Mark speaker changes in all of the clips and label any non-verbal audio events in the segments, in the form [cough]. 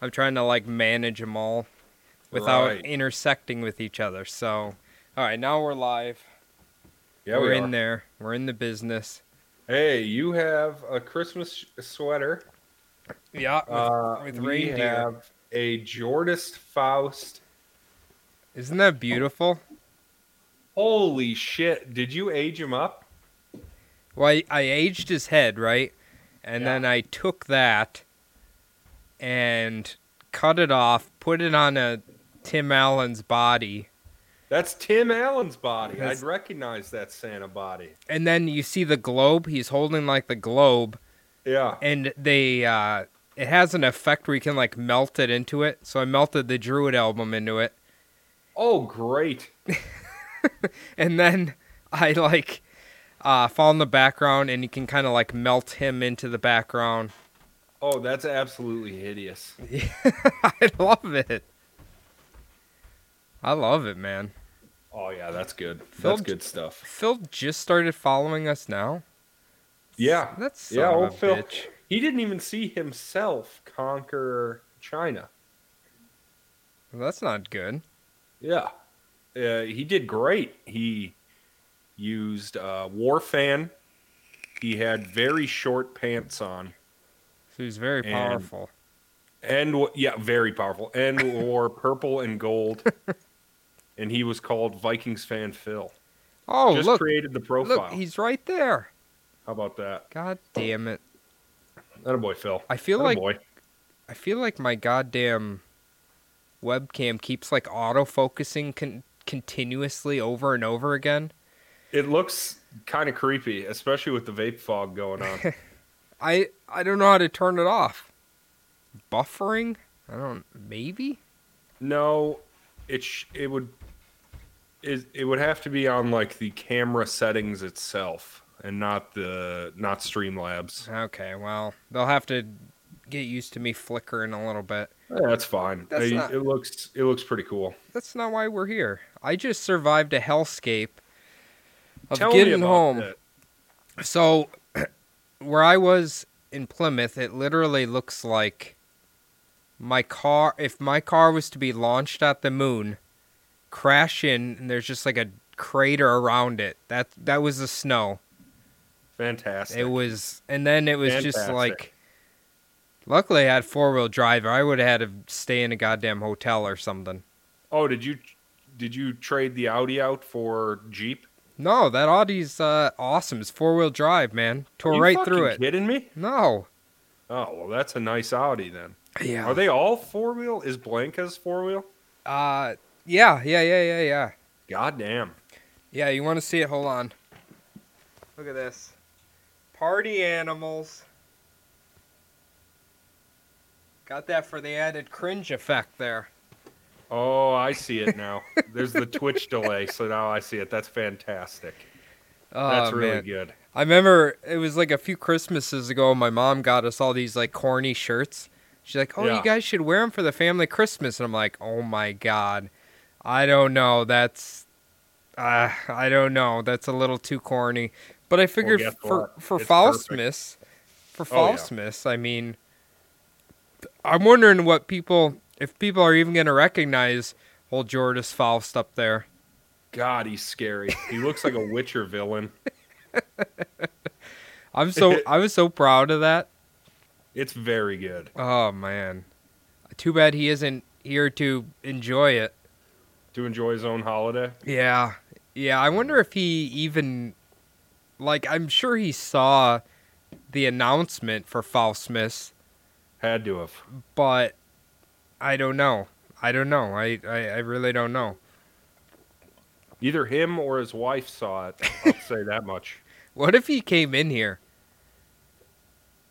Speaker 1: I'm trying to like manage them all without
Speaker 2: Right.
Speaker 1: intersecting with each other. So, all right, now we're live.
Speaker 2: Yeah,
Speaker 1: we're
Speaker 2: we
Speaker 1: in
Speaker 2: are.
Speaker 1: there. We're in the business.
Speaker 2: Hey, you have a Christmas sh- sweater.
Speaker 1: Yeah. with-
Speaker 2: Uh,
Speaker 1: with
Speaker 2: we
Speaker 1: reindeer.
Speaker 2: have a Jordist Faust.
Speaker 1: Isn't that beautiful?
Speaker 2: Holy shit! Did you age him up?
Speaker 1: Well, I, I aged his head, right? And
Speaker 2: Yeah.
Speaker 1: then I took that and cut it off, put it on a Tim Allen's body.
Speaker 2: That's Tim Allen's body.
Speaker 1: That's-
Speaker 2: I'd recognize that Santa body.
Speaker 1: And then you see the globe. He's holding like the globe,
Speaker 2: Yeah.
Speaker 1: and they uh, it has an effect where you can like melt it into it. So I melted the Druid album into it,
Speaker 2: Oh, great.
Speaker 1: and then I like uh, fall in the background, and you can kind of like melt him into the background. [laughs]
Speaker 2: Oh, that's absolutely hideous.
Speaker 1: I love it. I love it, man.
Speaker 2: Oh yeah, that's good.
Speaker 1: Phil-
Speaker 2: That's good stuff.
Speaker 1: Phil just started following us now.
Speaker 2: Yeah.
Speaker 1: That's son
Speaker 2: Yeah,
Speaker 1: of
Speaker 2: old
Speaker 1: a
Speaker 2: Phil.
Speaker 1: bitch.
Speaker 2: He didn't even see himself conquer China.
Speaker 1: Well, that's not good.
Speaker 2: Yeah. Uh, he did great. He used uh, Warfan. He had very short pants on.
Speaker 1: So he's very
Speaker 2: And-
Speaker 1: powerful.
Speaker 2: And w- yeah, very powerful. And
Speaker 1: [laughs]
Speaker 2: wore purple and gold. And he was called Vikings fan Phil.
Speaker 1: Oh
Speaker 2: Just
Speaker 1: look,
Speaker 2: created the profile.
Speaker 1: look, he's right there.
Speaker 2: How about that?
Speaker 1: God damn it!
Speaker 2: That a boy, Phil.
Speaker 1: I feel like-
Speaker 2: boy.
Speaker 1: I feel like my goddamn webcam keeps like auto focusing con- continuously over and over again.
Speaker 2: it looks kind of creepy, especially with the vape fog going on.
Speaker 1: I I don't know how to turn it off. Buffering? I don't. Maybe.
Speaker 2: No, it sh- it would it, it would have to be on like the camera settings itself and not the not Streamlabs.
Speaker 1: Okay. Well, they'll have to get used to me flickering a little bit.
Speaker 2: Yeah, that's fine.
Speaker 1: That's
Speaker 2: I-
Speaker 1: not-
Speaker 2: It looks it looks pretty cool.
Speaker 1: That's not why we're here. I just survived a hellscape of
Speaker 2: Tell me
Speaker 1: getting
Speaker 2: about
Speaker 1: home.
Speaker 2: that.
Speaker 1: So, [clears throat] where I was in Plymouth, it literally looks like my car. If my car was to be launched at the moon, crash in, and there's just like a crater around it. That that was the snow.
Speaker 2: Fantastic.
Speaker 1: It was, and then it was just
Speaker 2: Fantastic.
Speaker 1: like. Luckily, I had four wheel drive. or I would have had to stay in a goddamn hotel or something.
Speaker 2: oh, did you did you trade the Audi out for Jeep?
Speaker 1: No, that Audi's uh, awesome. It's four wheel drive, man. Tore
Speaker 2: You
Speaker 1: right through
Speaker 2: fucking
Speaker 1: it.
Speaker 2: Kidding me?
Speaker 1: No.
Speaker 2: Oh well, that's a nice Audi then.
Speaker 1: Yeah.
Speaker 2: Are they all four wheel? Is Blanca's four wheel?
Speaker 1: Uh, yeah, yeah, yeah, yeah, yeah.
Speaker 2: God damn.
Speaker 1: Yeah, you want to see it? Hold on. Look at this. Party animals. Got that for the added cringe effect there.
Speaker 2: Oh, I see
Speaker 1: [laughs]
Speaker 2: it now. There's the Twitch delay, so now I see it. That's fantastic.
Speaker 1: Oh,
Speaker 2: That's really
Speaker 1: man.
Speaker 2: good.
Speaker 1: I remember it was like a few Christmases ago. My mom got us all these like corny shirts. She's like, "Oh,
Speaker 2: Yeah.
Speaker 1: you guys should wear them for the family Christmas." And I'm like, "Oh my god, I don't know. That's, uh, I don't know. That's a little too corny." But I figured
Speaker 2: guess
Speaker 1: for
Speaker 2: what?
Speaker 1: for
Speaker 2: It's perfect.
Speaker 1: Faustmas, for
Speaker 2: Oh, yeah.
Speaker 1: Faustmas, I mean, I'm wondering what people, if people are even going to recognize old Jordis Faust up there.
Speaker 2: God, he's scary. He looks
Speaker 1: [laughs]
Speaker 2: like a Witcher villain.
Speaker 1: I'm
Speaker 2: [laughs]
Speaker 1: so I was so proud of that.
Speaker 2: It's very good.
Speaker 1: Oh man, too bad he isn't here to enjoy it.
Speaker 2: To enjoy his own holiday.
Speaker 1: Yeah, yeah. I wonder if he even, like, I'm sure he saw the announcement for Faustmas,
Speaker 2: Had to have.
Speaker 1: but I don't know. I don't know. I I, I really don't know.
Speaker 2: Either him or his wife saw it.
Speaker 1: [laughs]
Speaker 2: I'll say that much.
Speaker 1: What if he came in here?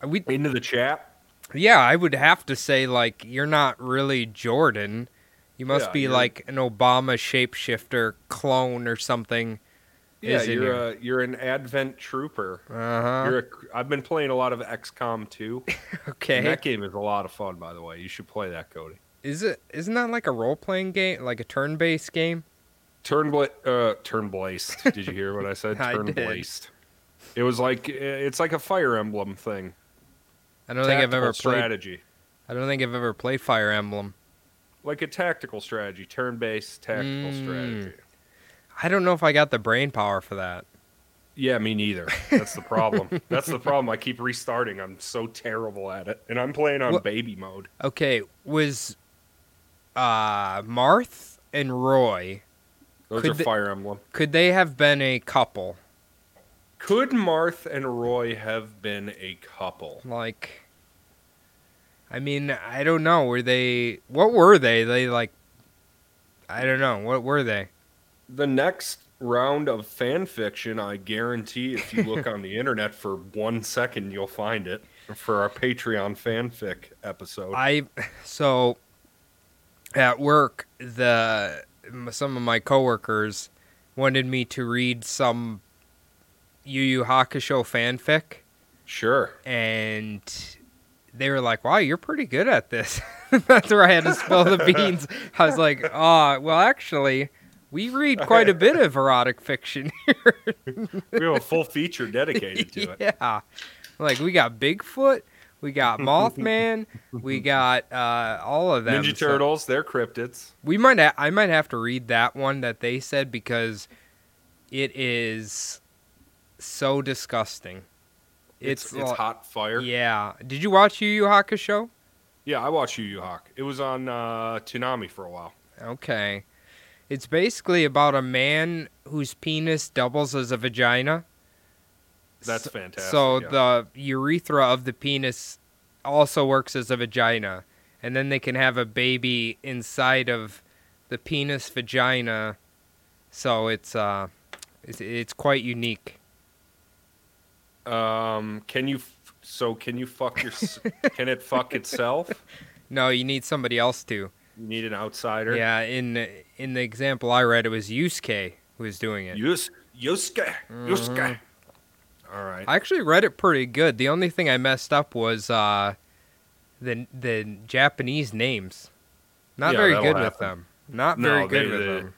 Speaker 1: Uh, We
Speaker 2: Into the chat.
Speaker 1: yeah, I would have to say like you're not really Jordan. You must
Speaker 2: Yeah,
Speaker 1: be
Speaker 2: you're-
Speaker 1: like an Obama shapeshifter clone or something.
Speaker 2: Yeah,
Speaker 1: Is in
Speaker 2: you're
Speaker 1: here.
Speaker 2: a, you're an Advent trooper.
Speaker 1: Uh huh.
Speaker 2: You're a, I've been playing a lot of
Speaker 1: [laughs]
Speaker 2: XCOM 2.
Speaker 1: Okay.
Speaker 2: And that game is a lot of fun, by the way. You should play that, Cody.
Speaker 1: Is it isn't that like a role playing game, like a turn based game?
Speaker 2: Turn bla- uh, turn blazed. Did you hear what I
Speaker 1: [laughs]
Speaker 2: said?
Speaker 1: I
Speaker 2: Turn
Speaker 1: did.
Speaker 2: blazed. It was like it's like a fire emblem thing.
Speaker 1: I don't think I've
Speaker 2: Tactical
Speaker 1: ever played.
Speaker 2: strategy.
Speaker 1: I don't think I've ever played Fire Emblem.
Speaker 2: Like a tactical strategy, turn-based tactical
Speaker 1: Mm.
Speaker 2: strategy.
Speaker 1: I don't know if I got the brain power for that.
Speaker 2: Yeah, me neither. That's
Speaker 1: [laughs]
Speaker 2: the problem. That's the problem. I keep restarting. I'm so terrible at it, and I'm playing on
Speaker 1: What-
Speaker 2: baby mode.
Speaker 1: Okay, was uh Marth and Roy
Speaker 2: Those
Speaker 1: Could
Speaker 2: are
Speaker 1: the-
Speaker 2: Fire Emblem.
Speaker 1: could they have been a couple?
Speaker 2: Could Marth and Roy have been a couple?
Speaker 1: Like I mean, I don't know. Were they what were they? They like I don't know. What were they?
Speaker 2: The next round of fan fiction, I guarantee, if you look
Speaker 1: [laughs]
Speaker 2: on the internet for one second, you'll find it for our Patreon fanfic episode.
Speaker 1: I so at work the m- some of my coworkers wanted me to read some Yu Yu Hakusho fanfic
Speaker 2: sure.
Speaker 1: and they were like, "Wow, you're pretty good at this." [laughs] That's where I had to spill
Speaker 2: [laughs]
Speaker 1: the beans. I was like, "Ah, well, actually, we read quite a bit of erotic fiction
Speaker 2: [laughs]
Speaker 1: here."
Speaker 2: We have
Speaker 1: [laughs]
Speaker 2: a full feature dedicated to it.
Speaker 1: yeah, like we got Bigfoot, we
Speaker 2: [laughs]
Speaker 1: got Mothman, we got uh, all of them.
Speaker 2: Ninja
Speaker 1: So-
Speaker 2: Turtles, they're cryptids.
Speaker 1: We might ha- I might have to read that one that they said because it is so disgusting.
Speaker 2: It's it's,
Speaker 1: like-
Speaker 2: hot fire. Yeah.
Speaker 1: Yeah. Did you watch Yu Yu Hakusho?
Speaker 2: I watched Yu Yu Hawk. It was on uh, Toonami for a while.
Speaker 1: Okay. It's basically about a man whose penis doubles as a vagina.
Speaker 2: That's
Speaker 1: S-
Speaker 2: fantastic.
Speaker 1: So
Speaker 2: yeah.
Speaker 1: the urethra of the penis also works as a vagina. And then they can have a baby inside of the penis vagina. So it's uh it's, it's quite unique.
Speaker 2: um, can you f- so can you fuck
Speaker 1: [laughs]
Speaker 2: your s- can it fuck itself?
Speaker 1: No, you need somebody else to.
Speaker 2: You need an outsider.
Speaker 1: Yeah, in in the example I read it was Yusuke who was doing it.
Speaker 2: Yus- Yusuke. Yusuke.
Speaker 1: Mm-hmm.
Speaker 2: All right.
Speaker 1: I actually read it pretty good. The only thing I messed up was uh, the the Japanese names. Not
Speaker 2: Yeah,
Speaker 1: very
Speaker 2: that'll
Speaker 1: good with
Speaker 2: happen.
Speaker 1: them. Not
Speaker 2: No,
Speaker 1: very good
Speaker 2: they-
Speaker 1: with
Speaker 2: they-
Speaker 1: them.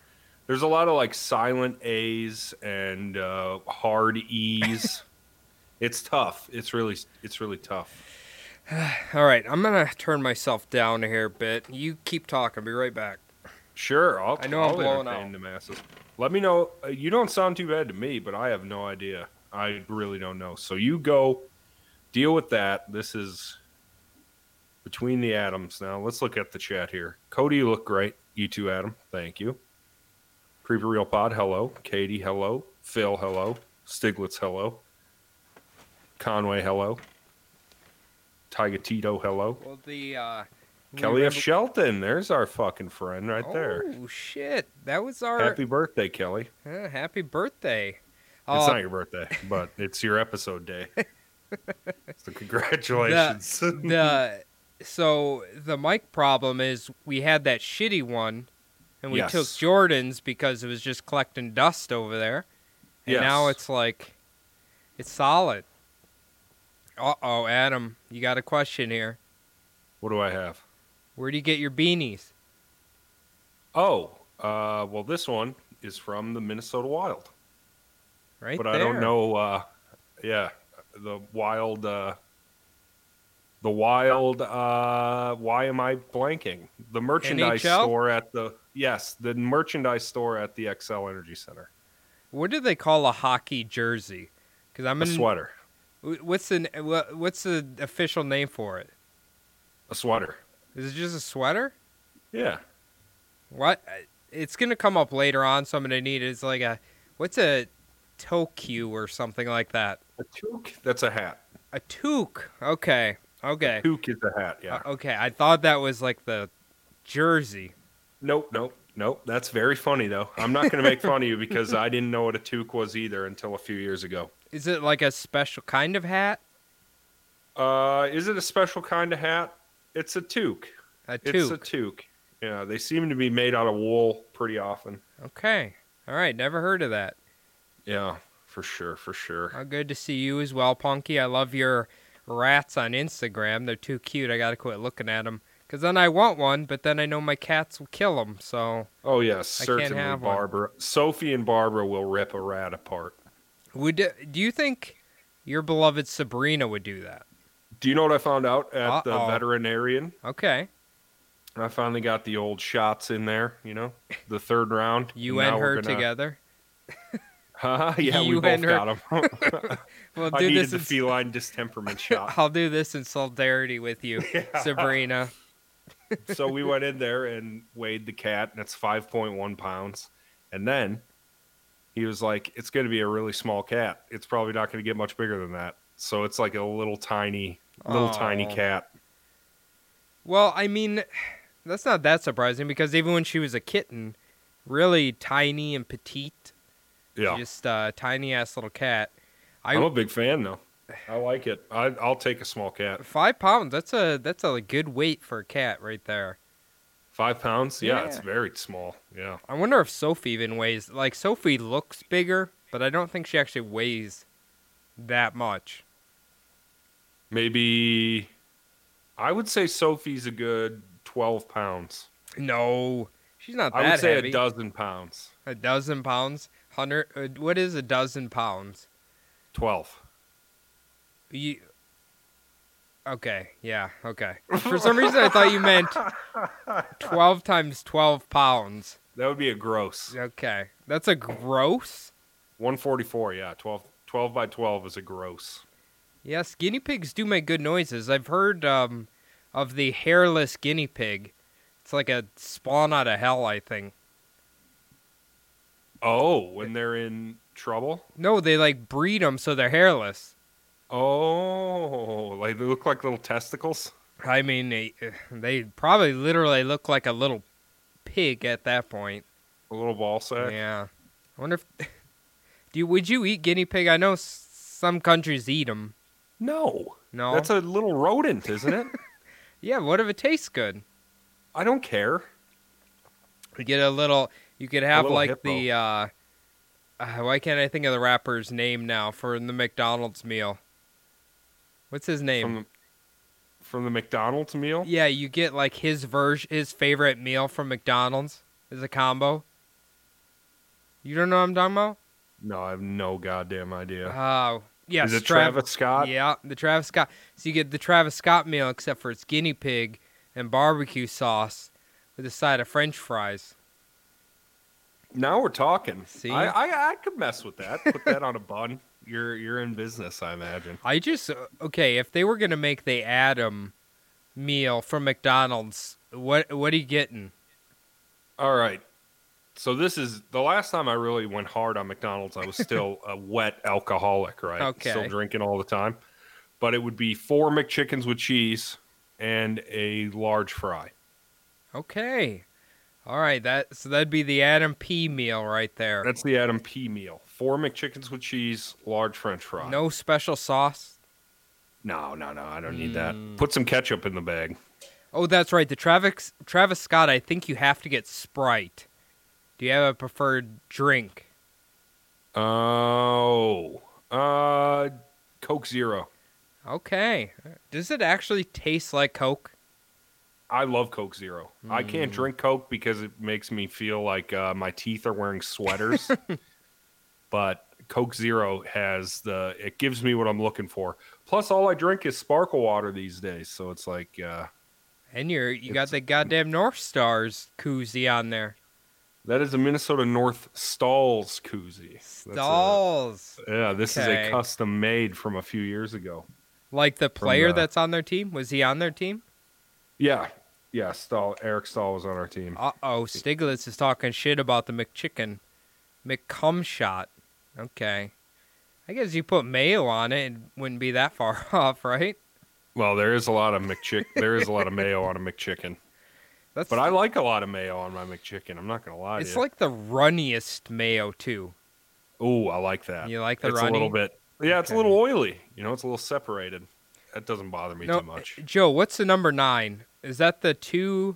Speaker 2: There's a lot of like silent A's and uh, hard E's.
Speaker 1: [laughs]
Speaker 2: it's tough. It's really it's really tough.
Speaker 1: All right, I'm gonna turn myself down here a bit. You keep talking. Be right back.
Speaker 2: Sure, I'll
Speaker 1: I know I'm
Speaker 2: I'll
Speaker 1: blowing
Speaker 2: entertain
Speaker 1: out.
Speaker 2: the masses. Let me know. uh, You don't sound too bad to me, but I have no idea. I really don't know. So you go deal with that. This is between the atoms now. Let's look at the chat here. Cody, you look great. You too, Adam. Thank you. Creeper Real Pod, hello. Katie, hello. Phil, hello. Stiglitz, hello. Conway, hello. Tyga Tito, hello.
Speaker 1: Well, the uh, we
Speaker 2: Kelly F.
Speaker 1: remember-
Speaker 2: Shelton, there's our fucking friend right there.
Speaker 1: Oh shit! That was our
Speaker 2: Happy
Speaker 1: happy,
Speaker 2: birthday, Kelly.
Speaker 1: happy birthday.
Speaker 2: it's
Speaker 1: Uh,
Speaker 2: not your birthday, but it's your
Speaker 1: [laughs]
Speaker 2: episode day. so congratulations.
Speaker 1: the so the mic problem is we had that shitty one and we
Speaker 2: Yes.
Speaker 1: took Jordan's because it was just collecting dust over there. And now
Speaker 2: Yes.
Speaker 1: it's like it's solid. Uh-oh, Adam, you got a question here.
Speaker 2: [laughs] what do I have?
Speaker 1: Where do you get your beanies?
Speaker 2: Oh, uh, well, this one is from the Minnesota Wild,
Speaker 1: Right
Speaker 2: but
Speaker 1: there.
Speaker 2: I don't know. Uh, yeah, the Wild. Uh, the Wild. Uh, why am I blanking? The merchandise
Speaker 1: NHL?
Speaker 2: store at the yes, the merchandise store at the XL Energy Center.
Speaker 1: What do they call a hockey jersey? Cuz I'm
Speaker 2: A
Speaker 1: in
Speaker 2: sweater.
Speaker 1: wh- What's an wha- what's the official name for it?
Speaker 2: A sweater.
Speaker 1: Is it just a sweater?
Speaker 2: Yeah.
Speaker 1: What? It's gonna come up later on, so I'm gonna need it's like a what's a toque or something like that.
Speaker 2: A toque. That's a hat.
Speaker 1: A toque. Okay. Okay.
Speaker 2: Toque is a hat. Yeah.
Speaker 1: Uh, okay. I thought that was like the jersey.
Speaker 2: Nope, nope, nope. That's very funny though. I'm not going to make fun of you because I didn't know what a toque was either until a few years ago.
Speaker 1: Is it like a special kind of hat?
Speaker 2: Uh, is it a special kind of hat? It's a toque.
Speaker 1: A
Speaker 2: It's
Speaker 1: toque.
Speaker 2: a toque. Yeah, they seem to be made out of wool pretty often.
Speaker 1: okay. All right. Never heard of that.
Speaker 2: Yeah, for sure, for sure.
Speaker 1: Oh, good to see you as well, Punky. I love your rats on Instagram. They're too cute. I gotta quit looking at them. Cause then I want one, but then I know my cats will kill them. So
Speaker 2: Oh yes,
Speaker 1: I can't
Speaker 2: certainly
Speaker 1: have one.
Speaker 2: Barbara. Sophie and Barbara will rip a rat apart.
Speaker 1: would do you think your beloved Sabrina would do that?
Speaker 2: Do you know what I found out at the
Speaker 1: Uh-oh.
Speaker 2: veterinarian?
Speaker 1: Okay.
Speaker 2: I finally got the old shots in there, you know, the third round.
Speaker 1: You
Speaker 2: Now
Speaker 1: and
Speaker 2: we're
Speaker 1: her
Speaker 2: gonna-
Speaker 1: together.
Speaker 2: Huh? [laughs] yeah, we
Speaker 1: You
Speaker 2: both
Speaker 1: and her.
Speaker 2: got 'em. [laughs]
Speaker 1: We'll
Speaker 2: I
Speaker 1: do
Speaker 2: needed
Speaker 1: this.
Speaker 2: the
Speaker 1: In, [laughs]
Speaker 2: feline distemperament [laughs] shot.
Speaker 1: I'll do this in solidarity with
Speaker 2: [laughs]
Speaker 1: you, Sabrina.
Speaker 2: so we went in there and weighed the cat, and it's 5.1 pounds. And then he was like, It's going to be a really small cat. It's probably not going to get much bigger than that. So it's like a little tiny, little tiny
Speaker 1: Aw.
Speaker 2: cat.
Speaker 1: Well, I mean, that's not that surprising because even when she was a kitten, really tiny and petite,
Speaker 2: Yeah.
Speaker 1: just uh, tiny ass little cat. I
Speaker 2: I'm a big fan, though. I like it. I, I'll take a small cat.
Speaker 1: five pounds. That's a that's a good weight for a cat right there.
Speaker 2: Five pounds? Yeah, it's
Speaker 1: Yeah.
Speaker 2: very small. Yeah.
Speaker 1: I wonder if Sophie even weighs. Like Sophie looks bigger, but I don't think she actually weighs that much.
Speaker 2: Maybe I would say Sophie's a good 12 pounds.
Speaker 1: No, she's not that
Speaker 2: I would say
Speaker 1: heavy.
Speaker 2: a dozen pounds.
Speaker 1: A dozen pounds. Hundred. uh, What is a dozen pounds?
Speaker 2: 12.
Speaker 1: You. Okay. Yeah. Okay. For some reason, I thought you
Speaker 2: [laughs]
Speaker 1: meant twelve times twelve pounds.
Speaker 2: That would be a gross.
Speaker 1: Okay, that's a gross.
Speaker 2: 144, yeah. 12, 12 by 12 is a gross.
Speaker 1: Yes, guinea pigs do make good noises. I've heard um, of the hairless guinea pig. It's like a spawn out of hell, I think.
Speaker 2: Oh, when they're in trouble?
Speaker 1: No, they like breed them so they're hairless.
Speaker 2: Oh, like they look like little testicles?
Speaker 1: I mean, they, [sighs] they probably literally look like a little pig at that point.
Speaker 2: A little ball sack?
Speaker 1: Yeah. I wonder if [laughs] do you, would you eat guinea pig? I know s- some countries eat them.
Speaker 2: No.
Speaker 1: No.
Speaker 2: That's a little rodent,
Speaker 1: [laughs]
Speaker 2: isn't it?
Speaker 1: yeah. What if it tastes good?
Speaker 2: I don't care.
Speaker 1: You get a little. You could have
Speaker 2: little
Speaker 1: like the. Uh, uh, why can't I think of the rapper's name now for the McDonald's meal? What's his name?
Speaker 2: From the, from the McDonald's meal?
Speaker 1: Yeah, you get like his version, his favorite meal from McDonald's is a combo. You don't know what I'm talking about?
Speaker 2: No, I have no goddamn idea.
Speaker 1: Oh, yes,
Speaker 2: is it
Speaker 1: Trav-
Speaker 2: Travis Scott?
Speaker 1: Yeah, the Travis Scott. So you get the Travis Scott meal except for it's guinea pig and barbecue sauce with a side of French fries.
Speaker 2: Now we're talking.
Speaker 1: See?
Speaker 2: I, I I could mess with that. Put that on
Speaker 1: [laughs]
Speaker 2: a bun. You're you're in business, I imagine.
Speaker 1: I just okay. If they were gonna make the Adam meal from McDonald's, what what are you getting?
Speaker 2: All right. So this is the last time I really went hard on McDonald's. I was still a wet alcoholic, right?
Speaker 1: Okay.
Speaker 2: Still drinking all the time. But it would be four McChickens with cheese and a large fry.
Speaker 1: Okay, all right. That so that'd be the Adam P meal right there.
Speaker 2: That's the Adam P meal. Four McChickens with cheese, large French fry.
Speaker 1: No special sauce.
Speaker 2: no, no, no. I don't need that.
Speaker 1: Mm.
Speaker 2: Put some ketchup in the bag.
Speaker 1: Oh, that's right. The Travis Travis Scott. I think you have to get Sprite. Do you have a preferred drink?
Speaker 2: Oh, uh, Coke Zero.
Speaker 1: Okay. Does it actually taste like Coke?
Speaker 2: I love Coke Zero. I can't
Speaker 1: Mm.
Speaker 2: drink Coke because it makes me feel like uh, my teeth are
Speaker 1: [laughs]
Speaker 2: wearing sweaters. but Coke Zero has the it gives me what I'm looking for. Plus, all I drink is sparkle water these days, so it's like uh,
Speaker 1: And you're you got
Speaker 2: It's-
Speaker 1: the goddamn North Stars koozie on there.
Speaker 2: that is a Minnesota North Stalls koozie. That's a-
Speaker 1: Stalls.
Speaker 2: yeah, this is
Speaker 1: Okay.
Speaker 2: a custom made from a few years ago.
Speaker 1: Like the player
Speaker 2: uh,
Speaker 1: that's on their team? Was he on their team?
Speaker 2: Yeah, yeah. Stahl Eric Stahl was on our team.
Speaker 1: Uh oh, Stiglitz is talking shit about the McChicken. McCum shot. Okay. I guess you put mayo on it, it wouldn't be that far [laughs] off, right?
Speaker 2: Well, there is a lot of McChick. there is a lot of mayo on a McChicken.
Speaker 1: That's
Speaker 2: But I like a lot of mayo on my McChicken. I'm not gonna lie.
Speaker 1: it's
Speaker 2: to you.
Speaker 1: like the runniest mayo too.
Speaker 2: Ooh, I like that.
Speaker 1: You like the
Speaker 2: it's
Speaker 1: runny?
Speaker 2: a little bit. Yeah, it's a
Speaker 1: Okay.
Speaker 2: little oily. You know, it's a little separated. That doesn't bother me
Speaker 1: No,
Speaker 2: too much.
Speaker 1: Joe, what's the number nine? Is that the two?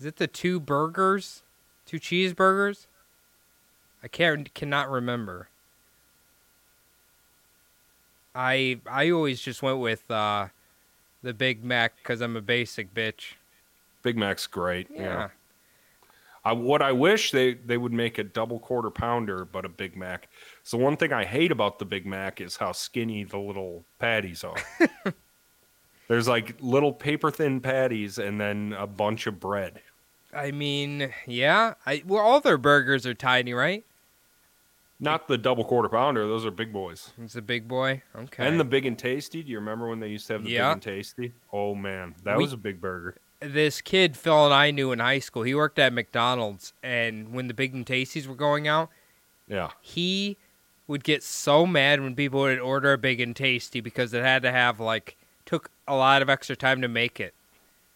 Speaker 1: Is it the two burgers, two cheeseburgers? I can't cannot remember. I I always just went with uh, the Big Mac because I'm a basic bitch.
Speaker 2: Big Mac's great. Yeah.
Speaker 1: Yeah.
Speaker 2: I, what I wish they they would make a double quarter pounder, but a Big Mac.
Speaker 1: [laughs]
Speaker 2: So one thing I hate about the Big Mac is how skinny the little patties are. There's like little paper thin patties and then a bunch of bread.
Speaker 1: I mean, yeah. I well, all their burgers are tiny, right?
Speaker 2: Not the double quarter pounder; those are big boys.
Speaker 1: It's a big boy. Okay.
Speaker 2: And the big and tasty. Do you remember when they used to have the
Speaker 1: Yeah.
Speaker 2: big and tasty? Oh man, that
Speaker 1: We-
Speaker 2: was a big burger.
Speaker 1: this kid Phil and I knew in high school. He worked at McDonald's, and when the Big and Tasties were going out,
Speaker 2: Yeah,
Speaker 1: he would get so mad when people would order a Big and Tasty because it had to have like took a lot of extra time to make it.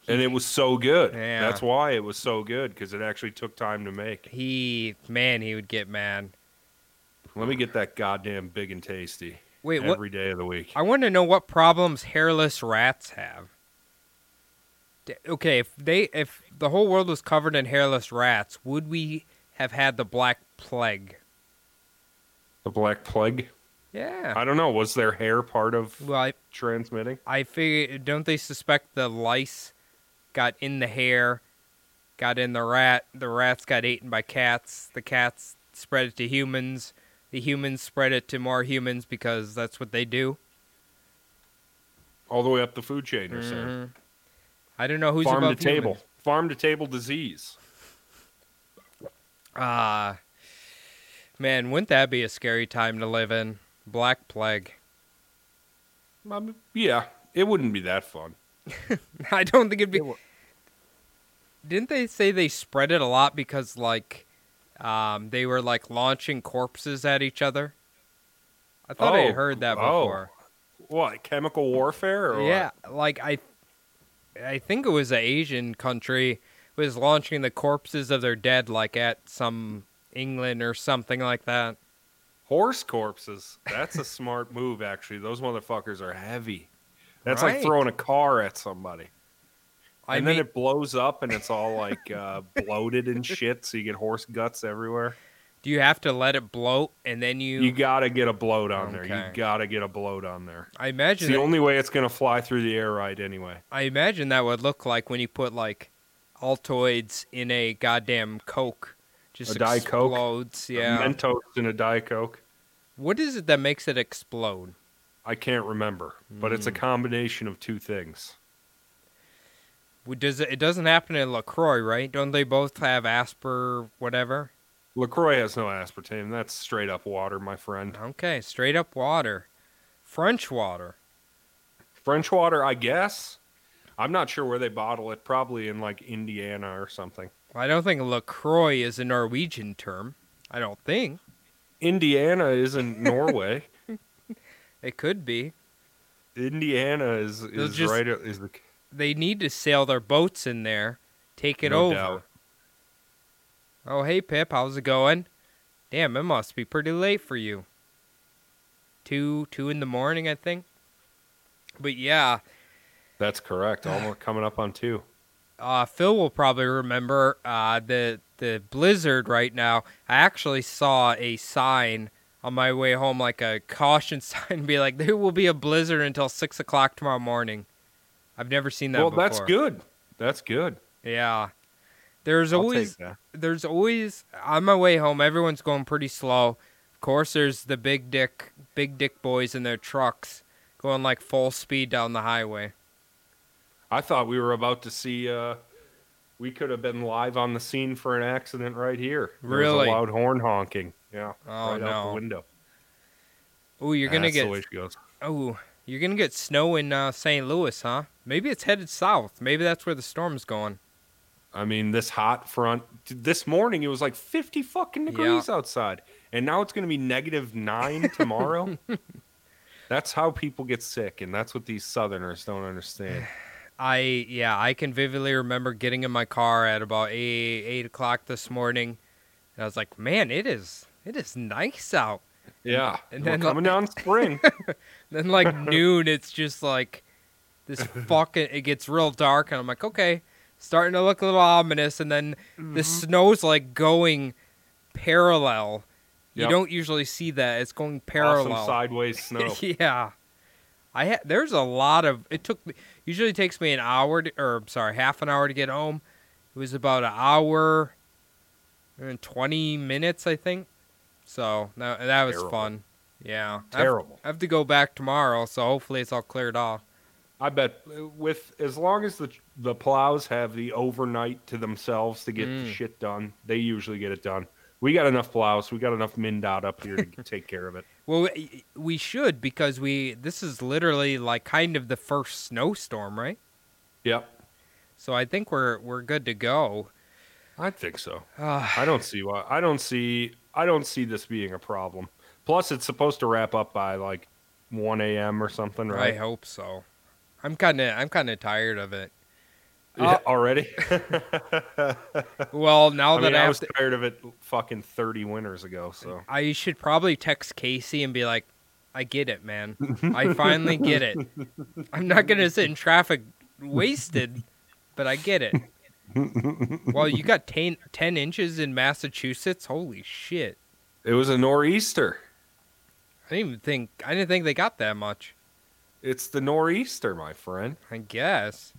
Speaker 2: and it was so good.
Speaker 1: Yeah.
Speaker 2: That's why it was so good because it actually took time to make.
Speaker 1: He man, he would get mad.
Speaker 2: Let me get that goddamn big and tasty every
Speaker 1: Wait,
Speaker 2: day
Speaker 1: what?
Speaker 2: of the week.
Speaker 1: I want to know what problems hairless rats have. D- Okay, if they if the whole world was covered in hairless rats, would we have had the black plague?
Speaker 2: The black plague.
Speaker 1: Yeah.
Speaker 2: I don't know. Was their hair part of
Speaker 1: Well, I,
Speaker 2: transmitting?
Speaker 1: I figure don't they suspect the lice got in the hair, got in the rat, the rats got eaten by cats, the cats spread it to humans, the humans spread it to more humans because that's what they do.
Speaker 2: All the way up the food chain, you're saying?
Speaker 1: Mhm. I don't know who's
Speaker 2: Mm-hmm. farm to
Speaker 1: above human.
Speaker 2: table farm to table disease
Speaker 1: Ah, man, wouldn't that be a scary time to live in? Black plague.
Speaker 2: Um, yeah it wouldn't be that fun
Speaker 1: [laughs] I don't think it'd be.
Speaker 2: It wa-
Speaker 1: Didn't they say they spread it a lot because like, um, they were like launching corpses at each other? I thought I
Speaker 2: Oh,
Speaker 1: had heard that
Speaker 2: oh,
Speaker 1: before.
Speaker 2: what chemical warfare or what?
Speaker 1: yeah, like I, I think it was an Asian country was launching the corpses of their dead like at some England or something like that.
Speaker 2: horse corpses that's a [laughs] smart move actually those motherfuckers are heavy that's
Speaker 1: Right.
Speaker 2: like throwing a car at somebody
Speaker 1: I
Speaker 2: and
Speaker 1: mean,
Speaker 2: then it blows up and it's all like uh, bloated and shit so you get horse guts everywhere
Speaker 1: do you have to let it bloat and then you?
Speaker 2: you gotta get a bloat on there
Speaker 1: Okay.
Speaker 2: you gotta get a bloat on there
Speaker 1: I
Speaker 2: it's
Speaker 1: imagine
Speaker 2: the
Speaker 1: that-
Speaker 2: only way it's gonna fly through the air right anyway
Speaker 1: I imagine that would look like when you put like Altoids in a goddamn Coke. Just
Speaker 2: A Diet Coke?
Speaker 1: explodes. Yeah.
Speaker 2: mentos in a diet coke
Speaker 1: what is it that makes it explode?
Speaker 2: I can't remember, but it's a
Speaker 1: Mm.
Speaker 2: combination of two things.
Speaker 1: Would- Does it, it doesn't happen in Lacroix, right? Don't they both have Asper whatever?
Speaker 2: LaCroix has no aspartame. That's straight up water, my friend.
Speaker 1: Okay, straight up water, French water.
Speaker 2: French water, I guess. I'm not sure where they bottle it. Probably in like Indiana or something.
Speaker 1: I don't think Lacroix is a Norwegian term. I don't think
Speaker 2: Indiana
Speaker 1: [laughs]
Speaker 2: isn't Norway.
Speaker 1: it could be.
Speaker 2: Indiana is
Speaker 1: They'll
Speaker 2: is
Speaker 1: just-
Speaker 2: right is the
Speaker 1: They need to sail their boats in there, take it
Speaker 2: No
Speaker 1: over.
Speaker 2: doubt.
Speaker 1: Oh, hey, Pip, how's it going? Damn, it must be pretty late for you. Two, two in the morning, I think. But yeah,
Speaker 2: That's
Speaker 1: [sighs]
Speaker 2: correct. Almost coming up on two.
Speaker 1: uh, Phil will probably remember uh, the the blizzard right now. I actually saw a sign on my way home, like a caution [laughs] sign, be like, "There will be a blizzard until six o'clock tomorrow morning." I've never seen that.
Speaker 2: well,
Speaker 1: before.
Speaker 2: that's good. That's good.
Speaker 1: Yeah, there's
Speaker 2: I'll
Speaker 1: always
Speaker 2: take that.
Speaker 1: there's always on my way home everyone's going pretty slow of course there's the big dick big dick boys in their trucks going like full speed down the highway
Speaker 2: I thought we were about to see. Uh, we could have been live on the scene for an accident right here. There was a
Speaker 1: Really?
Speaker 2: loud horn honking. Yeah.
Speaker 1: Oh,
Speaker 2: right out
Speaker 1: no.
Speaker 2: the window.
Speaker 1: oh you're gonna
Speaker 2: That's the
Speaker 1: get
Speaker 2: way she goes.
Speaker 1: oh you're gonna get snow in uh, st louis huh maybe it's headed south maybe that's where the storm's going
Speaker 2: I mean, this hot front. This morning it was like fifty fucking degrees outside, and now it's going to be
Speaker 1: [laughs]
Speaker 2: negative nine tomorrow. that's how people get sick, and that's what these Southerners don't understand.
Speaker 1: i yeah i can vividly remember getting in my car at about eight eight o'clock this morning and i was like man it is it is nice out
Speaker 2: Yeah,
Speaker 1: [sighs] And
Speaker 2: and
Speaker 1: then-
Speaker 2: then we're coming down spring.
Speaker 1: Then
Speaker 2: [laughs]
Speaker 1: like noon, it's just like this fucking. It gets real dark, and I'm like, okay, starting to look a little ominous. And then
Speaker 2: Mm-hmm.
Speaker 1: the snow's like going parallel. You
Speaker 2: Yep.
Speaker 1: don't usually see that. It's going parallel. [laughs]
Speaker 2: Awesome sideways snow.
Speaker 1: yeah, I ha- there's a lot of. It took me usually takes me an hour to, or I'm sorry, half an hour to get home. It was about an hour and twenty minutes, I think. So that that was
Speaker 2: Terrible.
Speaker 1: fun. Yeah, I've-
Speaker 2: Terrible.
Speaker 1: I have to go back tomorrow, so hopefully it's all cleared off.
Speaker 2: I bet with as long as the the plows have the overnight to themselves to get the
Speaker 1: Mm.
Speaker 2: shit done, they usually get it done. We got enough plows. We got enough MnDOT up here to [laughs] take care of it.
Speaker 1: Well, we- we should because we this is literally like kind of the first snowstorm, right?
Speaker 2: Yep,
Speaker 1: So I think we're we're good to go. [sighs]
Speaker 2: I think so.
Speaker 1: Uh,
Speaker 2: I don't see why. I don't see. I don't see this being a problem. Plus, it's supposed to wrap up by like 1 a.m. or something,
Speaker 1: I
Speaker 2: right?
Speaker 1: hope so. I'm kind of I'm kind of tired of it.
Speaker 2: Yeah,
Speaker 1: [laughs]
Speaker 2: already. [laughs]
Speaker 1: Well, now
Speaker 2: I
Speaker 1: that
Speaker 2: mean,
Speaker 1: I,
Speaker 2: I
Speaker 1: have
Speaker 2: was
Speaker 1: to,
Speaker 2: tired of it fucking 30 winters ago. So
Speaker 1: I should probably text Casey and be like, "I get it, man. I finally get it. I'm not gonna sit in traffic wasted, but I get it." well, you got 10, 10 inches in Massachusetts. Holy shit!
Speaker 2: it was a nor'easter.
Speaker 1: I didn't even think I didn't think they got that much.
Speaker 2: It's the nor'easter, my friend.
Speaker 1: I guess.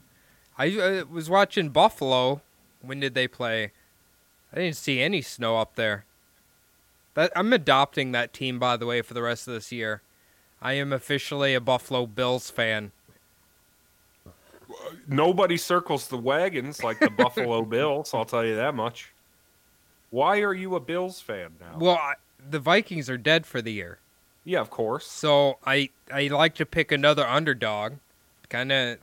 Speaker 1: I uh, was watching Buffalo. When did they play? I didn't see any snow up there. That I'm adopting that team, by the way, for the rest of this year. I am officially a Buffalo Bills fan.
Speaker 2: Nobody circles the wagons like the
Speaker 1: [laughs]
Speaker 2: Buffalo Bills. I'll tell you that much. Why are you a Bills fan now?
Speaker 1: Well, I, the Vikings are dead for the year,
Speaker 2: yeah, of course.
Speaker 1: so I I like to pick another underdog, kind of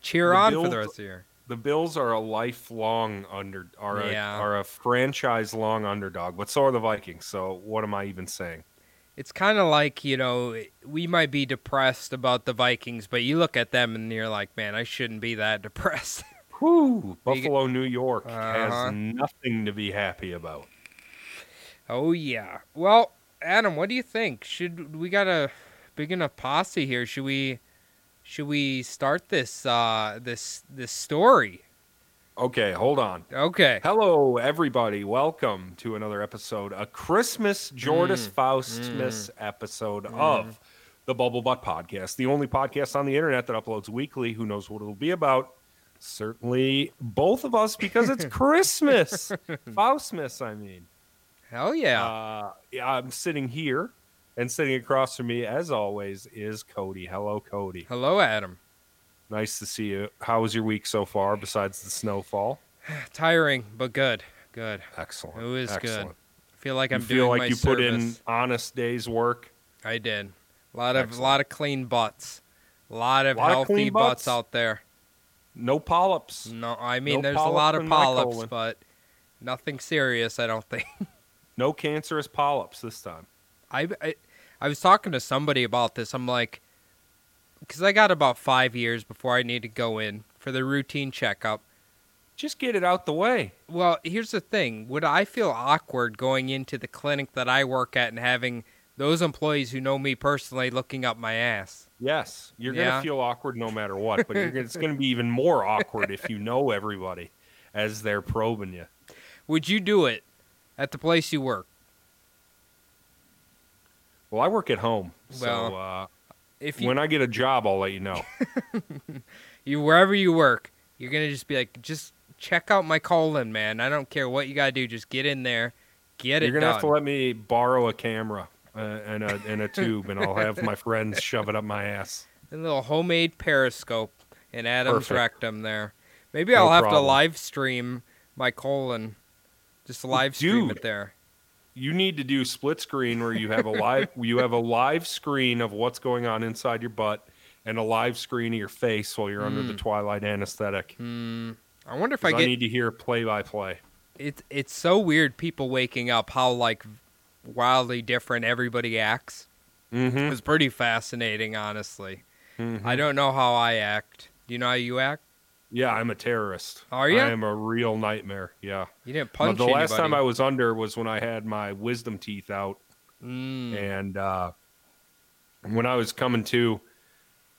Speaker 1: cheer
Speaker 2: The
Speaker 1: on for
Speaker 2: Bills-
Speaker 1: the rest of the year.
Speaker 2: The Bills are a lifelong under are a,
Speaker 1: Yeah.
Speaker 2: are a franchise long underdog, but so are the Vikings. So what am I even saying?
Speaker 1: It's kind of like, you know, we might be depressed about the Vikings, but you look at them and you're like, man, I shouldn't be that [laughs] depressed.
Speaker 2: Whew, Buffalo, New York
Speaker 1: Uh-huh.
Speaker 2: has nothing to be happy about.
Speaker 1: Oh yeah. Well, Adam, what do you think? Should we got a big enough posse here? Should we should we start this uh this this story?
Speaker 2: Okay, hold on.
Speaker 1: Okay.
Speaker 2: Hello, everybody. Welcome to another episode, a Christmas
Speaker 1: Mm,
Speaker 2: Jordis Faustmas episode of the Bubble Butt Podcast, the only podcast on the internet that uploads weekly. Who knows what it'll be about? Certainly both of us
Speaker 1: [laughs]
Speaker 2: because it's Christmas. Faustmas, I mean.
Speaker 1: Hell yeah.
Speaker 2: Uh, yeah, I'm sitting here, and sitting across from me, as always, is Cody. Hello, Cody.
Speaker 1: Hello, Adam. [sighs]
Speaker 2: Nice to see you. How was your week so far, besides the snowfall?
Speaker 1: Tiring, but good. Good.
Speaker 2: Excellent.
Speaker 1: It was good.
Speaker 2: Excellent.
Speaker 1: I feel like
Speaker 2: You
Speaker 1: I'm
Speaker 2: feel
Speaker 1: doing
Speaker 2: like
Speaker 1: my
Speaker 2: you put in
Speaker 1: service.
Speaker 2: honest days work.
Speaker 1: I did. A lot of
Speaker 2: Excellent.
Speaker 1: lot of clean butts. A lot of
Speaker 2: Lot of
Speaker 1: healthy
Speaker 2: clean
Speaker 1: butts.
Speaker 2: butts.
Speaker 1: out there.
Speaker 2: No polyps.
Speaker 1: No, I mean
Speaker 2: No
Speaker 1: there's a
Speaker 2: polyps
Speaker 1: lot of
Speaker 2: in my
Speaker 1: polyps,
Speaker 2: colon.
Speaker 1: but nothing serious, I don't think.
Speaker 2: No cancerous polyps this time.
Speaker 1: I, I I was talking to somebody about this. I'm like, because I got about five years before I need to go in for the routine checkup.
Speaker 2: Just get it out the way.
Speaker 1: Well, here's the thing: would I feel awkward going into the clinic that I work at and having those employees who know me personally looking up my ass?
Speaker 2: Yes, you're
Speaker 1: Yeah.
Speaker 2: gonna feel awkward no matter what, but you're gonna,
Speaker 1: [laughs]
Speaker 2: it's gonna be even more awkward if you know everybody as they're probing you.
Speaker 1: Would you do it at the place you work?
Speaker 2: Well, I work at home, so
Speaker 1: Well,
Speaker 2: uh,
Speaker 1: If you,
Speaker 2: when I get a job, I'll let you know.
Speaker 1: you wherever you work, you're gonna just be like, just check out my colon, man. I don't care what you gotta do. Just get in there, get
Speaker 2: you're
Speaker 1: it
Speaker 2: gonna
Speaker 1: done.
Speaker 2: have to let me borrow a camera uh, and a and a tube, and I'll have my friends shove it up my ass.
Speaker 1: A little homemade periscope in Adam's
Speaker 2: Perfect.
Speaker 1: rectum there. Maybe
Speaker 2: No
Speaker 1: I'll have to
Speaker 2: problem.
Speaker 1: live stream my colon. Just live stream
Speaker 2: Dude.
Speaker 1: it there.
Speaker 2: you need to do split screen where you have a
Speaker 1: [laughs]
Speaker 2: live you have a live screen of what's going on inside your butt and a live screen of your face while you're under the twilight anesthetic.
Speaker 1: Hmm. I wonder Mm. if I
Speaker 2: 'Cause I,
Speaker 1: get
Speaker 2: need to hear play by play.
Speaker 1: it's it's so weird people waking up how like wildly different everybody acts. It
Speaker 2: Mm-hmm.
Speaker 1: was pretty fascinating, honestly. I don't know how I act. Do you know how you act?
Speaker 2: Yeah, I'm a terrorist.
Speaker 1: Are ya?
Speaker 2: I am a real nightmare. Yeah.
Speaker 1: You didn't
Speaker 2: But
Speaker 1: punch
Speaker 2: the last time I
Speaker 1: anybody.
Speaker 2: was under was when I had my wisdom teeth out
Speaker 1: Mm.
Speaker 2: and uh, when I was coming to,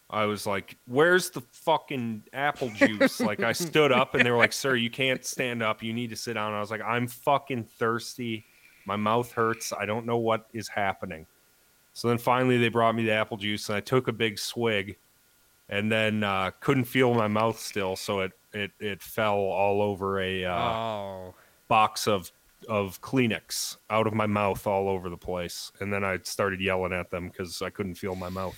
Speaker 2: I was like, "Where's the fucking apple juice?" like I stood up, and they were like, "Sir, you can't stand up. You need to sit down." And I was like, "I'm fucking thirsty. My mouth hurts. I don't know what is happening." So then finally, they brought me the apple juice, and I took a big swig, and then uh, couldn't feel my mouth still, so it it it fell all over a uh,
Speaker 1: oh.
Speaker 2: box of of Kleenex out of my mouth all over the place, and then I started yelling at them because I couldn't feel my mouth.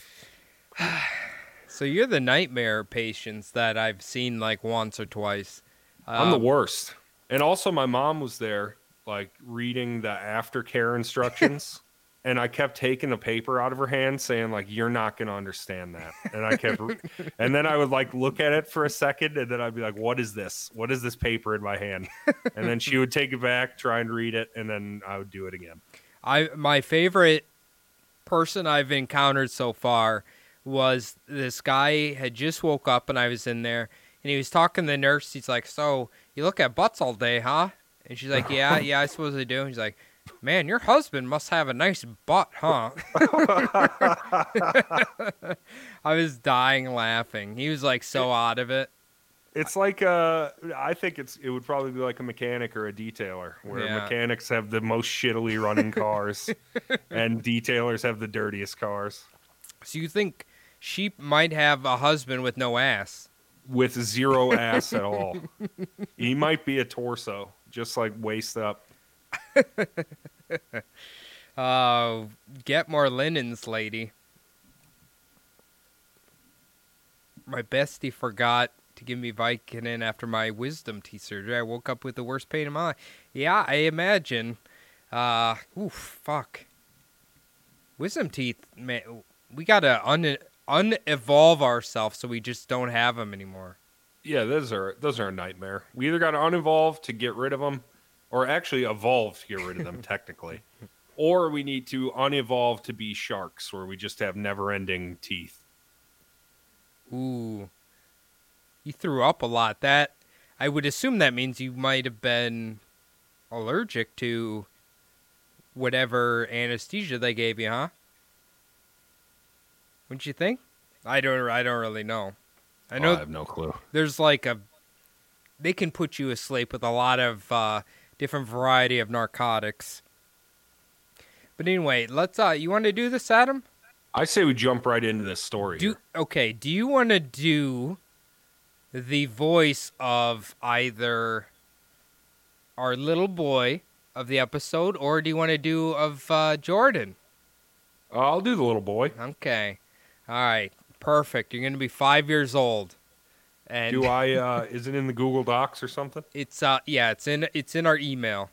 Speaker 1: So you're the nightmare patients that I've seen like once or twice.
Speaker 2: I'm the
Speaker 1: Um,
Speaker 2: worst. And also, my mom was there, like reading the aftercare instructions, and I kept taking the paper out of her hand, saying like, "You're not going to understand that." And I kept, re- and then I would like look at it for a second, and then I'd be like, "What is this? What is this paper in my hand?" And then she would take it back, try and read it, and then I would do it again.
Speaker 1: I my favorite person I've encountered so far was this guy had just woke up and I was in there and he was talking to the nurse. He's like, "So you look at butts all day, huh?" And she's like, "Yeah, yeah, I suppose I do." And he's like, "Man, your husband must have a nice butt, huh?" [laughs] I was dying laughing. He was like so out of it.
Speaker 2: It's like uh, I think it's it would probably be like a mechanic or a detailer, where
Speaker 1: Yeah.
Speaker 2: mechanics have the most shittily running [laughs] cars, and detailers have the dirtiest cars
Speaker 1: So you think she might have a husband with no ass?
Speaker 2: with zero ass at [laughs] all. He might be a torso, just like waist up.
Speaker 1: Uh, get more linens, lady. My bestie forgot to give me Vicodin after my wisdom teeth surgery. I woke up with the worst pain in my life. Yeah, I imagine. Uh, oof, fuck. Wisdom teeth, man. We gotta un unevolve ourselves so we just don't have them anymore.
Speaker 2: Yeah, those are those are a nightmare. We either got to unevolve to get rid of them, or actually evolve to get rid of [laughs] them technically, or we need to unevolve to be sharks, where we just have never-ending teeth.
Speaker 1: Ooh, you threw up a lot. That I would assume that means you might have been allergic to whatever anesthesia they gave you, huh? Wouldn't you think? I don't. I don't really know. I know
Speaker 2: have no clue.
Speaker 1: there's like a. They can put you asleep with a lot of uh, different variety of narcotics. But anyway, let's. Uh, you want to do this, Adam?
Speaker 2: I say we jump right into this story.
Speaker 1: Do
Speaker 2: here.
Speaker 1: okay. Do you want to do the voice of either our little boy of the episode, or do you want to do of uh, Jordan?
Speaker 2: Uh, I'll do the little boy.
Speaker 1: Okay, all right, perfect. You're gonna be five years old, and
Speaker 2: Do I? Uh, [laughs] is it in the Google Docs or something?
Speaker 1: it's uh yeah, it's in it's in our email.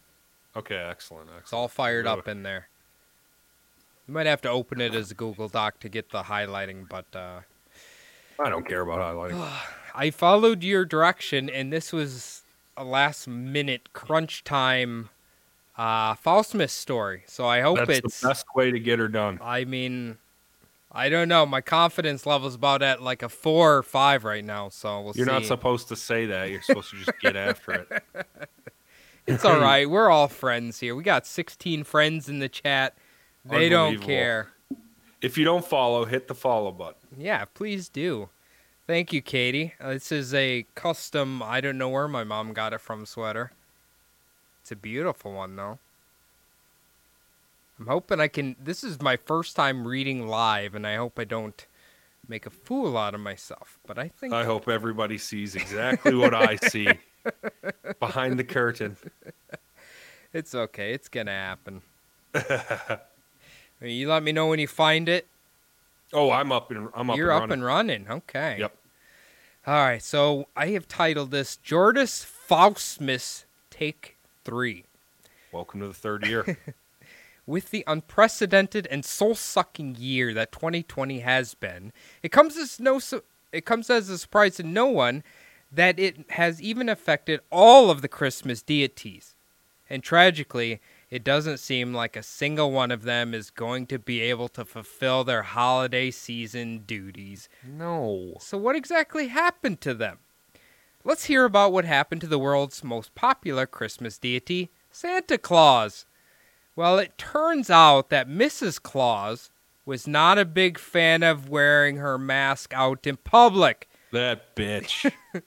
Speaker 2: Okay, excellent.
Speaker 1: It's
Speaker 2: excellent.
Speaker 1: all fired
Speaker 2: Really?
Speaker 1: up in there. You might have to open it as a Google Doc to get the highlighting, but uh,
Speaker 2: I don't care about highlighting.
Speaker 1: Oh, I followed your direction, and this was a last minute crunch time uh, Falsmith story. So I hope
Speaker 2: That's
Speaker 1: it's.
Speaker 2: the best way to get her done.
Speaker 1: I mean, I don't know. My confidence level's about at like a four or five right now. So we'll
Speaker 2: You're
Speaker 1: see.
Speaker 2: not supposed to say that. You're supposed to just get after it.
Speaker 1: [laughs] it's
Speaker 2: [clears throat]
Speaker 1: all right. We're all friends here. We got 16 friends in the chat. They don't
Speaker 2: Unbelievable.
Speaker 1: care.
Speaker 2: If you don't follow, hit the follow button.
Speaker 1: Yeah, please do. Thank you, Katie. Uh, This is a custom, I don't know where my mom got it from sweater. It's a beautiful one, though. I'm hoping I can. This is my first time reading live, and I hope I don't make a fool out of myself. But I think.
Speaker 2: I hope everybody sees exactly what
Speaker 1: [laughs]
Speaker 2: I see behind the curtain.
Speaker 1: It's okay. It's gonna happen. Uh, you let me know when you find it.
Speaker 2: Oh, I'm up and I'm up.
Speaker 1: You're
Speaker 2: and
Speaker 1: up
Speaker 2: running.
Speaker 1: and running. Okay.
Speaker 2: Yep.
Speaker 1: All right. So I have titled this Jordis Fausmus Take Three.
Speaker 2: Welcome to the
Speaker 1: [laughs]
Speaker 2: third year.
Speaker 1: With the unprecedented and soul-sucking year that 2020 has been, it comes as no su- it comes as a surprise to no one that it has even affected all of the Christmas deities. And tragically, it doesn't seem like a single one of them is going to be able to fulfill their holiday season duties.
Speaker 2: no.
Speaker 1: So what exactly happened to them? Let's hear about what happened to the world's most popular Christmas deity, Santa Claus. Well, it turns out that Mrs. Claus was not a big fan of wearing her mask out in public.
Speaker 2: That bitch.
Speaker 1: [laughs]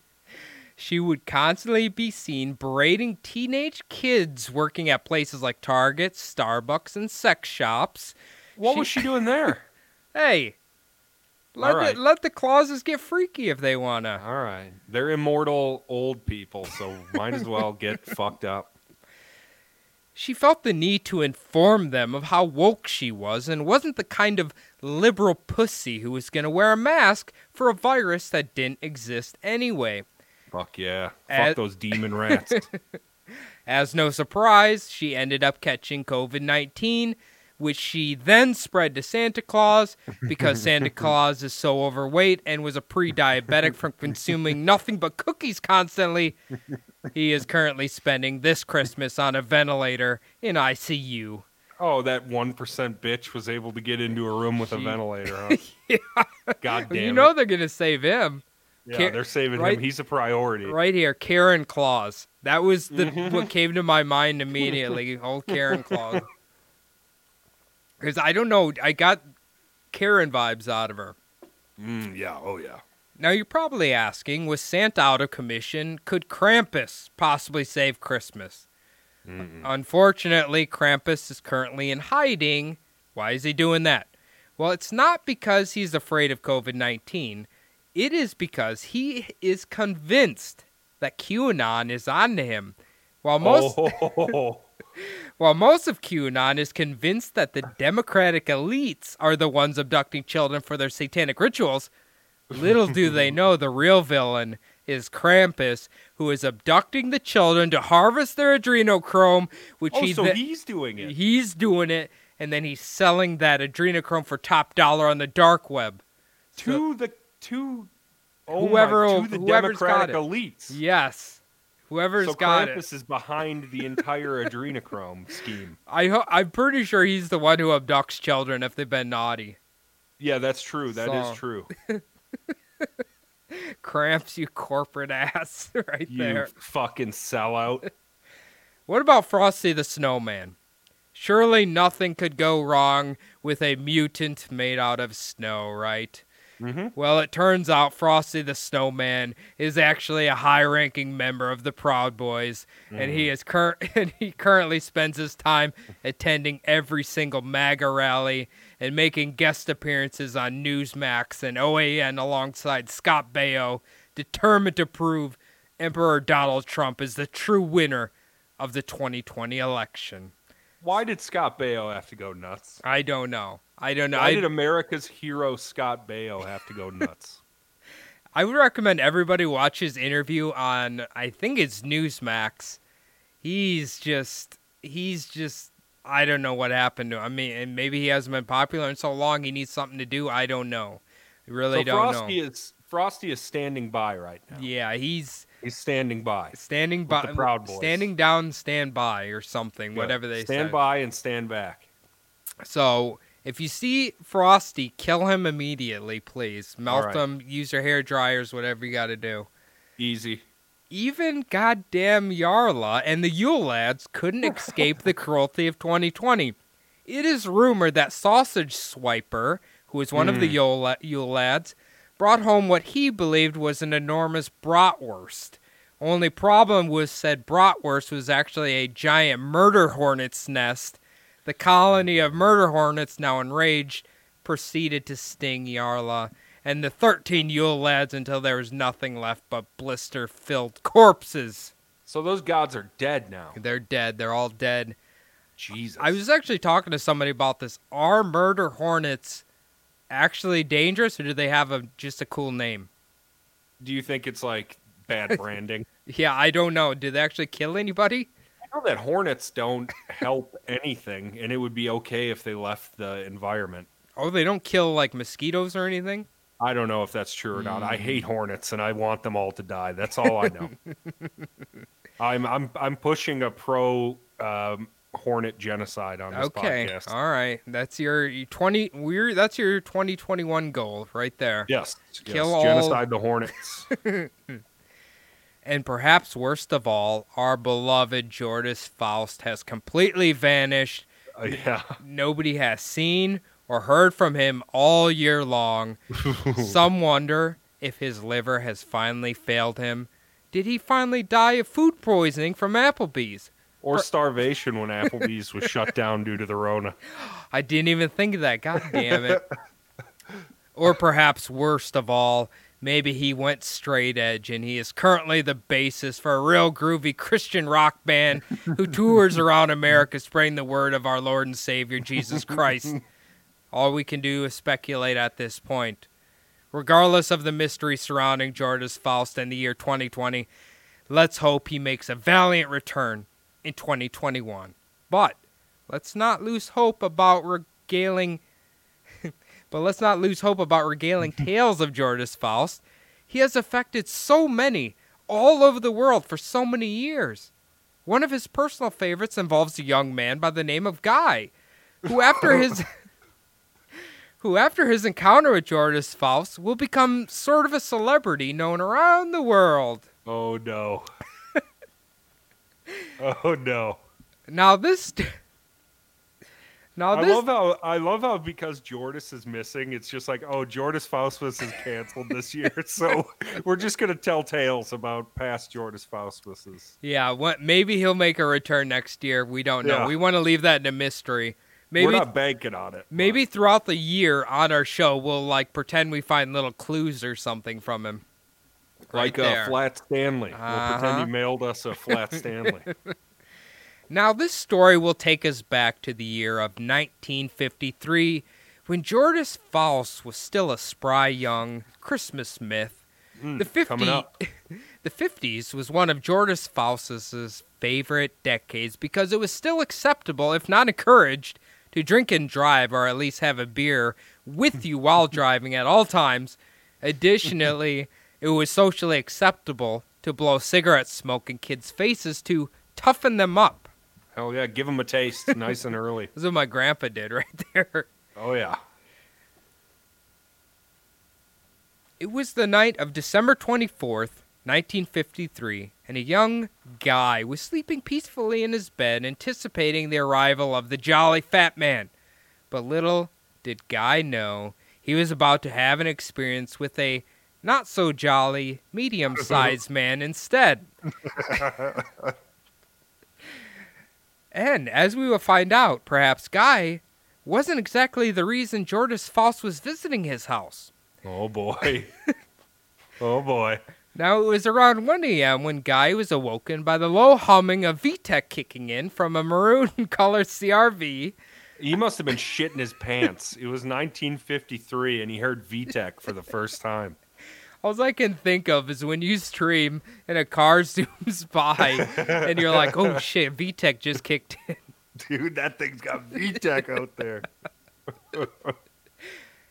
Speaker 1: She would constantly be seen berating teenage kids working at places like Target, Starbucks, and sex shops.
Speaker 2: What
Speaker 1: She-
Speaker 2: was she doing there?
Speaker 1: Hey, let,
Speaker 2: All right.
Speaker 1: the, let the Clauses get freaky if they want to.
Speaker 2: All right.
Speaker 1: [laughs]
Speaker 2: They're immortal old people, so might as well get fucked up.
Speaker 1: She felt the need to inform them of how woke she was and wasn't the kind of liberal pussy who was going to wear a mask for a virus that didn't exist anyway.
Speaker 2: Fuck yeah.
Speaker 1: As-
Speaker 2: Fuck those
Speaker 1: [laughs]
Speaker 2: demon rats.
Speaker 1: As no surprise, she ended up catching COVID 19, which she then spread to Santa Claus because Santa Claus is so overweight and was a pre diabetic from consuming nothing but cookies constantly. He is currently spending this Christmas on a ventilator in ICU.
Speaker 2: oh, that 1% bitch was able to get into a room with a
Speaker 1: She-
Speaker 2: ventilator, huh?
Speaker 1: [laughs]
Speaker 2: God damn
Speaker 1: you
Speaker 2: it.
Speaker 1: know they're going to save him.
Speaker 2: yeah,
Speaker 1: Car-
Speaker 2: they're saving
Speaker 1: right-
Speaker 2: him. He's a priority.
Speaker 1: Right here, Karen Claus. That was the what came to my mind immediately. Old Karen Claus. Because I don't know, I got Karen vibes out of her.
Speaker 2: Mm, yeah, oh yeah.
Speaker 1: Now you're probably asking, with Santa out of commission, could Krampus possibly save Christmas?
Speaker 2: Mm-mm.
Speaker 1: Unfortunately, Krampus is currently in hiding. Why is he doing that? Well, it's not because he's afraid of COVID 19. It is because he is convinced that QAnon is on to him. While most, [laughs]
Speaker 2: Oh,
Speaker 1: while most of QAnon is convinced that the Democratic elites are the ones abducting children for their satanic rituals, little do
Speaker 2: [laughs]
Speaker 1: they know the real villain is Krampus, who is abducting the children to harvest their adrenochrome, which
Speaker 2: oh
Speaker 1: he
Speaker 2: so
Speaker 1: the-
Speaker 2: he's doing it.
Speaker 1: he's doing it, and then he's selling that adrenochrome for top dollar on the dark web.
Speaker 2: to the to oh my-
Speaker 1: Whoever-
Speaker 2: to the
Speaker 1: whoever's got
Speaker 2: democratic
Speaker 1: it.
Speaker 2: elites.
Speaker 1: Yes, whoever's
Speaker 2: so
Speaker 1: got it.
Speaker 2: Krampus is behind
Speaker 1: [laughs]
Speaker 2: the entire adrenochrome scheme.
Speaker 1: I ho- I'm pretty sure he's the one who abducts children if they've been naughty.
Speaker 2: Yeah, that's true. That is
Speaker 1: So,
Speaker 2: true.
Speaker 1: Cramps, you corporate [laughs] ass, right
Speaker 2: You
Speaker 1: there.
Speaker 2: fucking sellout.
Speaker 1: What about Frosty the Snowman? Surely nothing could go wrong with a mutant made out of snow, right?
Speaker 2: Mhm.
Speaker 1: Well, it turns out Frosty the Snowman is actually a high-ranking member of the Proud Boys, and he is cur- [laughs] and he currently spends his time attending every single MAGA rally and making guest appearances on Newsmax and OAN alongside Scott Baio, determined to prove Emperor Donald Trump is the true winner of the 2020 election.
Speaker 2: [laughs] Why did Scott Baio have to go nuts?
Speaker 1: I don't know. I don't know.
Speaker 2: Why
Speaker 1: I,
Speaker 2: did America's hero Scott Baio have to go
Speaker 1: [laughs]
Speaker 2: nuts?
Speaker 1: I would recommend everybody watch his interview on I think it's Newsmax. He's just he's just I don't know what happened to him. I mean, and maybe he hasn't been popular in so long he needs something to do. I don't know. I really
Speaker 2: so
Speaker 1: don't
Speaker 2: Frosty is Frosty is standing by right now.
Speaker 1: know. Yeah, he's
Speaker 2: He's standing by.
Speaker 1: standing by
Speaker 2: the Proud Boys.
Speaker 1: standing down stand by or something,
Speaker 2: Good.
Speaker 1: whatever they
Speaker 2: stand
Speaker 1: said.
Speaker 2: by and stand back.
Speaker 1: So if you see Frosty, kill him immediately, please. Melt
Speaker 2: right.
Speaker 1: him, use your hair dryers, whatever you got to do.
Speaker 2: Easy.
Speaker 1: Even goddamn Yarla and the Yule lads couldn't escape the cruelty of 2020. It is rumored that Sausage Swiper, who is one of the
Speaker 2: Hmm.
Speaker 1: Yule, la- Yule lads, brought home what he believed was an enormous bratwurst. Only problem was said bratwurst was actually a giant murder hornet's nest. The colony of murder hornets, now enraged, proceeded to sting Yarla and the 13 Yule lads until there was nothing left but blister filled corpses.
Speaker 2: So those gods are dead now.
Speaker 1: They're dead. They're all dead.
Speaker 2: Jesus.
Speaker 1: I was actually talking to somebody about this. Are murder hornets actually dangerous, or do they have a, just a cool name?
Speaker 2: Do you think it's like
Speaker 1: [laughs]
Speaker 2: bad branding?
Speaker 1: Yeah, I don't know. Do they actually kill anybody?
Speaker 2: I know that hornets don't help anything, and it would be okay if they left the environment.
Speaker 1: Oh, they don't kill like mosquitoes or anything?
Speaker 2: I don't know if that's true or not. I
Speaker 1: Mm.
Speaker 2: hate hornets, and I want them all to die. That's all
Speaker 1: [laughs]
Speaker 2: I know. I'm I'm I'm pushing a pro um, hornet genocide on this
Speaker 1: Okay.
Speaker 2: podcast.
Speaker 1: All right. That's your your 20 we're that's your 2021 goal right there.
Speaker 2: Yes,
Speaker 1: Kill
Speaker 2: yes.
Speaker 1: all-
Speaker 2: genocide
Speaker 1: [laughs]
Speaker 2: the hornets.
Speaker 1: And perhaps worst of all, our beloved Jordis Faust has completely vanished.
Speaker 2: Uh, yeah,
Speaker 1: Nobody has seen or heard from him all year long. Some wonder if his liver has finally failed him. Did he finally die of food poisoning from Applebee's?
Speaker 2: or
Speaker 1: [laughs]
Speaker 2: starvation when Applebee's was shut down due to the Rona.
Speaker 1: I didn't even think of that. God damn it. or perhaps worst of all, Maybe he went straight edge and he is currently the basis for a real groovy Christian rock band who tours around America spreading the word of our Lord and Savior Jesus Christ. All we can do is speculate at this point. Regardless of the mystery surrounding Jordan's Faust in the year 2020, let's hope he makes a valiant return in 2021. But let's not lose hope about regaling [laughs] but let's not lose hope about regaling tales of Jordan's Faust. He has affected so many all over the world for so many years. One of his personal favorites involves a young man by the name of Guy, who after his [laughs] who after his encounter with Jordan's Faust will become sort of a celebrity known around the world.
Speaker 2: Oh
Speaker 1: [laughs]
Speaker 2: no. oh no.
Speaker 1: Now this [laughs] Now
Speaker 2: I
Speaker 1: this
Speaker 2: love how I love how because Jordis is missing, it's just like, oh, Jordis Faustus is canceled this year, so we're just gonna tell tales about past Jordis Faustuses.
Speaker 1: Yeah, what, maybe he'll make a return next year. We don't know.
Speaker 2: Yeah.
Speaker 1: We want to leave that in a mystery.
Speaker 2: we're
Speaker 1: Maybe
Speaker 2: not banking on it. but-
Speaker 1: maybe throughout the year on our show we'll like pretend we find little clues or something from him.
Speaker 2: like uh,
Speaker 1: right
Speaker 2: a
Speaker 1: there.
Speaker 2: flat Stanley. We'll
Speaker 1: Uh-huh.
Speaker 2: pretend you mailed us a flat Stanley.
Speaker 1: Now this story will take us back to the year of 1953 when Jordis Faust was still a spry young Christmas myth.
Speaker 2: Mm,
Speaker 1: The 50
Speaker 2: coming up.
Speaker 1: [laughs] The 50s was one of Jordis Faustus's favorite decades because it was still acceptable, if not encouraged, to drink and drive or at least have a beer with
Speaker 2: [laughs]
Speaker 1: you while driving at all times. Additionally, it was socially acceptable to blow cigarette smoke in kids' faces to toughen them up.
Speaker 2: Hell Oh, yeah, give them a taste, nice and early.
Speaker 1: That's what my grandpa did [laughs] right there.
Speaker 2: Oh yeah.
Speaker 1: It was the night of December 24th, 1953, and a young guy was sleeping peacefully in his bed, anticipating the arrival of the jolly fat man. But little did Guy know he was about to have an experience with a not so jolly, medium sized man instead. and as we will find out, perhaps Guy wasn't exactly the reason Jordis Foss was visiting his house.
Speaker 2: Oh boy. oh boy.
Speaker 1: Now it was around 1 a.m. when Guy was awoken by the low humming of VTEC kicking in from a maroon [laughs] colored CRV.
Speaker 2: He must have been shitting his pants. It was 1953, and he heard VTech for the first time.
Speaker 1: All I can think of is when you stream and a car [laughs] zooms by and you're like, oh shit, VTEC just kicked in.
Speaker 2: Dude, that thing's got VTech out there.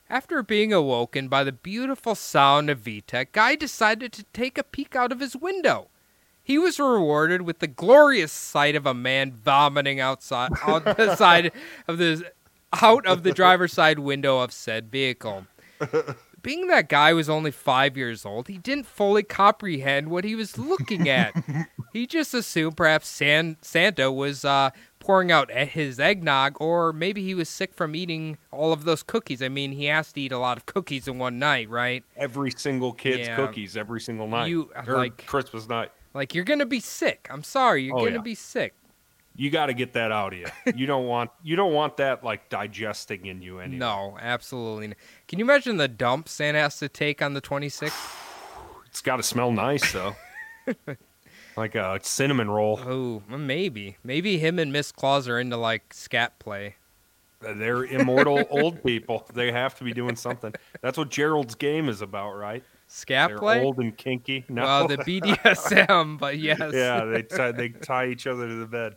Speaker 1: After being awoken by the beautiful sound of VTech, Guy decided to take a peek out of his window. He was rewarded with the glorious sight of a man vomiting outside out the side of the out of the driver's side window of said vehicle. Being that guy was only five years old, he didn't fully comprehend what he was looking at. he just assumed perhaps San- Santa was uh, pouring out e- his eggnog, or maybe he was sick from eating all of those cookies. I mean, he has to eat a lot of cookies in one night, right?
Speaker 2: Every single kid's
Speaker 1: Yeah.
Speaker 2: cookies every single night.
Speaker 1: You,
Speaker 2: or
Speaker 1: like-
Speaker 2: Christmas night.
Speaker 1: Like, you're going to be sick. I'm sorry, you're
Speaker 2: Oh,
Speaker 1: going to
Speaker 2: yeah.
Speaker 1: be sick.
Speaker 2: You got to get that out of you. You don't [laughs] want you don't want that like digesting in you anymore.
Speaker 1: No, absolutely. Not. Can you imagine the dump Santa has to take on the 26th?
Speaker 2: It's got to smell
Speaker 1: [laughs]
Speaker 2: nice though. like a cinnamon roll.
Speaker 1: Oh, maybe. Maybe him and Miss Claus are into like scat play. [laughs]
Speaker 2: They're immortal old people. They have to be doing something. That's what Gerald's game is about, right?
Speaker 1: Scat
Speaker 2: They're
Speaker 1: play?
Speaker 2: old and kinky. No.
Speaker 1: Well, the BDSM, but yes.
Speaker 2: [laughs] yeah, they tie, they tie each other to the bed.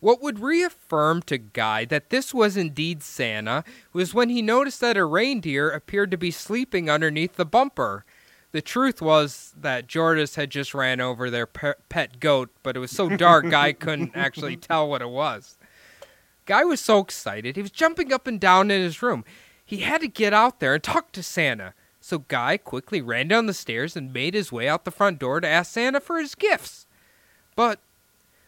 Speaker 1: What would reaffirm to Guy that this was indeed Santa was when he noticed that a reindeer appeared to be sleeping underneath the bumper. The truth was that Jordis had just ran over their pe- pet goat, but it was so dark Guy couldn't actually tell what it was. Guy was so excited, he was jumping up and down in his room. He had to get out there and talk to Santa. So Guy quickly ran down the stairs and made his way out the front door to ask Santa for his gifts. But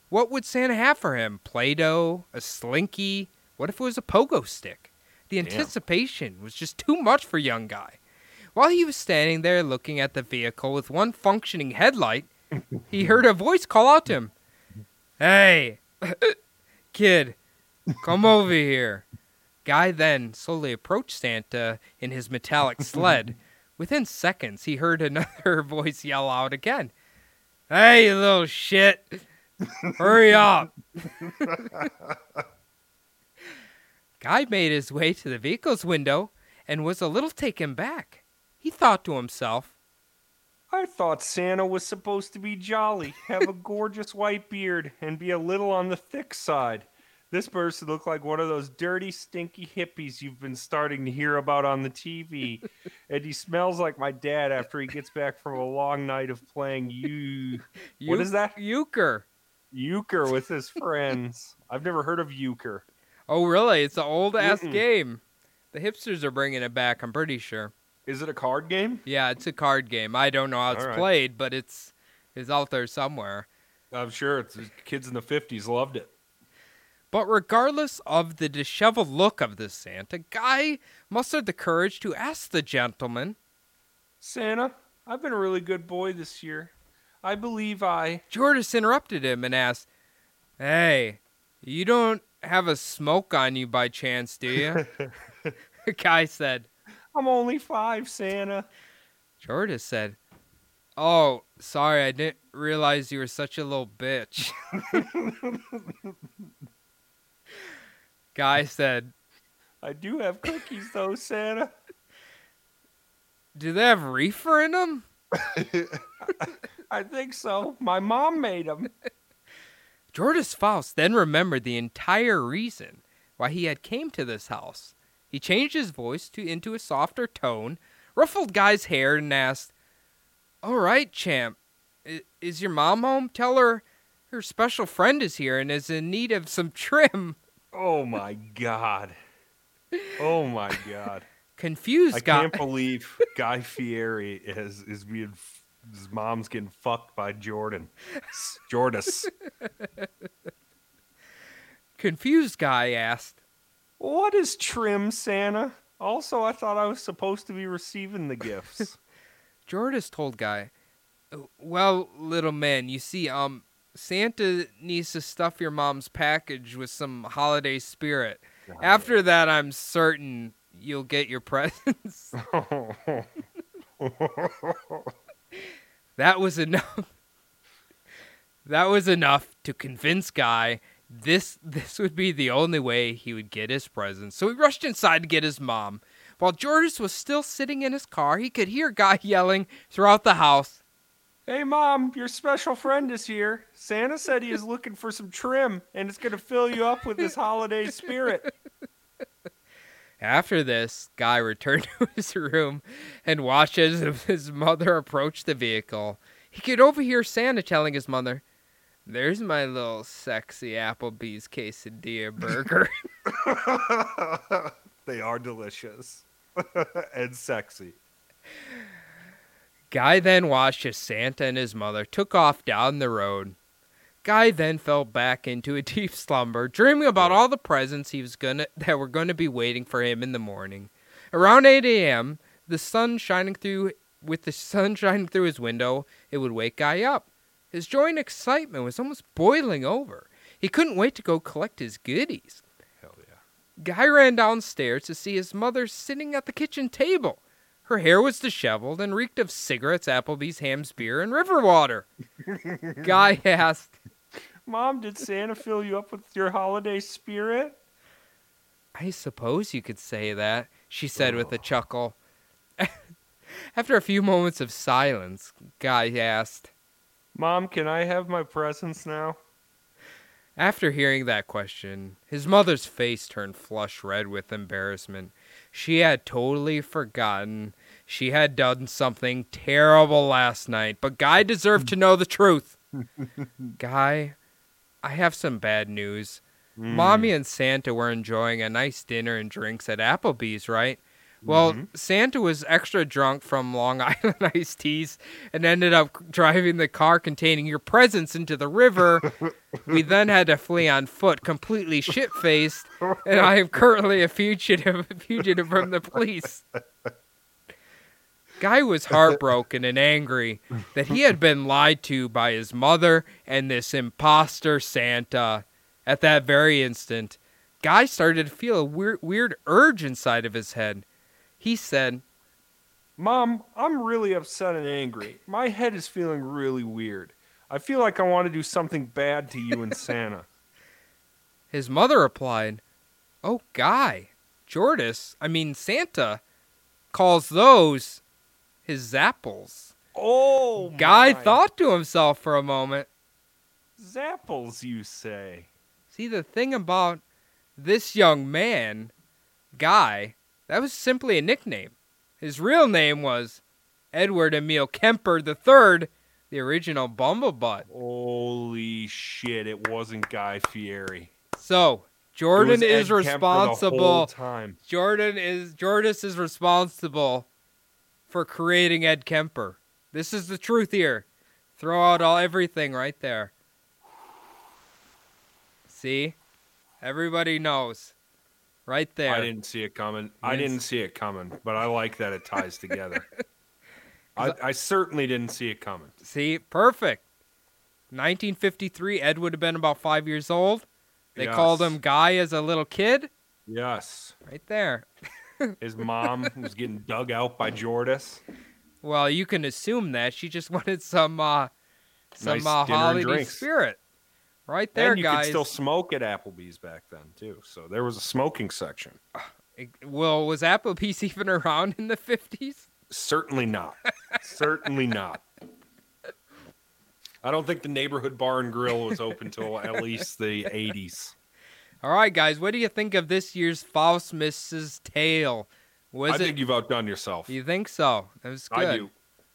Speaker 1: what would Santa have for him? Play Doh? A slinky? What if it was a pogo stick? The
Speaker 2: Damn.
Speaker 1: anticipation was just too much for young Guy. While he was standing there looking at the vehicle with one functioning headlight, he heard a voice call out to him Hey, [coughs] kid, come over here. Guy then slowly approached Santa in his metallic sled, Within seconds, he heard another [laughs] voice yell out again, Hey, you little shit! Hurry up! [laughs] Guy made his way to the vehicle's window and was a little taken back. He thought to himself,
Speaker 2: I thought Santa was supposed to be jolly, have a gorgeous white beard, and be a little on the thick side. This person looked like one of those dirty, stinky hippies you've been starting to hear about on the [laughs] TV. and he smells like my dad after he gets back from a long night of playing you What is that?
Speaker 1: Euchre.
Speaker 2: euchre with his friends. I've never heard of euchre.
Speaker 1: Oh, really? It's an old ass
Speaker 2: Mm-mm.
Speaker 1: game. The hipsters are bringing it back, I'm pretty sure.
Speaker 2: Is it a card game?
Speaker 1: Yeah, it's a card game. I don't know how it's
Speaker 2: All right.
Speaker 1: played, but it's it's out there somewhere.
Speaker 2: I'm sure it's kids in the 50s loved it.
Speaker 1: But regardless of the disheveled look of this Santa, Guy mustered the courage to ask the gentleman,
Speaker 2: Santa, I've been a really good boy this year. I believe I.
Speaker 1: Jordis interrupted him and asked, Hey, you don't have a smoke on you by chance, do you? Guy said,
Speaker 2: I'm only five, Santa.
Speaker 1: Jordis said, Oh, sorry, I didn't realize you were such a little bitch. Guy said,
Speaker 2: I do have cookies though, Santa.
Speaker 1: Do they have reefer in them?
Speaker 2: I think so. My mom made them.
Speaker 1: Jordis Faust then remembered the entire reason why he had came to this house. He changed his voice to into a softer tone, ruffled Guy's hair, and asked, "All right, champ, i- is your mom home? Tell her her special friend is here and is in need of some trim."
Speaker 2: Oh my god. Oh my god. I
Speaker 1: Confused Guy,
Speaker 2: can't believe Guy Fieri is is being f- his mom's getting fucked by Jordan. S- Jordis.
Speaker 1: confused Guy asked,
Speaker 2: What is trim, Santa? Also, I thought I was supposed to be receiving the [laughs] gifts.
Speaker 1: Jordis told Guy, "Uh, "Well, little man, you see, um, Santa needs to stuff your mom's package with some holiday spirit. After that, I'm certain you'll get your [laughs] presents."
Speaker 2: Oh,
Speaker 1: that was enough. That was enough to convince Guy this this would be the only way he would get his presents. So he rushed inside to get his mom. While Jordis was still sitting in his car, he could hear Guy [laughs] yelling throughout the house.
Speaker 2: Hey, Mom, your special friend is here. Santa said he is looking for some trim and it's going to fill you up with his holiday spirit.
Speaker 1: After this, Guy returned [laughs] to his room and watched as his mother approached the vehicle. He could overhear Santa telling his mother, There's my little sexy Applebee's quesadilla burger.
Speaker 2: they are delicious [laughs] and sexy.
Speaker 1: Guy then watched as Santa and his mother took off down the road. Guy then fell back into a [laughs] deep slumber, dreaming about all the presents he was gonna that were gonna be waiting for him in the morning. Around eight a.m., the sun shining through with the sun shining through his window, it would wake Guy up. His joy and excitement was almost boiling over. He couldn't wait to go collect his goodies.
Speaker 2: Hell yeah.
Speaker 1: Guy ran downstairs to see his mother sitting at the kitchen table. Her hair was disheveled and reeked of cigarettes, Applebee's, hams, beer, and river water. Guy asked,
Speaker 2: Mom, did Santa fill you up with your holiday spirit?
Speaker 1: I suppose you could say that, she said with a chuckle. [laughs] After a few moments of silence, Guy asked,
Speaker 2: Mom, can I have my presents now?
Speaker 1: After hearing that question, his mother's face turned flush red with embarrassment. She had totally forgotten she had done something terrible last night, but Guy deserved to know the truth. Guy, I have some bad news. Mommy and Santa were enjoying a nice dinner and drinks at Applebee's, right? Well, Santa was extra drunk from Long [laughs] Island iced teas and ended up driving the car containing your presents into the river. we then had to flee on foot, completely shit faced, and I am currently a fugitive, [laughs] fugitive from the police. Guy was heartbroken and angry that he had been lied to by his mother and this imposter Santa. At that very instant, Guy started to feel a weird, weird urge inside of his head. He said,
Speaker 2: Mom, I'm really upset and angry. My head is feeling really weird. I feel like I want to do something bad to you and Santa.
Speaker 1: His mother replied, Oh, Guy, Jordis, I mean, Santa calls those his zapples.
Speaker 2: [laughs] Oh,
Speaker 1: Guy
Speaker 2: my.
Speaker 1: thought to himself for a moment.
Speaker 2: Zapples, you say?
Speaker 1: See, the thing about this young man, Guy, that was simply a nickname. His real name was Edward Emil Kemper III, the original Bumblebutt.
Speaker 2: Holy shit! It wasn't Guy Fieri.
Speaker 1: So,
Speaker 2: It was
Speaker 1: Jordan
Speaker 2: Ed
Speaker 1: is
Speaker 2: Kemper The whole
Speaker 1: responsible.
Speaker 2: time.
Speaker 1: Jordan is Jordis is responsible for creating Ed Kemper. This is the truth here. Throw out all everything right there. See? Everybody knows. Right there.
Speaker 2: I didn't see it coming. I
Speaker 1: didn't
Speaker 2: didn't see it coming, but I like that
Speaker 1: [laughs]
Speaker 2: it ties together. I, I certainly didn't see it coming.
Speaker 1: See, perfect. 1953, Ed would have been about five years old. They called
Speaker 2: Yes.
Speaker 1: him Guy as a little kid.
Speaker 2: Yes,
Speaker 1: Right there.
Speaker 2: his mom was getting dug out by Jordis.
Speaker 1: Well, you can assume that she just [laughs] wanted some uh, some
Speaker 2: Nice
Speaker 1: uh,
Speaker 2: dinner and
Speaker 1: holiday
Speaker 2: drinks.
Speaker 1: spirit. Right there,
Speaker 2: and you
Speaker 1: guys.
Speaker 2: could still smoke at Applebee's back then too. So there was a smoking section.
Speaker 1: It- Well, was Applebee's [laughs] even around in the 50s?
Speaker 2: Certainly not. certainly not. I don't think the neighborhood bar and grill was open till at least the 80s.
Speaker 1: All right, guys, what do you think of this year's False Mrs. Tale? Was
Speaker 2: I
Speaker 1: it?
Speaker 2: think you've outdone yourself.
Speaker 1: you think so? That was good.
Speaker 2: I do.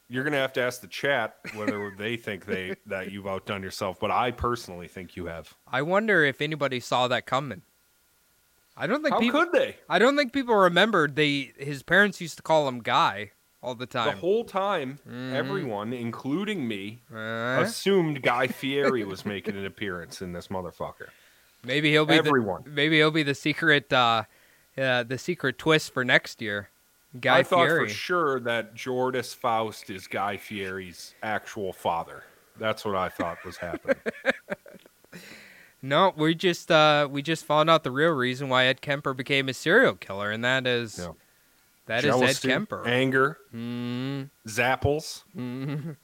Speaker 2: You're gonna have to ask the chat whether they
Speaker 1: [laughs]
Speaker 2: think they that you've outdone yourself, but I personally think you have.
Speaker 1: I wonder if anybody saw that coming. I don't think
Speaker 2: How
Speaker 1: people.
Speaker 2: could they?
Speaker 1: I don't think people remembered they his parents used to call him Guy all the
Speaker 2: The
Speaker 1: time.
Speaker 2: whole time,
Speaker 1: Mhm.
Speaker 2: everyone, including me,
Speaker 1: Uh, [laughs]
Speaker 2: assumed Guy Fieri was making an appearance in this motherfucker.
Speaker 1: maybe he'll be
Speaker 2: everyone.
Speaker 1: The, maybe he'll be the secret uh, uh, the secret twist for next year. Guy
Speaker 2: I thought
Speaker 1: Fieri.
Speaker 2: for sure that Jordis Faust is Guy Fieri's actual father. That's what I thought was happening.
Speaker 1: No, we just uh, we just found out the real reason why Ed Kemper became a serial killer, and that is
Speaker 2: Yeah.
Speaker 1: [laughs] that is
Speaker 2: Jealousy,
Speaker 1: Ed Kemper.
Speaker 2: anger,
Speaker 1: Mm,
Speaker 2: zapples.
Speaker 1: [laughs] mm.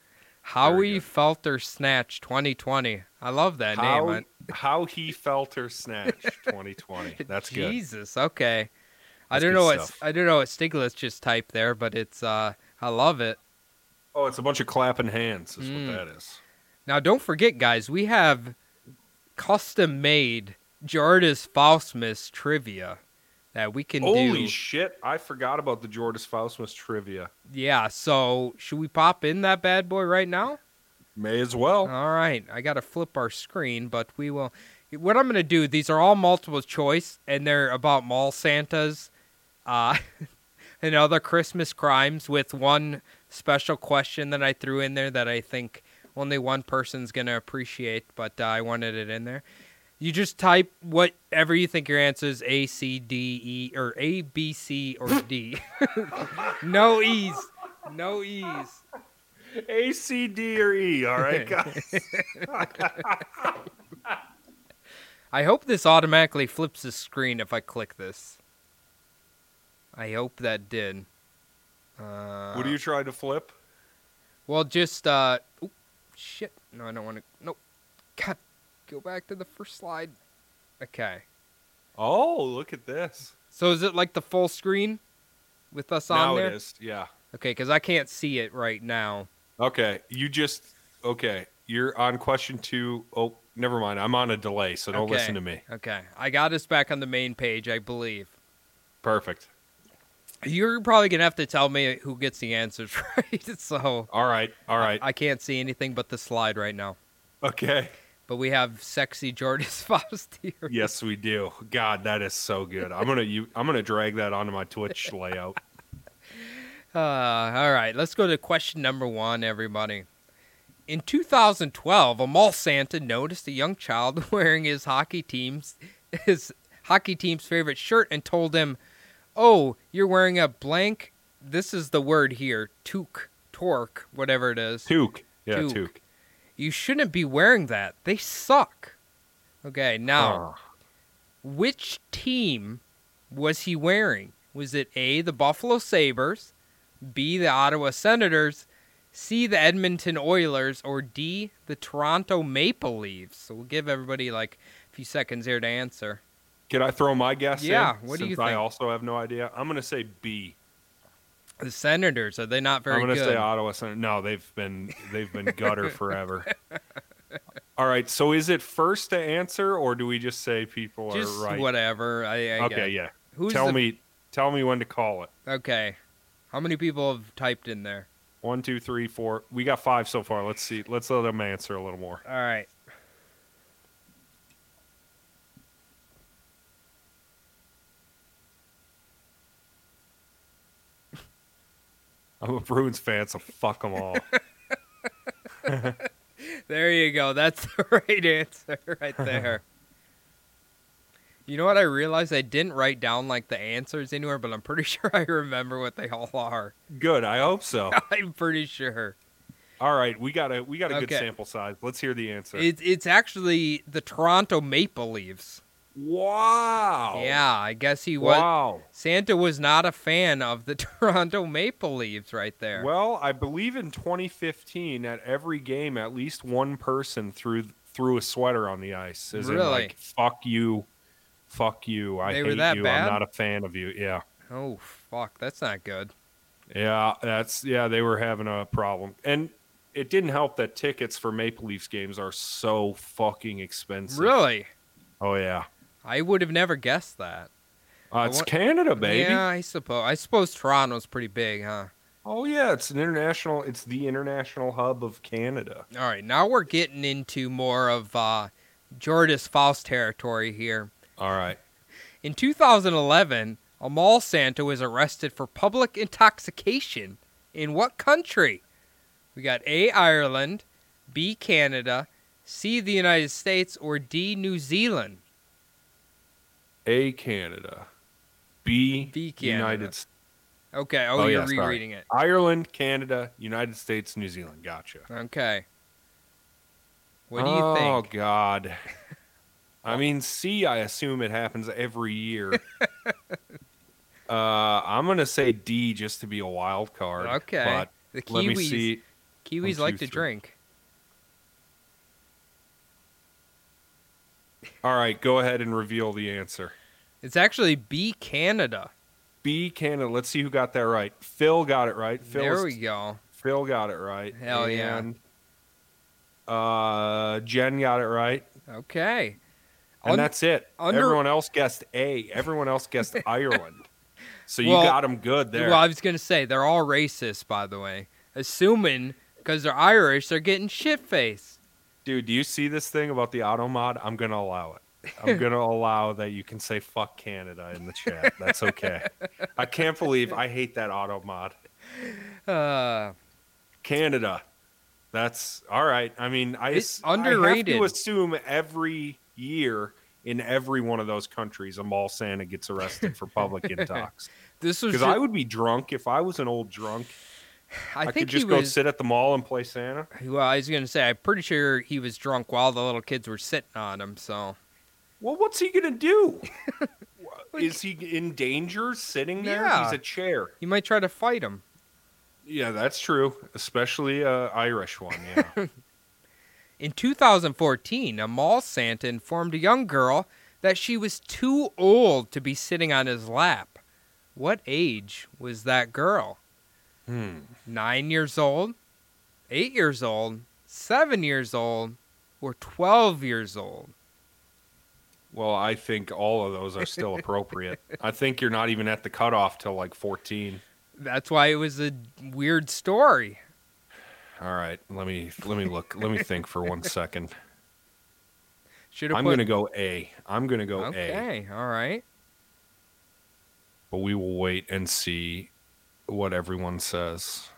Speaker 1: Howie
Speaker 2: good.
Speaker 1: Felter Snatch 2020. I love that name.
Speaker 2: How,
Speaker 1: I-
Speaker 2: [laughs] how he felt her snatch 2020. [laughs] That's good.
Speaker 1: Jesus. Okay. I
Speaker 2: That's
Speaker 1: don't
Speaker 2: good
Speaker 1: know what
Speaker 2: stuff.
Speaker 1: I don't know what Stiglitz just typed there, but it's uh, I love it.
Speaker 2: Oh, it's a bunch of clapping hands, is
Speaker 1: Mm.
Speaker 2: what that is.
Speaker 1: Now, don't forget, guys, we have custom made Jardis Faustmus trivia that we can do.
Speaker 2: Holy shit. I forgot about the Jordis Faustmas trivia.
Speaker 1: yeah. So, should we pop in that bad boy right now?
Speaker 2: May as well.
Speaker 1: All right, I gotta flip our screen, but we will. What I'm gonna do? These are all multiple choice, and they're about mall Santas, uh, [laughs] and other Christmas crimes. With one special question that I threw in there that I think only one person's gonna appreciate, but uh, I wanted it in there. You just type whatever you think your answer is: A, C, D, E, or A, B, C, or D. [laughs] no E's, no E's.
Speaker 2: A, C, D, or E.
Speaker 1: [laughs]
Speaker 2: All right, guys.
Speaker 1: I hope this automatically flips the screen if I click this. I hope that did. Uh,
Speaker 2: what are you trying to flip?
Speaker 1: Well, just uh, oop, shit. No, I don't want to. Nope. God, go back to the first slide. Okay.
Speaker 2: Oh, look at this.
Speaker 1: So is it like the full screen with us
Speaker 2: now
Speaker 1: on there?
Speaker 2: it is. Yeah.
Speaker 1: Okay, because I can't see it right now.
Speaker 2: Okay. You just, okay. You're on question two. Oh, never mind. I'm on a delay, so don't
Speaker 1: Okay.
Speaker 2: listen to me.
Speaker 1: Okay, I got us back on the main page, I believe.
Speaker 2: Perfect.
Speaker 1: You're probably gonna have to tell me who gets the answers [laughs] right. So
Speaker 2: All right. All right.
Speaker 1: I can't see anything but the slide right now.
Speaker 2: okay.
Speaker 1: but we have sexy Jordis [laughs] Faust here.
Speaker 2: Yes, we do. God, that is so good. I'm gonna you. I'm gonna drag that onto my Twitch layout.
Speaker 1: Uh, all right, let's go to question number one, everybody. In 2012, a mall Santa noticed a young child [laughs] wearing his hockey team's his hockey team's favorite shirt and told him, "Oh, you're wearing a blank. This is the word here, toque, torque, whatever it is.
Speaker 2: Took. Yeah,
Speaker 1: Took.
Speaker 2: Took.
Speaker 1: You shouldn't be wearing that. They suck." Okay, now.
Speaker 2: Oh.
Speaker 1: which team was he wearing? Was it A, the Buffalo Sabres, B, the Ottawa Senators, C, the Edmonton Oilers, or D, the Toronto Maple Leaves. So we'll give everybody like a few seconds here to answer.
Speaker 2: Can I throw my guess
Speaker 1: Yeah,
Speaker 2: in?
Speaker 1: what do you
Speaker 2: since I
Speaker 1: think?
Speaker 2: also have no idea. I'm going to say B.
Speaker 1: The Senators, are they not very
Speaker 2: am going to
Speaker 1: good?
Speaker 2: say Ottawa Senator. No, they've been
Speaker 1: [laughs]
Speaker 2: they've been gutter forever. All right, so is it first to answer or do we just say people
Speaker 1: Just
Speaker 2: are right?
Speaker 1: whatever. I, I
Speaker 2: okay,
Speaker 1: guess.
Speaker 2: yeah.
Speaker 1: Who's
Speaker 2: tell
Speaker 1: the-
Speaker 2: me tell me when to call it.
Speaker 1: Okay. How many people have typed in there?
Speaker 2: One, two, three, four. We got five so far. Let's see. Let's let them answer a little more.
Speaker 1: All right.
Speaker 2: I'm a Bruins fan, so fuck them all.
Speaker 1: There you go. That's [laughs] the right answer right there. you know what I realized? I didn't write down like the answers anywhere, but I'm pretty [laughs] sure I remember what they all are. [laughs]
Speaker 2: good. I hope so.
Speaker 1: I'm pretty sure.
Speaker 2: All right, we got a we got a good
Speaker 1: Okay.
Speaker 2: sample size. Let's hear the answer.
Speaker 1: It's it's actually the Toronto Maple Leaves.
Speaker 2: wow.
Speaker 1: Yeah, I guess he was.
Speaker 2: Wow.
Speaker 1: Santa was not a fan of the [laughs] Toronto Maple Leaves right there.
Speaker 2: Well, I believe in 2015, at every game, at least one person threw threw a sweater on the ice. As in,
Speaker 1: Really?
Speaker 2: like, fuck you, fuck you. I
Speaker 1: They
Speaker 2: hate
Speaker 1: were that
Speaker 2: you.
Speaker 1: bad?
Speaker 2: I'm not a fan of you. Yeah,
Speaker 1: oh fuck, that's not good.
Speaker 2: yeah. That's yeah. They were having a problem, and it didn't help that tickets for Maple Leafs games are so fucking expensive.
Speaker 1: Really,
Speaker 2: Oh yeah.
Speaker 1: I would have never guessed that.
Speaker 2: Uh, it's
Speaker 1: want-
Speaker 2: Canada, baby.
Speaker 1: Yeah, I suppose. I suppose Toronto's pretty big, huh?
Speaker 2: Oh yeah, it's an international. It's the international hub of Canada.
Speaker 1: All right, now we're getting into more of uh, Jordas Faust territory here.
Speaker 2: All right.
Speaker 1: In 2011, a mall Santa was arrested for public intoxication in what country? We got A, Ireland, B, Canada, C, the United States, or D, New Zealand.
Speaker 2: A Canada, B,
Speaker 1: B, Canada.
Speaker 2: United States.
Speaker 1: Okay, oh,
Speaker 2: Oh,
Speaker 1: you're
Speaker 2: yeah, sorry.
Speaker 1: rereading it.
Speaker 2: Ireland, Canada, United States, New Zealand. Gotcha.
Speaker 1: Okay. What do you
Speaker 2: oh,
Speaker 1: think? [laughs]
Speaker 2: God. I mean, C, I assume it happens every
Speaker 1: [laughs]
Speaker 2: year. uh, I'm going to say D just to be a wild card.
Speaker 1: Okay.
Speaker 2: But
Speaker 1: the
Speaker 2: let me
Speaker 1: Kiwis,
Speaker 2: see.
Speaker 1: Kiwis
Speaker 2: two,
Speaker 1: like to
Speaker 2: three.
Speaker 1: drink.
Speaker 2: All right, go ahead and reveal the answer.
Speaker 1: It's actually B, Canada.
Speaker 2: B, Canada. Let's see who got that right. Phil got it right. Phil,
Speaker 1: there
Speaker 2: is-
Speaker 1: we go.
Speaker 2: Phil got it right.
Speaker 1: Hell yeah.
Speaker 2: and, Uh, Jen got it right.
Speaker 1: Okay.
Speaker 2: And
Speaker 1: Un-
Speaker 2: that's it.
Speaker 1: under-
Speaker 2: Everyone else guessed A. Everyone
Speaker 1: [laughs]
Speaker 2: else guessed Ireland. So you
Speaker 1: Well-
Speaker 2: got them good there.
Speaker 1: Well, I was gonna say they're all racist, by the way. Assuming because they're Irish, they're getting shit faced.
Speaker 2: Dude, do you see this thing about the auto mod? I'm going to allow it.
Speaker 1: [laughs]
Speaker 2: I'm going to allow that you can say fuck Canada in the chat.
Speaker 1: [laughs]
Speaker 2: That's okay. I can't believe I hate that auto mod.
Speaker 1: Uh,
Speaker 2: Canada. That's all right. I mean, I,
Speaker 1: It's
Speaker 2: ass- I
Speaker 1: underrated.
Speaker 2: have to assume every year in every one of those countries, a mall Santa gets arrested
Speaker 1: [laughs]
Speaker 2: for public intox.
Speaker 1: this was.
Speaker 2: Because
Speaker 1: ju-
Speaker 2: I would be drunk if I was an old drunk.
Speaker 1: I
Speaker 2: I,
Speaker 1: think
Speaker 2: could just
Speaker 1: he
Speaker 2: go
Speaker 1: was.
Speaker 2: sit at the mall and play Santa.
Speaker 1: well, I was gonna say I'm pretty sure he was drunk while the little kids were sitting on him. So
Speaker 2: Well, what's he
Speaker 1: [laughs]
Speaker 2: gonna do? Is he in danger sitting there?
Speaker 1: Yeah.
Speaker 2: He's a chair.
Speaker 1: he might try to fight him.
Speaker 2: Yeah, that's true. Especially uh, Irish one.
Speaker 1: [laughs]
Speaker 2: Yeah.
Speaker 1: In 2014, a mall Santa informed a young girl that she was too old to be sitting on his lap. What age was that girl?
Speaker 2: hmm.
Speaker 1: nine years old, eight years old, seven years old, or 12 years old.
Speaker 2: Well, I think all of those are
Speaker 1: [laughs]
Speaker 2: still appropriate. I think you're not even at the cutoff till like 14.
Speaker 1: That's why it was a weird story.
Speaker 2: All right, let me let me look. Let me think for
Speaker 1: [laughs]
Speaker 2: one second.
Speaker 1: Should have
Speaker 2: I'm
Speaker 1: put.
Speaker 2: gonna go A. I'm gonna go A.
Speaker 1: okay, all right.
Speaker 2: But we will wait and see what everyone says.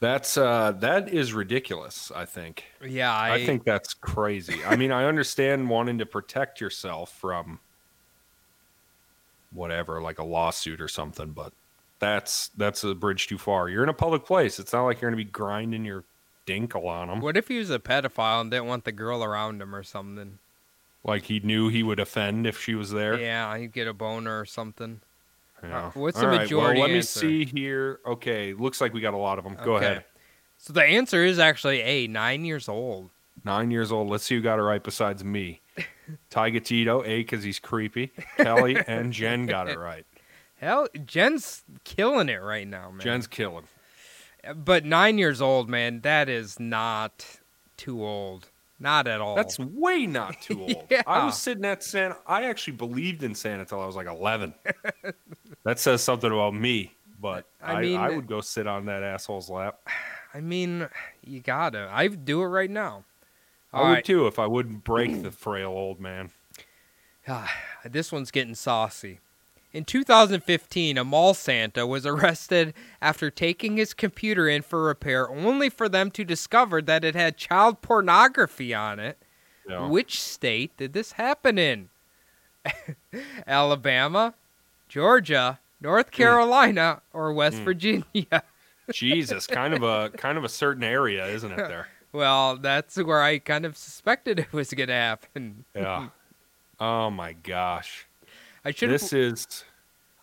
Speaker 2: That's uh that is ridiculous, I think.
Speaker 1: Yeah, I,
Speaker 2: I, think that's crazy. I mean, I understand wanting to protect yourself from whatever, like a lawsuit or something, but that's that's a bridge too far. You're in a public place. It's not like you're going to be grinding your dinkle on them.
Speaker 1: What if he was a pedophile and didn't want the girl around him or something?
Speaker 2: Like he knew he would offend if she was there.
Speaker 1: Yeah, you get a boner or something.
Speaker 2: Yeah.
Speaker 1: Uh, what's
Speaker 2: All
Speaker 1: the
Speaker 2: right,
Speaker 1: majority
Speaker 2: Well, let
Speaker 1: answer?
Speaker 2: me see here. Okay, looks like we got a lot of them. Go
Speaker 1: Okay.
Speaker 2: ahead.
Speaker 1: So the answer is actually A, nine years old.
Speaker 2: Nine years old. Let's see who got it right besides
Speaker 1: [laughs]
Speaker 2: me. Ty Gatito, A, because he's creepy. Kelly and Jen got it right.
Speaker 1: Hell, Jen's killing it right now, [laughs] man.
Speaker 2: Jen's killing.
Speaker 1: but nine years old, man, that is not too old. Not at all.
Speaker 2: That's way
Speaker 1: [laughs]
Speaker 2: not too old.
Speaker 1: Yeah.
Speaker 2: I was sitting at Santa. I actually believed in Santa till I was like 11. that says something about me, but
Speaker 1: I
Speaker 2: I, I,
Speaker 1: mean- uh,
Speaker 2: would go sit on that asshole's lap.
Speaker 1: I mean, you gotta. I do it right now.
Speaker 2: I
Speaker 1: All
Speaker 2: would
Speaker 1: right.
Speaker 2: too if I wouldn't
Speaker 1: [clears throat]
Speaker 2: break the frail old man.
Speaker 1: Ah, [sighs] this one's getting saucy. In 2015, a mall Santa was arrested after taking his computer in for repair, only for them to discover that it had child pornography on it.
Speaker 2: you
Speaker 1: [laughs]
Speaker 2: know?
Speaker 1: Which state did this happen in? [laughs] Alabama, Georgia,
Speaker 2: Hmm.
Speaker 1: North Carolina, or West
Speaker 2: Mm.
Speaker 1: Virginia? [laughs]
Speaker 2: Jesus, kind of a kind of a certain area, isn't it? There.
Speaker 1: Well, that's where I kind of suspected it was going to happen.
Speaker 2: Yeah. Oh my gosh.
Speaker 1: [laughs] I should have.
Speaker 2: this is.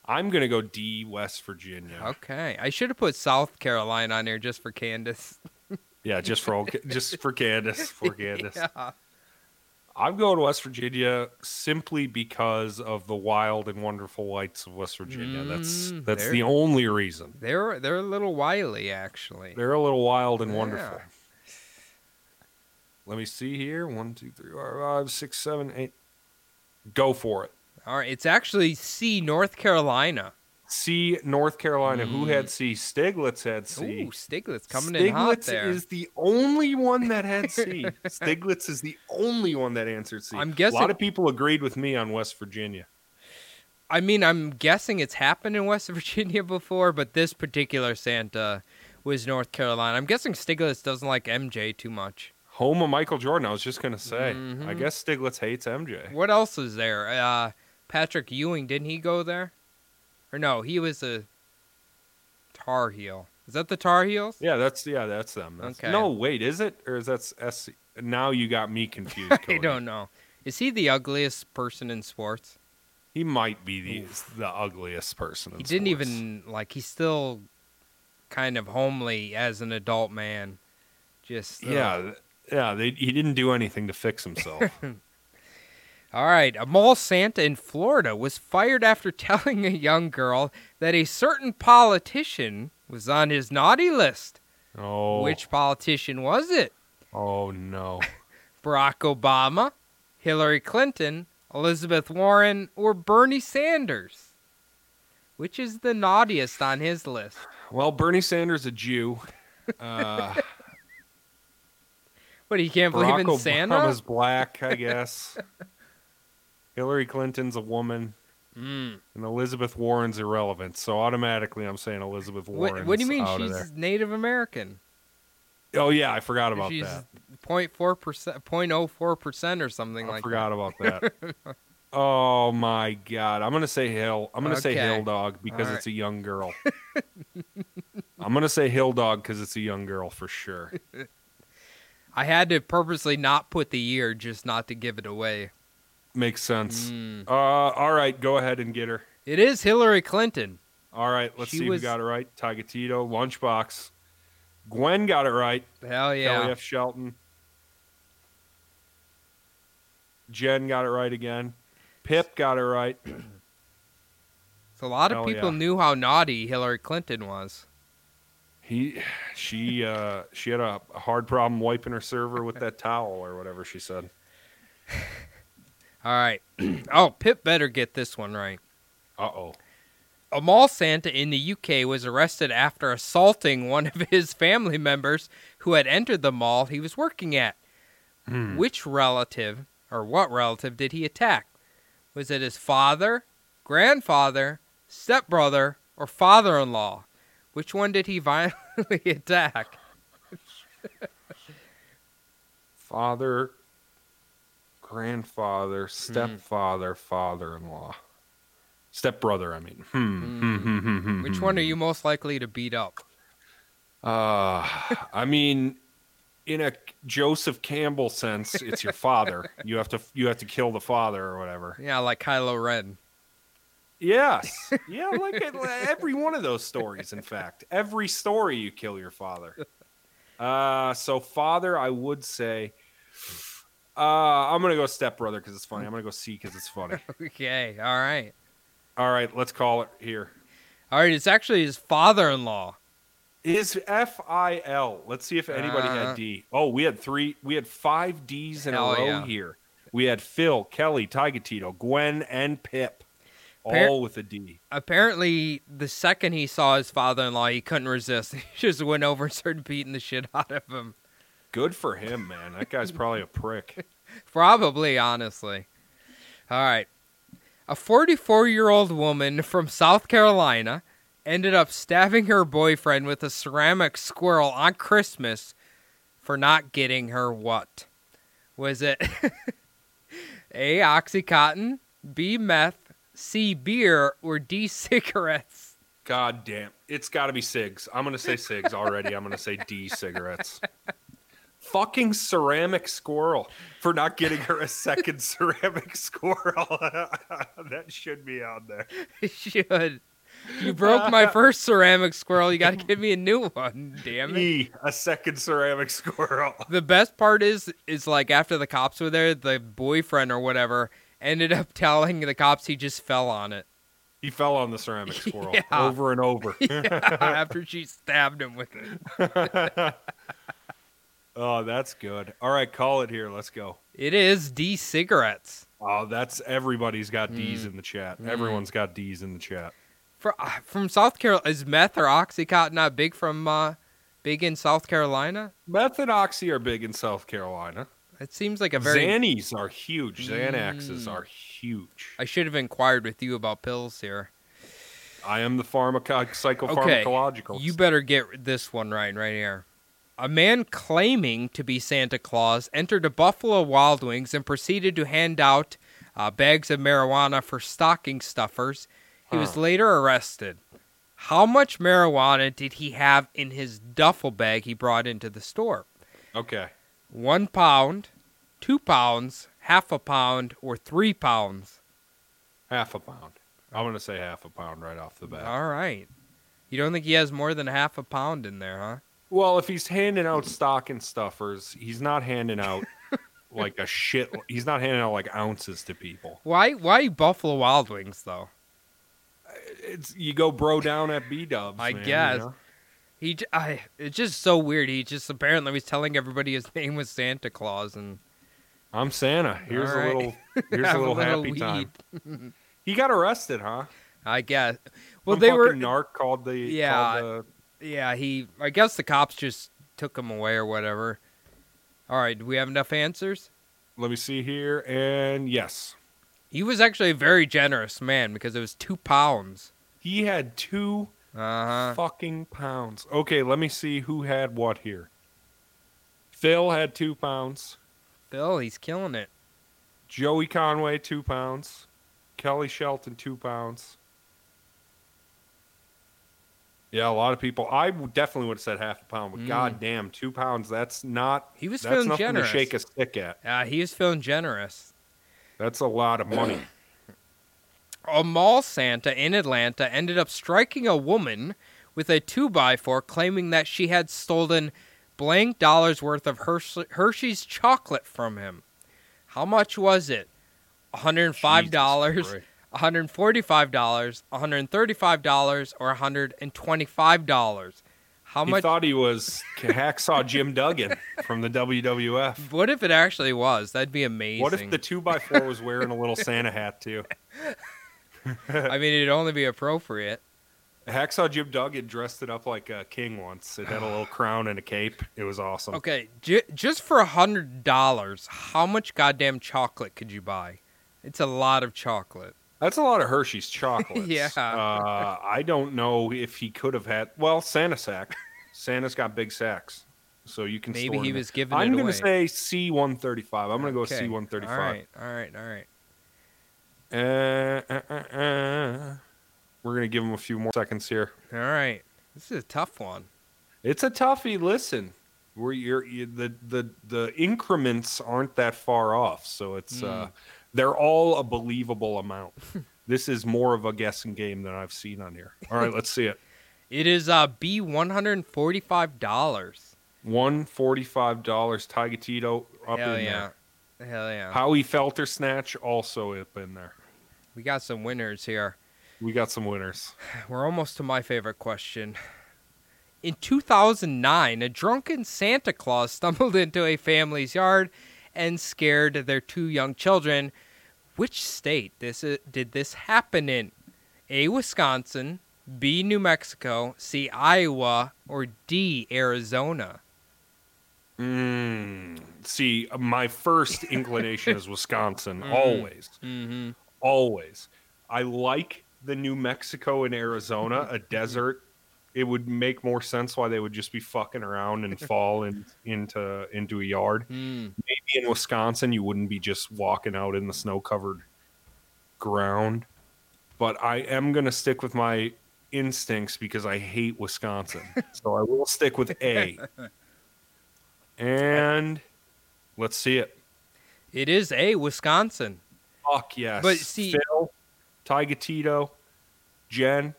Speaker 2: I'm gonna go D West Virginia.
Speaker 1: Okay, I should have put South Carolina on there just for Candace. [laughs]
Speaker 2: Yeah, just for old, just for Candace, for Candace.
Speaker 1: Yeah.
Speaker 2: I'm going to West Virginia simply because of the wild and wonderful lights of West Virginia. that's
Speaker 1: Mm,
Speaker 2: that's
Speaker 1: there-
Speaker 2: the only reason.
Speaker 1: They're they're a little wily actually.
Speaker 2: They're a little wild and
Speaker 1: Yeah.
Speaker 2: wonderful. Let me see here. One, two, three, four, five, six, seven, eight. Go for it.
Speaker 1: All right, it's actually C North Carolina.
Speaker 2: C North Carolina. Who
Speaker 1: Mm.
Speaker 2: had C? Stiglitz had C.
Speaker 1: Ooh, Stiglitz coming
Speaker 2: Stiglitz
Speaker 1: in hot there.
Speaker 2: is the only one that had
Speaker 1: [laughs]
Speaker 2: C. Stiglitz is the only one that answered C.
Speaker 1: I'm
Speaker 2: a
Speaker 1: guessing-
Speaker 2: lot of people agreed with me on West Virginia.
Speaker 1: I mean, I'm guessing it's happened in West [laughs] Virginia before, but this particular Santa was North Carolina. I'm guessing Stiglitz doesn't like MJ too much.
Speaker 2: Home of Michael Jordan. I was just gonna say. I
Speaker 1: Mhm.
Speaker 2: guess Stiglitz hates MJ.
Speaker 1: What else is there? Uh, Patrick Ewing didn't he go there? Or no, he was a Tar Heel. Is that the Tar Heels?
Speaker 2: Yeah, that's yeah, that's them. That's-
Speaker 1: Okay.
Speaker 2: No, wait, is it or is that S? Now you got
Speaker 1: [laughs]
Speaker 2: me confused.
Speaker 1: I
Speaker 2: Cody.
Speaker 1: don't know. Is he the ugliest person in sports?
Speaker 2: He might be the the ugliest person. in
Speaker 1: he didn't
Speaker 2: sports.
Speaker 1: even like he's still kind of homely as an adult man just uh,
Speaker 2: Yeah, th- yeah. They, he didn't do anything to
Speaker 1: [laughs]
Speaker 2: fix himself.
Speaker 1: all right a mall santa in florida was fired after [laughs] telling a young girl that a certain politician was on his naughty list
Speaker 2: oh,
Speaker 1: which politician was it
Speaker 2: Oh no.
Speaker 1: barack obama hillary clinton elizabeth warren or bernie sanders which is the naughtiest on his list
Speaker 2: Well, Bernie Sanders
Speaker 1: [laughs]
Speaker 2: a Jew. Uh,
Speaker 1: what he can't believe
Speaker 2: Barack
Speaker 1: in santa
Speaker 2: Obama's black,
Speaker 1: [laughs]
Speaker 2: I guess. Hillary Clinton's a woman,
Speaker 1: Mm.
Speaker 2: and Elizabeth Warren's irrelevant. So automatically, I'm saying Elizabeth
Speaker 1: What-
Speaker 2: Warren.
Speaker 1: What, do you mean she's Native American?
Speaker 2: Oh yeah, I forgot about
Speaker 1: she's
Speaker 2: that.
Speaker 1: 0.4 percent, 004 percent, or something
Speaker 2: I
Speaker 1: like
Speaker 2: forgot about that.
Speaker 1: [laughs]
Speaker 2: oh my god, I'm gonna say Hill. I'm gonna say
Speaker 1: Okay.
Speaker 2: Hill Dog because
Speaker 1: All
Speaker 2: it's a
Speaker 1: [laughs]
Speaker 2: young girl. I'm gonna say Hill Dog because it's a young girl for sure.
Speaker 1: that. I had to purposely not put the year just not to give it away.
Speaker 2: Makes sense.
Speaker 1: Mm.
Speaker 2: Uh, all right, go ahead and get her.
Speaker 1: It is Hillary Clinton.
Speaker 2: All right, let's
Speaker 1: She
Speaker 2: see
Speaker 1: was-
Speaker 2: who got it right. Tagatito, Lunchbox. Gwen got it right.
Speaker 1: Hell
Speaker 2: Kelly
Speaker 1: yeah!
Speaker 2: F. Shelton. Jen got it right again. Pip got it right.
Speaker 1: So a lot of
Speaker 2: Hell
Speaker 1: people
Speaker 2: yeah.
Speaker 1: knew how naughty Hillary Clinton was.
Speaker 2: He, she, uh, she had a hard problem wiping her server with that towel or whatever she said.
Speaker 1: All right. [clears throat] oh, Pip better get this one right.
Speaker 2: Uh oh.
Speaker 1: A mall Santa in the UK was arrested after assaulting one of his family members who had entered the mall he was working at.
Speaker 2: Hmm.
Speaker 1: Which relative or what relative did he attack? Was it his father, grandfather, stepbrother, or father in law? Which one did he [laughs] violently attack?
Speaker 2: Father,
Speaker 1: Hmm.
Speaker 2: grandfather, stepfather, father-in-law, stepbrother. I mean, hmm. hmm, hmm, hmm, hmm,
Speaker 1: Which
Speaker 2: hmm.
Speaker 1: one are you most likely to beat up?
Speaker 2: Uh, I mean, in a Joseph Campbell sense, it's your father. you have to you have to kill the father or whatever.
Speaker 1: Yeah, like Kylo Ren. [laughs]
Speaker 2: Yes. Yeah, like it- every one of those stories, in fact. Every story you kill your father. Uh so father, I would say uh I'm gonna go step brother because it's funny. I'm gonna go C because it's funny.
Speaker 1: Okay, all right.
Speaker 2: All right, let's call it here.
Speaker 1: All right, it's actually his father-in-law.
Speaker 2: Is F I L. Let's see if anybody
Speaker 1: Uh.
Speaker 2: had D. Oh, we had three. We had five D's in
Speaker 1: Hell
Speaker 2: a row
Speaker 1: yeah.
Speaker 2: here. We had Phil, Kelly, Tiger Tito, Gwen, and Pip,
Speaker 1: Par-
Speaker 2: all with a D.
Speaker 1: Apparently, the second he saw his father-in-law, he couldn't resist. [laughs] He just went over and started beating the shit out of him.
Speaker 2: Good for him, man. That guy's probably a
Speaker 1: [laughs]
Speaker 2: prick.
Speaker 1: Probably, honestly. All right. A 44 year old woman from South Carolina ended up stabbing her boyfriend with a ceramic squirrel on Christmas for not getting her what? Was it [laughs] A, Oxycontin, B, meth, C, beer, or D, [laughs] cigarettes?
Speaker 2: God damn. It's got to be cigs. I'm going to say cigs already. I'm going to say D cigarettes. Fucking ceramic squirrel for not getting her
Speaker 1: [laughs]
Speaker 2: a second ceramic squirrel. [laughs] that should be on there.
Speaker 1: Should. You broke my first ceramic squirrel. You got to give me a new one, damn it.
Speaker 2: E, a second ceramic squirrel.
Speaker 1: The best part is is like after the cops were there, the boyfriend or whatever ended up [laughs] telling the cops he just fell on it [laughs]
Speaker 2: He fell on the ceramic squirrel
Speaker 1: Yeah.
Speaker 2: over and over.
Speaker 1: after she stabbed him with it.
Speaker 2: oh, that's good. All right, call it here. Let's go.
Speaker 1: It is D cigarettes.
Speaker 2: Oh, that's everybody's got D's
Speaker 1: Hmm.
Speaker 2: in the chat. Everyone's got D's in the chat.
Speaker 1: For, uh, from South Carolina, is meth or oxycontin not big from uh, big in South Carolina?
Speaker 2: Meth and Oxy are big in South Carolina.
Speaker 1: It seems like a very.
Speaker 2: Xannies are huge. Xanaxes
Speaker 1: Mm.
Speaker 2: are huge.
Speaker 1: I should have inquired with you about pills here.
Speaker 2: I am the pharmaco-
Speaker 1: Okay,
Speaker 2: psychopharmacological.
Speaker 1: You better get this one right, right here. A man claiming to be Santa Claus entered a Buffalo Wild Wings and proceeded to hand out uh, bags of marijuana for stocking stuffers. He was
Speaker 2: Huh.
Speaker 1: later arrested. How much marijuana did he have in his duffel bag he brought into the store?
Speaker 2: okay.
Speaker 1: One pound, two pounds, half a pound, or three pounds?
Speaker 2: Half a pound. I'm going to say half a pound right off the bat.
Speaker 1: All right. You don't think he has more than half a pound in there, huh?
Speaker 2: Well, if he's handing out stocking stuffers, he's not
Speaker 1: [laughs]
Speaker 2: handing out like a shit. He's not handing out like ounces to people.
Speaker 1: Why? Why Buffalo Wild Wings though?
Speaker 2: It's you go bro down at B Dubs.
Speaker 1: I
Speaker 2: man,
Speaker 1: guess.
Speaker 2: You know?
Speaker 1: He, j- I, it's just so weird. He just apparently was telling everybody his name was Santa Claus, and
Speaker 2: I'm Santa. Here's
Speaker 1: All right. [laughs]
Speaker 2: a little. Here's
Speaker 1: Have
Speaker 2: a
Speaker 1: a
Speaker 2: little
Speaker 1: little
Speaker 2: happy time. He got arrested, huh?
Speaker 1: I guess. Well,
Speaker 2: Some
Speaker 1: they were.
Speaker 2: fucking narc called the.
Speaker 1: Yeah.
Speaker 2: called
Speaker 1: [laughs] Yeah, he. I guess the cops just took him away or whatever. All right, do we have enough answers?
Speaker 2: the- let me see here, and yes,
Speaker 1: He was actually a very generous man because it was two pounds.
Speaker 2: he had two
Speaker 1: Uh huh.
Speaker 2: fucking pounds. Okay, let me see who had what here. Phil had two pounds.
Speaker 1: Phil, he's killing it.
Speaker 2: Joey Conway, two pounds. Kelly Shelton, two pounds. Yeah, a lot of people. I w- definitely would have said half a pound, but
Speaker 1: Mm.
Speaker 2: goddamn, two pounds. That's not.
Speaker 1: He was
Speaker 2: that's
Speaker 1: feeling
Speaker 2: nothing
Speaker 1: generous.
Speaker 2: to shake a stick at.
Speaker 1: Uh, he was feeling generous.
Speaker 2: That's a lot of money.
Speaker 1: a mall Santa in Atlanta ended up striking a woman with a 2x4 claiming that she had stolen blank dollars worth of Hershey, Hershey's chocolate from him. How much was it? $105,
Speaker 2: Jesus Christ.
Speaker 1: $145, $135, or $125? How
Speaker 2: He
Speaker 1: much?
Speaker 2: thought he was hacksaw Jim Duggan from the WWF.
Speaker 1: [laughs] what if it actually was? That'd be amazing.
Speaker 2: What if the two by four was wearing a little Santa hat too?
Speaker 1: I mean, it'd only be appropriate.
Speaker 2: Hacksaw Jim Duggan dressed it up like a king once. It had a little crown and a cape. It was awesome.
Speaker 1: Okay, j- just for a hundred dollars, how much goddamn chocolate could you buy? It's a lot of chocolate.
Speaker 2: That's a lot of
Speaker 1: [laughs]
Speaker 2: Hershey's chocolates.
Speaker 1: Yeah.
Speaker 2: Uh, I don't know if he could have had. Well, Santa sack. Santa's got big sacks, so you can.
Speaker 1: Maybe
Speaker 2: store
Speaker 1: he
Speaker 2: them.
Speaker 1: was giving
Speaker 2: I'm
Speaker 1: it away.
Speaker 2: gonna say C one thirty five. I'm gonna go
Speaker 1: Okay,
Speaker 2: C one thirty
Speaker 1: All
Speaker 2: five.
Speaker 1: right, all right, all right.
Speaker 2: Uh, We're gonna give him a few more seconds here.
Speaker 1: All right. This is a tough one.
Speaker 2: It's a toughie. Listen, Where you're, you the the the increments aren't that far off, so it's
Speaker 1: Mm.
Speaker 2: uh, they're all a
Speaker 1: [laughs]
Speaker 2: believable amount. this is more of a guessing game than I've seen on here. All right, let's see it.
Speaker 1: It is uh B one hundred and forty five dollars.
Speaker 2: One forty-five dollars. Tigatito up
Speaker 1: Hell
Speaker 2: in
Speaker 1: yeah.
Speaker 2: there.
Speaker 1: Hell yeah.
Speaker 2: Howie Felter snatch also up in there.
Speaker 1: we got some winners here.
Speaker 2: We got some winners.
Speaker 1: We're almost to my favorite question. In 2009, a drunken Santa Claus stumbled [laughs] into a family's yard and scared their two young children. Which state this i- did this happen in? A. Wisconsin, B. New Mexico, C. Iowa, or D. Arizona? Hmm.
Speaker 2: Mm. See, my first inclination
Speaker 1: [laughs]
Speaker 2: is Wisconsin. Always,
Speaker 1: Mm-hmm.
Speaker 2: always. I like the New Mexico and Arizona,
Speaker 1: [laughs]
Speaker 2: a desert. It would make more sense why they would just be fucking
Speaker 1: [laughs]
Speaker 2: around and fall in, into into a yard. Maybe in Wisconsin, you wouldn't be just walking out in the snow covered ground. But I am gonna stick with my instincts because I
Speaker 1: [laughs]
Speaker 2: hate Wisconsin, so I will stick with A. And let's see it.
Speaker 1: It is A. Wisconsin.
Speaker 2: Fuck yes.
Speaker 1: But see-
Speaker 2: Phil, Ty Gatito, Jen,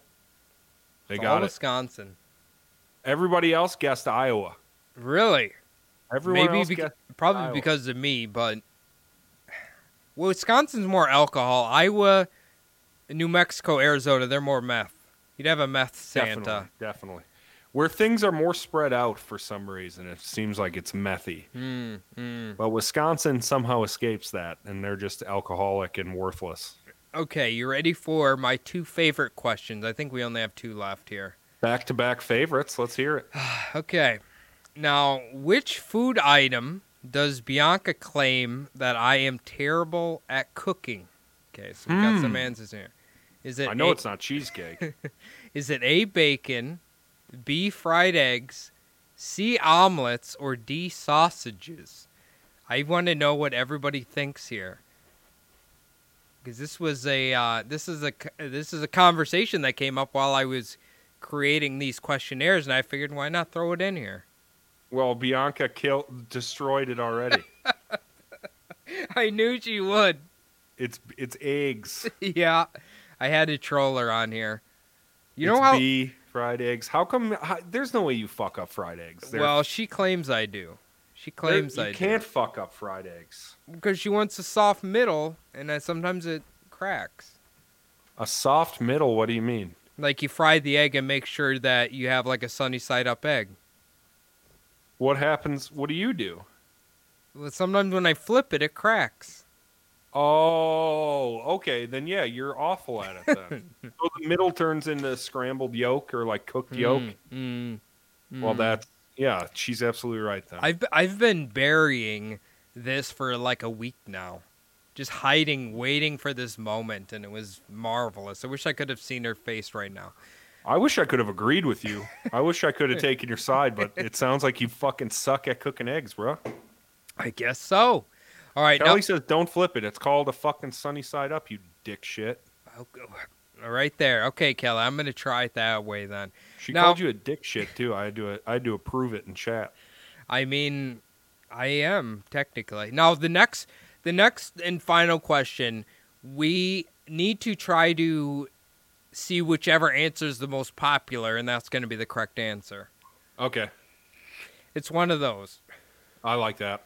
Speaker 2: they
Speaker 1: It's all
Speaker 2: got it.
Speaker 1: Wisconsin.
Speaker 2: Everybody else guessed Iowa.
Speaker 1: Really?
Speaker 2: Everyone
Speaker 1: Maybe
Speaker 2: else
Speaker 1: beca-
Speaker 2: guessed.
Speaker 1: probably
Speaker 2: Iowa.
Speaker 1: because of me, but well, Wisconsin's more alcohol. Iowa, New Mexico, Arizona, they're more meth. You'd have a meth Santa.
Speaker 2: Definitely, definitely. Where things are more spread out for some reason, it seems like it's methy.
Speaker 1: Mm, mm.
Speaker 2: But Wisconsin somehow escapes that, and they're just alcoholic and worthless.
Speaker 1: Okay, you ready for my two favorite questions? I think we only have two left here.
Speaker 2: Back to back favorites. Let's hear it.
Speaker 1: Okay. Now, which food item does Bianca claim that I am terrible at cooking? Okay, so we got some
Speaker 2: Hmm.
Speaker 1: answers here. Is it
Speaker 2: I know
Speaker 1: A-
Speaker 2: it's
Speaker 1: [laughs]
Speaker 2: not cheesecake.
Speaker 1: Is it A bacon, B fried eggs, C omelets, or D sausages? I want to know what everybody thinks here. Because this was a uh, this is a c- this is a conversation that came up while I was creating these questionnaires, and I figured why not throw it in here. [laughs]
Speaker 2: well, Bianca killed, destroyed it already.
Speaker 1: I knew she would. [laughs]
Speaker 2: It's it's eggs.
Speaker 1: yeah, I had a troller on here. [laughs] You
Speaker 2: It's
Speaker 1: know how?
Speaker 2: B, fried eggs. How come? How, there's no way you fuck up fried eggs. They're-
Speaker 1: well, she claims I do. She
Speaker 2: they're-
Speaker 1: claims
Speaker 2: you
Speaker 1: I do.
Speaker 2: can't fuck up fried eggs.
Speaker 1: because she wants a soft middle, and then sometimes it cracks.
Speaker 2: A soft middle. What do you mean?
Speaker 1: Like you fry the egg and make sure that you have like a sunny side up egg.
Speaker 2: What happens? What do you do?
Speaker 1: Well, Sometimes when I flip it, it cracks.
Speaker 2: Oh, okay. Then yeah, you're awful at it.
Speaker 1: [laughs]
Speaker 2: Then. so the middle turns into scrambled yolk or like cooked yolk.
Speaker 1: Mm, mm,
Speaker 2: Well,
Speaker 1: mm.
Speaker 2: that's yeah. She's absolutely right. Then
Speaker 1: I've I've been burying this for like a week now, just hiding, waiting for this moment, and it was marvelous. I wish I could have seen her face right now.
Speaker 2: I wish I could have agreed with you. I wish I [laughs] could have taken your side, but it sounds like you fucking suck at cooking eggs, bro.
Speaker 1: I guess so. All right, now
Speaker 2: Kelly says don't flip it. It's called a fucking sunny side up. You dick shit.
Speaker 1: Oh, go- right there. Okay, Kelly, I'm gonna try it that way then.
Speaker 2: She
Speaker 1: Now-
Speaker 2: called you a dick shit too. I had to I had to approve it in chat.
Speaker 1: I mean, I am technically. Now the next the next and final question, we need to try to see whichever answer is the most popular and that's going to be the correct answer.
Speaker 2: Okay,
Speaker 1: It's one of those.
Speaker 2: I like that.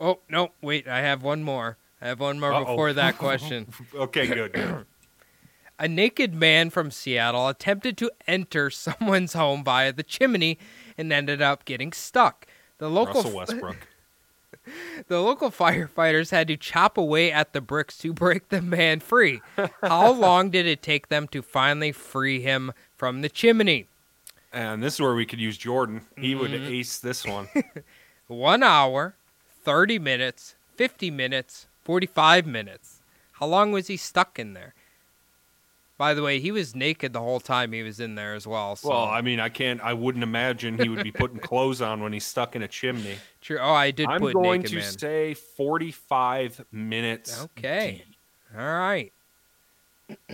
Speaker 1: Oh, no, wait, I have one more. I have one more
Speaker 2: Uh-oh.
Speaker 1: before
Speaker 2: [laughs]
Speaker 1: that question.
Speaker 2: Okay, [coughs] good. good.
Speaker 1: A naked man from Seattle attempted to enter [laughs] someone's home via the chimney and ended up getting stuck. The local
Speaker 2: Russell Westbrook.
Speaker 1: The local [laughs] firefighters had to chop away at the bricks to break the man free.
Speaker 2: [laughs]
Speaker 1: How long did it take them to finally free him from the chimney?
Speaker 2: And this is where we could use Jordan. He would ace this one.
Speaker 1: One hour, 30 minutes, 50 minutes, 45 minutes. How long was he stuck in there? By the way, he was naked the whole time he was in there as well. So.
Speaker 2: [laughs] Well, I mean, I can't. I wouldn't imagine he would be putting clothes on when he's stuck in a chimney.
Speaker 1: True. Oh, I did
Speaker 2: I'm
Speaker 1: put
Speaker 2: going
Speaker 1: naked
Speaker 2: to
Speaker 1: man.
Speaker 2: say 45 minutes.
Speaker 1: Okay. All right.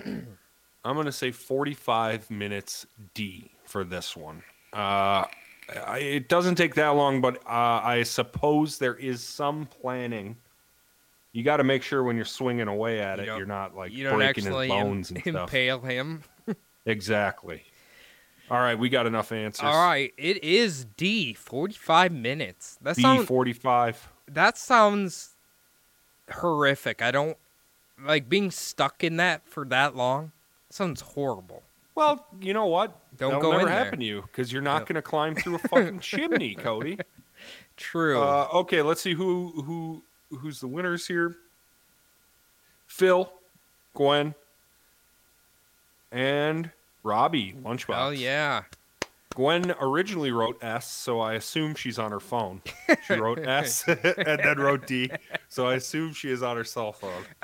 Speaker 2: I'm going to say 45 minutes D for this one. Uh, I, it doesn't take that long, but uh, I suppose there is some planning. You got to make sure when you're swinging away at
Speaker 1: You
Speaker 2: it,
Speaker 1: don't-
Speaker 2: you're not like
Speaker 1: you don't
Speaker 2: breaking his
Speaker 1: actually im-
Speaker 2: bones and stuff.
Speaker 1: impale him.
Speaker 2: Exactly. All right, we got enough answers.
Speaker 1: All right, it is D. Forty-five minutes. That
Speaker 2: B
Speaker 1: sounds
Speaker 2: forty five.
Speaker 1: that sounds horrific. I don't like being stuck in that for that long. Sounds horrible.
Speaker 2: Well, you know what?
Speaker 1: Don't
Speaker 2: That'll
Speaker 1: go
Speaker 2: never
Speaker 1: in there.
Speaker 2: happen to you because you're not
Speaker 1: Yeah.
Speaker 2: going to climb through
Speaker 1: [laughs]
Speaker 2: a fucking chimney, Cody.
Speaker 1: True.
Speaker 2: Uh, okay, let's see who who who's the winners here. Phil, Gwen, and Robbie Lunchbox.
Speaker 1: oh yeah.
Speaker 2: Gwen originally wrote S, so I assume she's on her phone.
Speaker 1: [laughs]
Speaker 2: She wrote S [laughs] and then wrote D, so I assume she is on her cell phone. [laughs]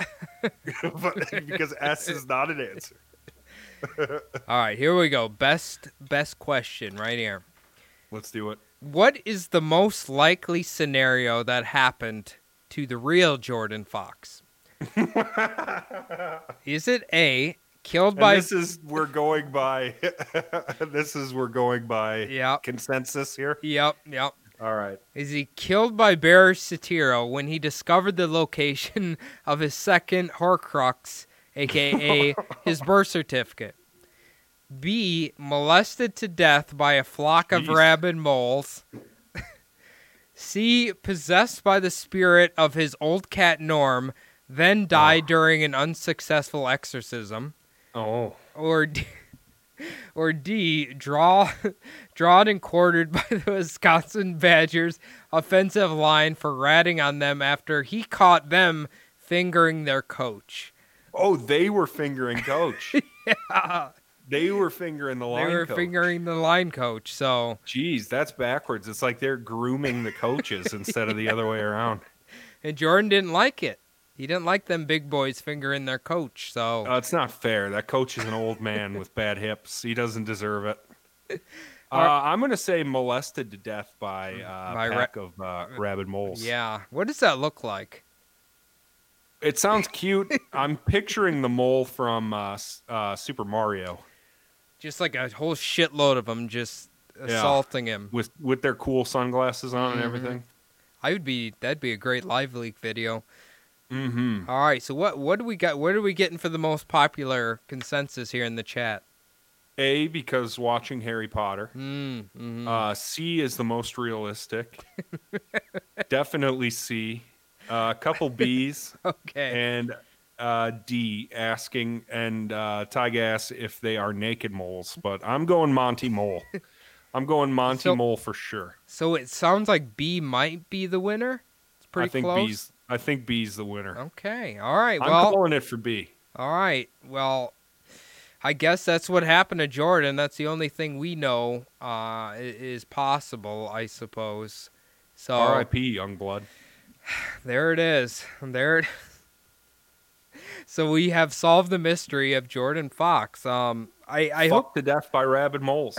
Speaker 2: But- [laughs] because S is not an answer.
Speaker 1: All right, here we go. Best best question right here.
Speaker 2: Let's do it.
Speaker 1: What is the most likely scenario that happened to the real Jordan
Speaker 2: [laughs]
Speaker 1: Fox? is it A, killed
Speaker 2: And
Speaker 1: by
Speaker 2: this is we're going by [laughs] this is we're going by
Speaker 1: Yep.
Speaker 2: consensus here.
Speaker 1: Yep, yep.
Speaker 2: All right.
Speaker 1: Is he killed by Bear Satiro when he discovered the location [laughs] of his second Horcrux, aka his birth certificate? B. Molested to death by a flock of
Speaker 2: Jeez.
Speaker 1: rabid moles. [laughs] C. Possessed by the spirit of his old cat Norm, then died during an unsuccessful exorcism
Speaker 2: Oh.
Speaker 1: or D, [laughs] or D draw [laughs] drawn and quartered by the Wisconsin Badgers offensive line for ratting on them after he caught them fingering their coach.
Speaker 2: Oh, they were fingering coach.
Speaker 1: [laughs]
Speaker 2: They were fingering the line.
Speaker 1: they were
Speaker 2: coach.
Speaker 1: fingering the line coach, so
Speaker 2: Jeez, that's backwards. It's like they're grooming the coaches instead of the other
Speaker 1: [laughs]
Speaker 2: way around.
Speaker 1: and Jordan didn't like it. He didn't like them big boys fingering their coach, so
Speaker 2: Uh, it's not fair. That coach is an old man with bad hips. He doesn't deserve it.
Speaker 1: [laughs]
Speaker 2: Uh, I'm going to say molested to death by
Speaker 1: By
Speaker 2: uh, by
Speaker 1: ra-
Speaker 2: pack of uh, rabid moles.
Speaker 1: yeah. What does that look like?
Speaker 2: It sounds
Speaker 1: [laughs]
Speaker 2: cute. I'm picturing the mole from uh, S- uh, Super Mario
Speaker 1: Just like a whole shitload of them just
Speaker 2: Yeah.
Speaker 1: assaulting him.
Speaker 2: with with their cool sunglasses on and
Speaker 1: Mm-hmm.
Speaker 2: everything.
Speaker 1: I would be that'd be a great live leak video.
Speaker 2: Mm-hmm.
Speaker 1: All right, so what what do we got? What are we getting for the most popular consensus here in the chat?
Speaker 2: A because watching Harry Potter.
Speaker 1: Mm, mhm.
Speaker 2: Uh, C is the most realistic. Definitely C. Uh,
Speaker 1: [laughs]
Speaker 2: a couple B's
Speaker 1: [laughs] okay.
Speaker 2: and uh, D asking and uh, Tigas if they are naked moles, but I'm going
Speaker 1: [laughs]
Speaker 2: Monty Mole. I'm going Monty
Speaker 1: So-
Speaker 2: Mole for sure.
Speaker 1: so it sounds like B might be the winner. It's pretty
Speaker 2: I think
Speaker 1: close.
Speaker 2: B's. I think B's the winner.
Speaker 1: Okay. All right.
Speaker 2: I'm
Speaker 1: Well.
Speaker 2: calling it for B.
Speaker 1: All right. Well, I guess that's what happened to Jordan. That's the only thing we know uh, i- is possible, I suppose. So
Speaker 2: R.I.P. Young blood.
Speaker 1: there it is. [laughs] There. It so we have solved the mystery of Jordan Fox. Um, I I
Speaker 2: Fucked
Speaker 1: hope.
Speaker 2: to death by
Speaker 1: [laughs]
Speaker 2: rabid moles.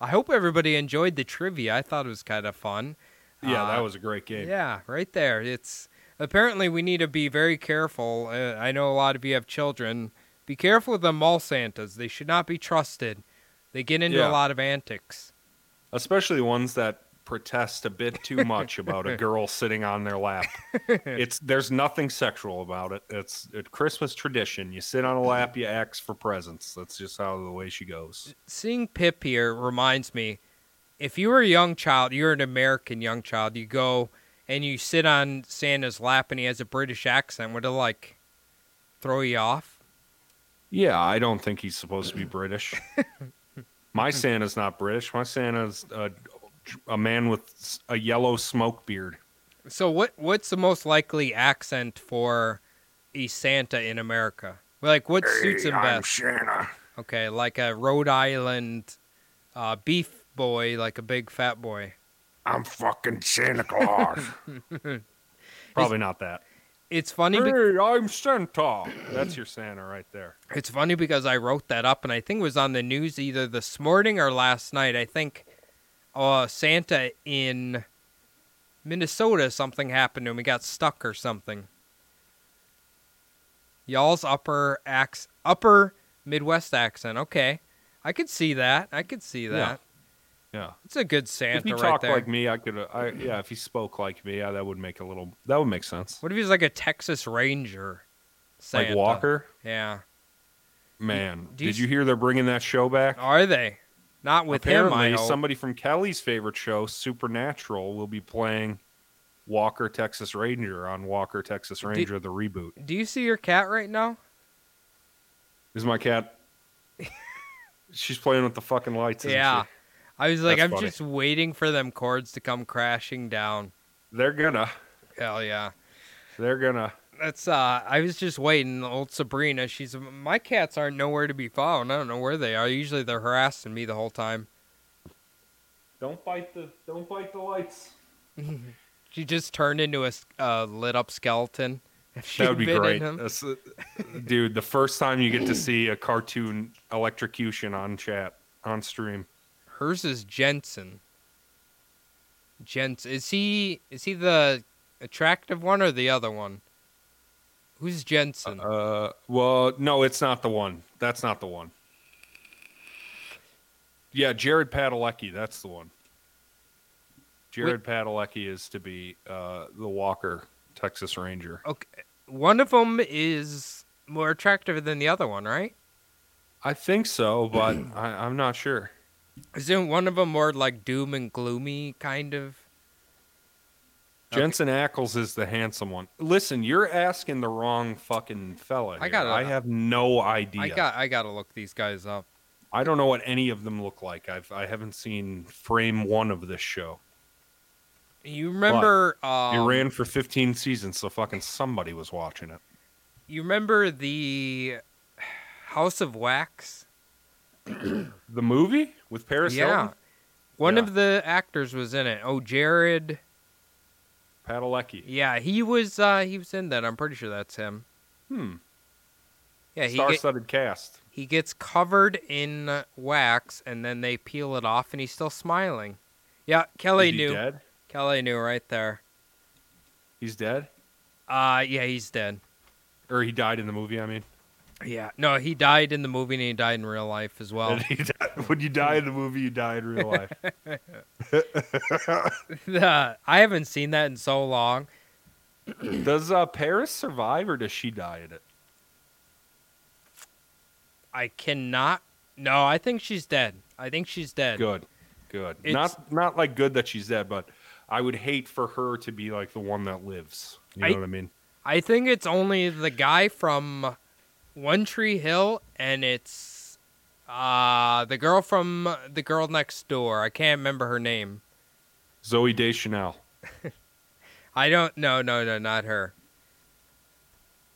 Speaker 1: I hope everybody enjoyed the trivia. I thought it was kind of fun.
Speaker 2: yeah,
Speaker 1: Uh,
Speaker 2: that was a great game.
Speaker 1: Yeah, right there. It's apparently we need to be very careful. Uh, I know a lot of you have children. Be careful with the mall Santas. They should not be trusted. They get into
Speaker 2: Yeah.
Speaker 1: a lot of antics.
Speaker 2: especially ones that protest a bit too much about [laughs] a girl sitting on their [laughs] lap. It's there's nothing sexual about it. It's a Christmas tradition. You sit on a lap, you ask for presents. That's just how the way she goes.
Speaker 1: Seeing Pip here reminds me if you were a young child, you're an American young child, you go and you sit on Santa's lap and he has a British accent, would it like throw you off?
Speaker 2: Yeah, I don't think he's supposed [laughs] to be British. My Santa's not British. My Santa's a, a man with s- a yellow smoke beard.
Speaker 1: So what what's the most likely accent for a Santa in America? Like what suits him best?
Speaker 2: Santa.
Speaker 1: Okay, like a Rhode Island uh, beef boy, like a big fat boy.
Speaker 2: I'm fucking Santa Claus. Probably not that.
Speaker 1: It's funny. Be-
Speaker 2: Hey, I'm Santa. That's your Santa right there.
Speaker 1: it's funny because I wrote that up, and I think it was on the news either this morning or last night. I think uh, Santa in Minnesota, something happened to him. He got stuck or something. Y'all's upper ax- upper Midwest accent. Okay, I could see that. I could see
Speaker 2: Yeah.
Speaker 1: that.
Speaker 2: Yeah.
Speaker 1: It's a good
Speaker 2: If he
Speaker 1: Santa right
Speaker 2: talked
Speaker 1: there.
Speaker 2: like me, I could. uh, I, yeah, if he spoke like me, yeah, that would make a little. That would make sense.
Speaker 1: what if he's like a Texas Ranger? Santa?
Speaker 2: Like Walker,
Speaker 1: Yeah.
Speaker 2: man.
Speaker 1: do uh, you
Speaker 2: did
Speaker 1: s-
Speaker 2: you hear they're bringing that show back?
Speaker 1: Are they? Not with him,
Speaker 2: Apparently,
Speaker 1: I hope.
Speaker 2: somebody from Kelly's favorite show, Supernatural, will be playing Walker Texas Ranger on Walker Texas Ranger the reboot.
Speaker 1: Do you see your cat right now?
Speaker 2: Is
Speaker 1: [laughs]
Speaker 2: my cat? She's playing with the fucking lights. Isn't
Speaker 1: yeah.
Speaker 2: she?
Speaker 1: I was like,
Speaker 2: That's
Speaker 1: I'm
Speaker 2: funny.
Speaker 1: just waiting for them cords to come crashing down.
Speaker 2: they're gonna.
Speaker 1: Hell yeah.
Speaker 2: They're gonna.
Speaker 1: That's uh I was just waiting. Old Sabrina, she's my cats aren't nowhere to be found. I don't know where they are. Usually they're harassing me the whole time.
Speaker 2: Don't bite the. Don't bite the lights.
Speaker 1: She just turned into a s- uh, lit up skeleton. If she
Speaker 2: That would be
Speaker 1: bit in
Speaker 2: great,
Speaker 1: him.
Speaker 2: That's- uh,
Speaker 1: [laughs]
Speaker 2: dude. The first time you get to see a cartoon electrocution on chat on stream.
Speaker 1: Hers is Jensen. Jensen is he is he the attractive one or the other one? Who's Jensen?
Speaker 2: Uh, well, no, it's not the one. That's not the one. Yeah, Jared Padalecki. That's the one. Jared Padalecki is to be uh, the Walker Texas Ranger.
Speaker 1: okay, one of them is more attractive than the other one, right?
Speaker 2: I think so,
Speaker 1: [clears throat]
Speaker 2: but I, I'm not sure.
Speaker 1: Isn't one of them more like doom and gloomy kind of? Okay.
Speaker 2: Jensen Ackles is the handsome one. Listen, you're asking the wrong fucking fella.
Speaker 1: I
Speaker 2: here.
Speaker 1: gotta-
Speaker 2: I have no idea.
Speaker 1: I got I gotta look these guys up.
Speaker 2: I don't know what any of them look like. I've I haven't seen frame one of this show.
Speaker 1: You remember?
Speaker 2: it
Speaker 1: Um,
Speaker 2: ran for 15 seasons, so fucking somebody was watching it.
Speaker 1: you remember the House of Wax?
Speaker 2: The movie with Paris
Speaker 1: yeah,
Speaker 2: Hilton,
Speaker 1: one
Speaker 2: Yeah.
Speaker 1: of the actors was in it. Oh, Jared.
Speaker 2: Padalecki.
Speaker 1: Yeah, he was. Uh, he was in that. I'm pretty sure that's him.
Speaker 2: Hmm.
Speaker 1: Yeah, he get-
Speaker 2: Star-studded cast.
Speaker 1: he gets covered in wax and then they peel it off, and he's still smiling. Yeah, Kelly
Speaker 2: Is he
Speaker 1: knew.
Speaker 2: dead?
Speaker 1: Kelly knew right there.
Speaker 2: He's dead,
Speaker 1: Uh, yeah, he's dead.
Speaker 2: or he died in the movie. I mean,
Speaker 1: Yeah, no, he died in the movie and he died in real life as well.
Speaker 2: [laughs] He died- when you die in the movie, you die in real life.
Speaker 1: [laughs] The- I haven't seen that in so long.
Speaker 2: does uh, Paris survive, or does she die in it?
Speaker 1: I cannot. No, I think she's dead. I think she's dead.
Speaker 2: Good, good.
Speaker 1: It's-
Speaker 2: not not like good that she's dead, but I would hate for her to be like the one that lives. You know
Speaker 1: I-
Speaker 2: what I mean?
Speaker 1: I think it's only the guy from One Tree Hill, and it's uh the girl from the girl next door. I can't remember her name.
Speaker 2: Zoe Deschanel.
Speaker 1: I don't. No, no, no, not her.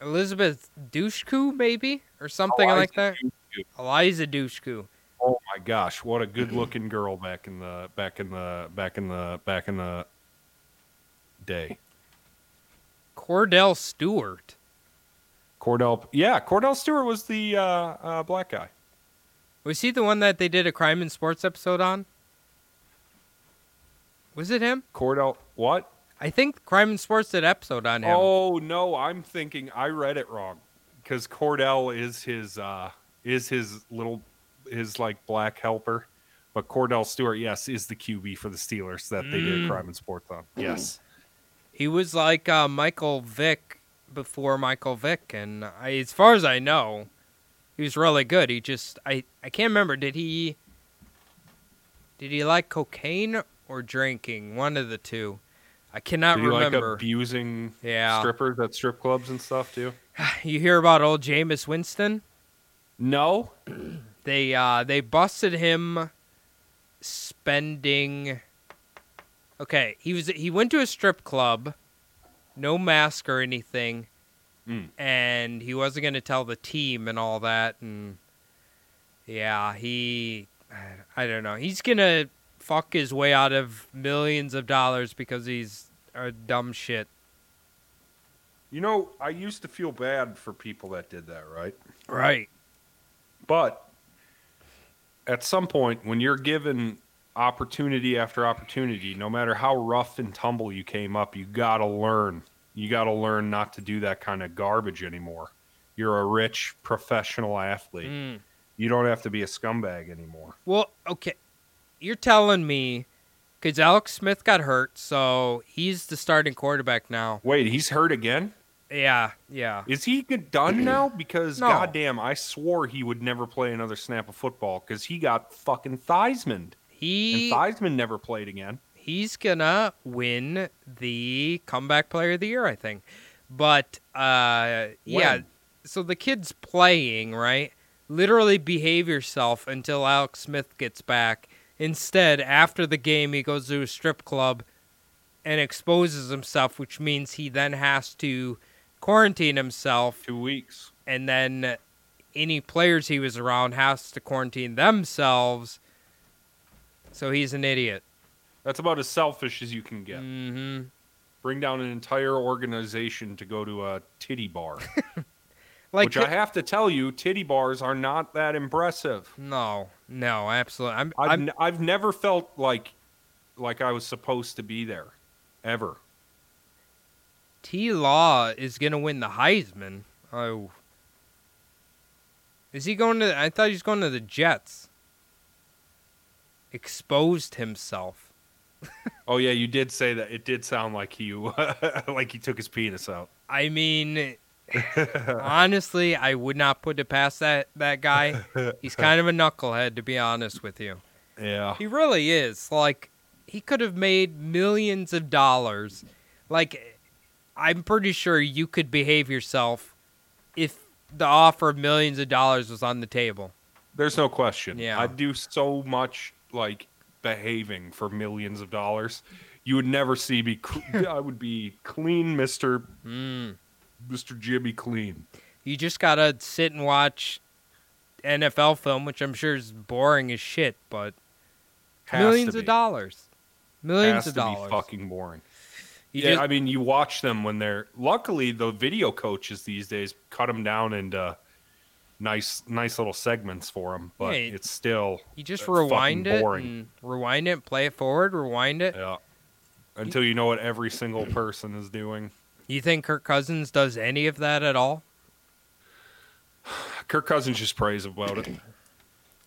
Speaker 1: Elizabeth Dushku, maybe or something
Speaker 2: Eliza
Speaker 1: like that.
Speaker 2: Dushku.
Speaker 1: Eliza Dushku.
Speaker 2: Oh my gosh, what
Speaker 1: [clears throat]
Speaker 2: a good-looking girl back in the back in the back in the back in the day.
Speaker 1: Cordell Stewart.
Speaker 2: Cordell, yeah, Cordell Stewart was the uh, uh, black guy.
Speaker 1: Was he the one that they did a crime and sports episode on? Was it him?
Speaker 2: Cordell, what?
Speaker 1: I think Crime and Sports did an episode on him.
Speaker 2: Oh no, I'm thinking I read it wrong because Cordell is his uh, is his little his like black helper, but Cordell Stewart, yes, is the QB for the Steelers that they did
Speaker 1: Mm.
Speaker 2: crime and sports on. Yes,
Speaker 1: He was like uh, Michael Vick before Michael Vick, and I, as far as I know, he was really good. He just I I can't remember. Did he did he like cocaine or drinking? One of the two. I cannot
Speaker 2: did he like
Speaker 1: remember.
Speaker 2: abusing
Speaker 1: Yeah.
Speaker 2: strippers at strip clubs and stuff too?
Speaker 1: [laughs] you hear about old Jameis Winston?
Speaker 2: No,
Speaker 1: They uh they busted him spending Okay, he was he went to a strip club, no mask or anything.
Speaker 2: Mm.
Speaker 1: And he wasn't going to tell the team and all that and yeah, he I don't know. He's going to fuck his way out of millions of dollars because he's a dumb shit.
Speaker 2: you know I used to feel bad for people that did that, right?
Speaker 1: Right.
Speaker 2: But at some point, when you're given opportunity after opportunity, no matter how rough and tumble you came up, you got to learn. You got to learn not to do that kind of garbage anymore. You're a rich professional athlete.
Speaker 1: Mm.
Speaker 2: You don't have to be a scumbag anymore.
Speaker 1: Well, okay. you're telling me, because Alex Smith got hurt, so he's the starting quarterback now.
Speaker 2: Wait, he's hurt again?
Speaker 1: Yeah, yeah.
Speaker 2: Is he good- done now?
Speaker 1: [clears throat]
Speaker 2: Because
Speaker 1: No.
Speaker 2: goddamn, I swore he would never play another snap of football because he got fucking Theismann. And
Speaker 1: He
Speaker 2: Theismann never played again.
Speaker 1: he's gonna win the comeback player of the year, I think. But uh, yeah,
Speaker 2: When?
Speaker 1: so the kid's playing right. Literally behave yourself until Alex Smith gets back. Instead, after the game, he goes to a strip club and exposes himself, which means he then has to quarantine himself,
Speaker 2: Two weeks.
Speaker 1: and then any players he was around has to quarantine themselves. So he's an idiot.
Speaker 2: That's about as selfish as you can get.
Speaker 1: hmm
Speaker 2: Bring down an entire organization to go to a titty bar.
Speaker 1: [laughs] Like
Speaker 2: which I have to tell you, titty bars are not that impressive.
Speaker 1: No, no, absolutely. I'm,
Speaker 2: I've,
Speaker 1: I'm
Speaker 2: n- I've never felt like like I was supposed to be there, ever.
Speaker 1: T Law is gonna win the Heisman. Oh, is he going to? I thought he was going to the Jets. Exposed himself.
Speaker 2: Oh yeah, you did say that. It did sound like he [laughs] like he took his penis out.
Speaker 1: I mean, honestly, I would not put it past that that guy. He's kind of a knucklehead, to be honest with you.
Speaker 2: Yeah.
Speaker 1: He really is. Like, he could have made millions of dollars. Like, I'm pretty sure you could behave yourself if the offer of millions of dollars was on the table.
Speaker 2: There's no question.
Speaker 1: Yeah.
Speaker 2: I do so much like behaving for millions of dollars. You would never see me.
Speaker 1: [laughs]
Speaker 2: Cl- I would be clean, Mister Hmm.
Speaker 1: Mm.
Speaker 2: Mister Jimmy Clean.
Speaker 1: You just gotta sit and watch NFL film, which I'm sure is boring as shit, but
Speaker 2: Has
Speaker 1: millions
Speaker 2: to
Speaker 1: of
Speaker 2: be.
Speaker 1: dollars. Millions
Speaker 2: Has
Speaker 1: of
Speaker 2: to be
Speaker 1: dollars.
Speaker 2: fucking boring.
Speaker 1: You
Speaker 2: yeah,
Speaker 1: just-
Speaker 2: I mean, you watch them when they're. Luckily, the video coaches these days cut them down into nice, nice little segments for them. But
Speaker 1: Yeah.
Speaker 2: it's still
Speaker 1: you just
Speaker 2: that's fucking
Speaker 1: rewind it
Speaker 2: boring.
Speaker 1: and rewind it, play it forward, rewind it.
Speaker 2: yeah. Until you know what every single person is doing.
Speaker 1: You think Kirk Cousins does any of that at all?
Speaker 2: Kirk Cousins just prays about it.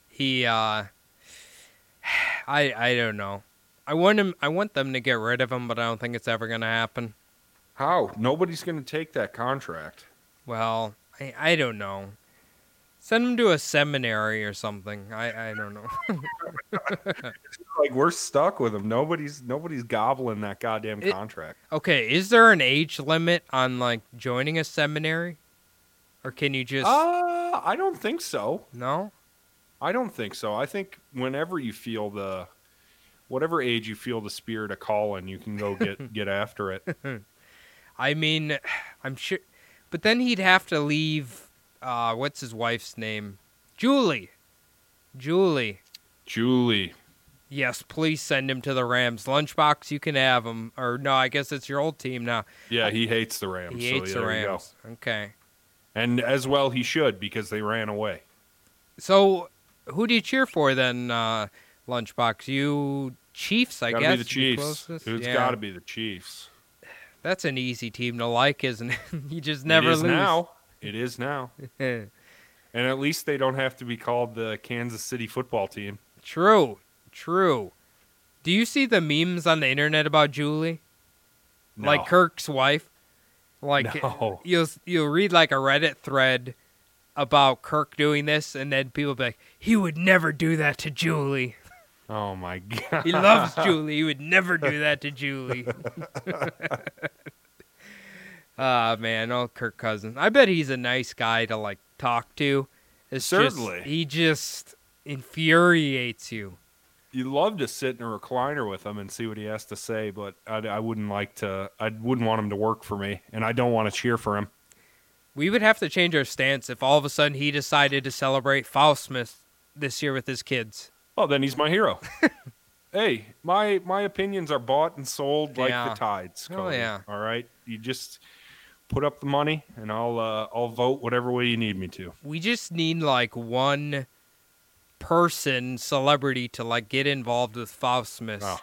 Speaker 1: he uh [sighs] I I don't know. I want him I want them to get rid of him, but I don't think it's ever gonna happen.
Speaker 2: How? Nobody's going to take that contract.
Speaker 1: Well, I I don't know. Send him to a seminary or something. I I don't know. [laughs]
Speaker 2: Like we're stuck with him. Nobody's nobody's gobbling that goddamn
Speaker 1: It-
Speaker 2: contract.
Speaker 1: Okay, is there an age limit on like joining a seminary? Or can you just
Speaker 2: Uh, I don't think so.
Speaker 1: No?
Speaker 2: I don't think so. I think whenever you feel the whatever age you feel the spirit of calling, you can go
Speaker 1: [laughs]
Speaker 2: get get after it.
Speaker 1: I mean [sighs] I'm sure but then he'd have to leave uh what's his wife's name? Julie. Julie.
Speaker 2: Julie.
Speaker 1: Yes, please send him to the Rams. Lunchbox, you can have him. Or no, I guess it's your old team now.
Speaker 2: Yeah, he hates the Rams.
Speaker 1: He
Speaker 2: so
Speaker 1: hates
Speaker 2: yeah,
Speaker 1: the
Speaker 2: there you go.
Speaker 1: Rams. Okay.
Speaker 2: And as well he should because they ran away.
Speaker 1: So, who do you cheer for then, uh, Lunchbox? You Chiefs, I
Speaker 2: gotta
Speaker 1: guess.
Speaker 2: be the
Speaker 1: you
Speaker 2: Chiefs.
Speaker 1: closest?
Speaker 2: It's
Speaker 1: Yeah.
Speaker 2: gotta be the Chiefs.
Speaker 1: That's an easy team to like, isn't it? [laughs] you just never
Speaker 2: it is
Speaker 1: lose.
Speaker 2: now. It is now. And at least they don't have to be called the Kansas City football team.
Speaker 1: [laughs] true. True. Do you see the memes on the internet about Julie?
Speaker 2: No.
Speaker 1: like Kirk's wife. Like
Speaker 2: No. [laughs]
Speaker 1: you'll you'll read like a Reddit thread about Kirk doing this, and then people be like, "He would never do that to Julie.
Speaker 2: Oh my [laughs] god.
Speaker 1: He loves Julie. He would never do that to
Speaker 2: [laughs]
Speaker 1: Julie." Ah man, oh Kirk Cousins. I bet he's a nice guy to like talk to. It's just-
Speaker 2: Certainly.
Speaker 1: he just infuriates you.
Speaker 2: you love to sit in a recliner with him and see what he has to say, but I, I wouldn't like to. I wouldn't want him to work for me, and I don't want to cheer for him.
Speaker 1: We would have to change our stance if all of a sudden he decided to celebrate Faustmas this year with his kids.
Speaker 2: Well, Oh, then he's
Speaker 1: [laughs]
Speaker 2: my hero. hey, my my opinions are bought and sold like
Speaker 1: Yeah.
Speaker 2: the tides.
Speaker 1: Oh,
Speaker 2: Cody.
Speaker 1: yeah.
Speaker 2: All right, you just put up the money, and I'll uh, I'll vote whatever way you need me to.
Speaker 1: we just need like one person celebrity to like get involved with Faustmas
Speaker 2: Oh.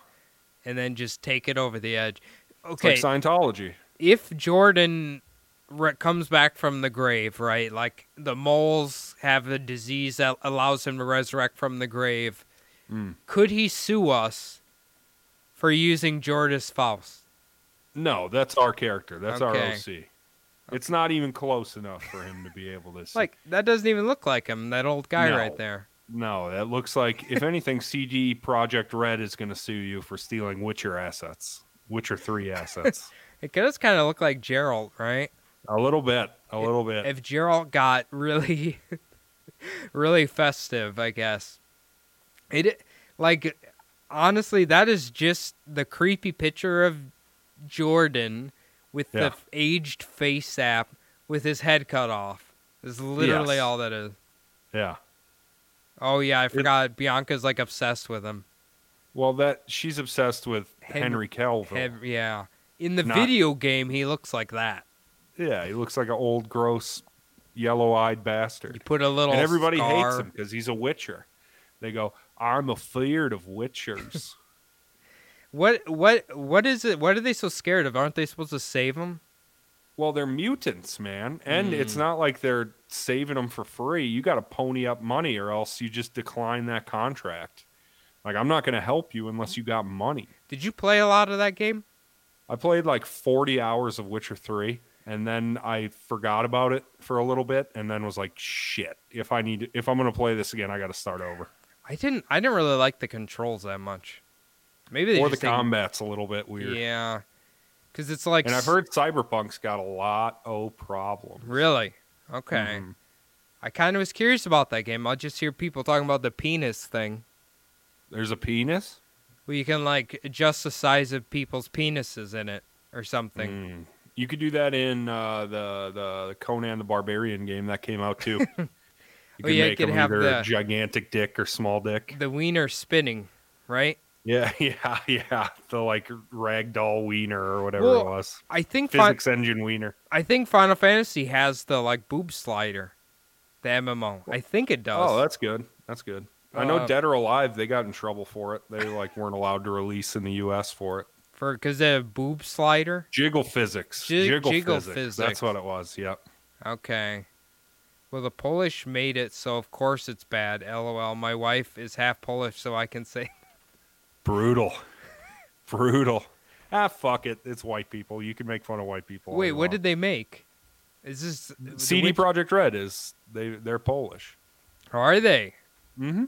Speaker 1: and then just take it over the edge.
Speaker 2: It's
Speaker 1: Okay,
Speaker 2: like Scientology.
Speaker 1: if Jordan re- comes back from the grave, right? Like the moles have a disease that allows him to resurrect from the grave.
Speaker 2: Mm.
Speaker 1: Could he sue us for using Jordas Faust?
Speaker 2: No, that's our character. That's our
Speaker 1: Okay.
Speaker 2: OC. It's not even close enough for him to be able to. see-
Speaker 1: Like that doesn't even look like him. That old guy right
Speaker 2: No.
Speaker 1: there.
Speaker 2: no, that looks like if anything, CD Project Red is going to sue you for stealing Witcher assets, Witcher
Speaker 1: [laughs]
Speaker 2: Three assets.
Speaker 1: It does kind of look like Gerald, right?
Speaker 2: a little bit, a little
Speaker 1: [laughs]
Speaker 2: bit.
Speaker 1: If Gerald got really, [laughs] really festive, I guess. It like honestly, that is just the creepy picture of Jordan with the
Speaker 2: Yeah.
Speaker 1: f- aged face app with his head cut off. Is literally
Speaker 2: Yes.
Speaker 1: all that is.
Speaker 2: yeah.
Speaker 1: Oh yeah, I forgot. Bianca's like obsessed with him.
Speaker 2: Well, that she's obsessed with Henry,
Speaker 1: Henry-
Speaker 2: Kelvin.
Speaker 1: Hev- yeah, in the
Speaker 2: Not-
Speaker 1: video game, he looks like that.
Speaker 2: Yeah, he looks like an old, gross, yellow-eyed bastard.
Speaker 1: You put a little.
Speaker 2: and everybody hates
Speaker 1: scar-
Speaker 2: him because he's a witcher. They go, "I'm afeard of witchers."
Speaker 1: What what what is it? What are they so scared of? Aren't they supposed to save him?
Speaker 2: well, they're mutants, man, and it's
Speaker 1: Hmm.
Speaker 2: not like they're saving them for free. You got to pony up money, or else you just decline that contract. Like, I'm not going to help you unless you got money.
Speaker 1: Did you play a lot of that game?
Speaker 2: I played like 40 hours of Witcher 3 and then I forgot about it for a little bit and then was like shit if I need if I'm going to play this again I got to start over
Speaker 1: I didn't. I didn't really like the controls that much. Maybe they
Speaker 2: or the
Speaker 1: just didn't-
Speaker 2: combat's a little bit weird
Speaker 1: Yeah, because it's like.
Speaker 2: and I've
Speaker 1: s-
Speaker 2: heard Cyberpunk's got a lot of problems
Speaker 1: Really. Okay.
Speaker 2: Mhm.
Speaker 1: I kind of was curious about that game. I just hear people talking about the penis thing,
Speaker 2: there's a penis
Speaker 1: where you can like adjust the size of people's penises in it or something.
Speaker 2: Mm. you could do that in uh, the the Conan the Barbarian game that came out [laughs] too you could
Speaker 1: yeah, it
Speaker 2: make
Speaker 1: could
Speaker 2: them
Speaker 1: have
Speaker 2: either
Speaker 1: the-
Speaker 2: gigantic dick or small dick
Speaker 1: The wiener spinning, right?
Speaker 2: yeah [laughs] yeah yeah the like ragdoll wiener or whatever
Speaker 1: Well,
Speaker 2: it was
Speaker 1: I think. Fin-
Speaker 2: physics engine wiener.
Speaker 1: I think Final Fantasy has the like boob slider, the MMO. I think it does.
Speaker 2: Oh, that's good. That's good. I know
Speaker 1: Uh,
Speaker 2: Dead or Alive, they got in trouble for it. They like weren't allowed to release in the U.S. for it.
Speaker 1: for because they have boob slider.
Speaker 2: Jiggle physics.
Speaker 1: Jig-
Speaker 2: jiggle
Speaker 1: jiggle
Speaker 2: physics. That's
Speaker 1: physics.
Speaker 2: what it was. Yep.
Speaker 1: Okay. Well, the Polish made it, so of course it's bad. LOL. My wife is half Polish, so I can say.
Speaker 2: Brutal. [laughs] Brutal. Ah, fuck it. It's white people. You can make fun of white people. all
Speaker 1: Wait,
Speaker 2: you
Speaker 1: what did
Speaker 2: want.
Speaker 1: they make? Is this the
Speaker 2: CD
Speaker 1: witch-
Speaker 2: Project Red is they they're Polish.
Speaker 1: Are they?
Speaker 2: Mm-hmm.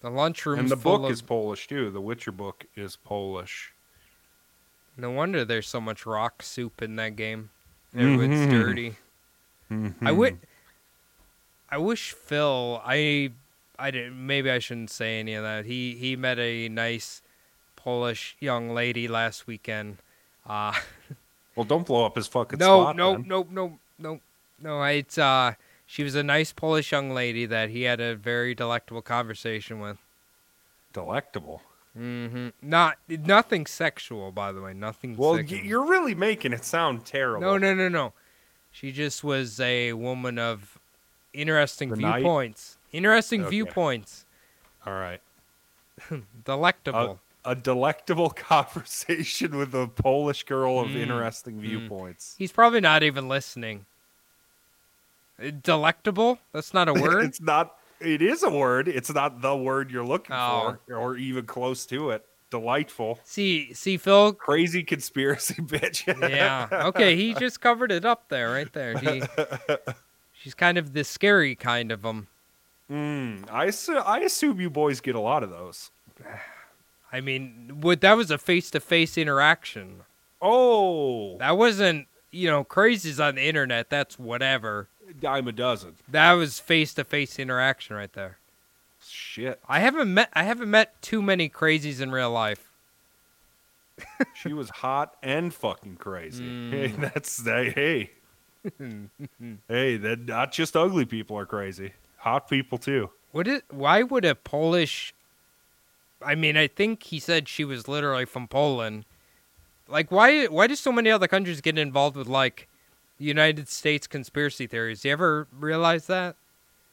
Speaker 1: The lunchroom
Speaker 2: And the
Speaker 1: full
Speaker 2: book
Speaker 1: of-
Speaker 2: is Polish too. The Witcher book is Polish.
Speaker 1: No wonder there's so much rock soup in that game. Everyone's
Speaker 2: Mhm.
Speaker 1: dirty.
Speaker 2: Mhm.
Speaker 1: I would. I wish Phil. I. I didn't. Maybe I shouldn't say any of that. He he met a nice Polish young lady last weekend. Uh,
Speaker 2: Well, don't blow up his fucking
Speaker 1: no,
Speaker 2: spot.
Speaker 1: no,
Speaker 2: then.
Speaker 1: no, no, no, no. I- It's uh, she was a nice Polish young lady that he had a very delectable conversation with.
Speaker 2: Delectable.
Speaker 1: hmm Not nothing sexual, by the way. Nothing.
Speaker 2: Mm-hmm. Well, y-
Speaker 1: sexual.
Speaker 2: you're really making it sound terrible.
Speaker 1: no, no, no, no. She just was a woman of interesting
Speaker 2: The night?
Speaker 1: viewpoints. Interesting
Speaker 2: Okay.
Speaker 1: viewpoints.
Speaker 2: All right.
Speaker 1: Delectable.
Speaker 2: A delectable [laughs] conversation with a Polish girl of
Speaker 1: Mm,
Speaker 2: interesting
Speaker 1: mm.
Speaker 2: viewpoints.
Speaker 1: He's probably not even listening. Uh, Delectable? That's
Speaker 2: [laughs]
Speaker 1: not a word.
Speaker 2: It's not. It is a word. It's not the word you're looking
Speaker 1: Oh.
Speaker 2: for, or even close to it. Delightful,
Speaker 1: see, see, Phil.
Speaker 2: crazy conspiracy [laughs] bitch.
Speaker 1: Yeah. Okay, he just covered it up there, right there. He, she's kind of the scary kind of him.
Speaker 2: mm, I assu- I assume you boys get a lot of those.
Speaker 1: I mean, what that was a face-to-face interaction.
Speaker 2: Oh,
Speaker 1: That wasn't, you know, crazies on the internet. That's whatever.
Speaker 2: dime a dozen.
Speaker 1: That was face-to-face interaction right there.
Speaker 2: Shit,
Speaker 1: I haven't met I haven't met too many crazies in real life.
Speaker 2: she was hot and fucking crazy. Hey, [laughs]
Speaker 1: Mm. [laughs]
Speaker 2: that's hey. Hey, that not just ugly people are crazy. Hot people too.
Speaker 1: What is, why would a Polish I mean, I think he said she was literally from Poland. Like why why do so many other countries get involved with like the United States conspiracy theories? You ever realize that?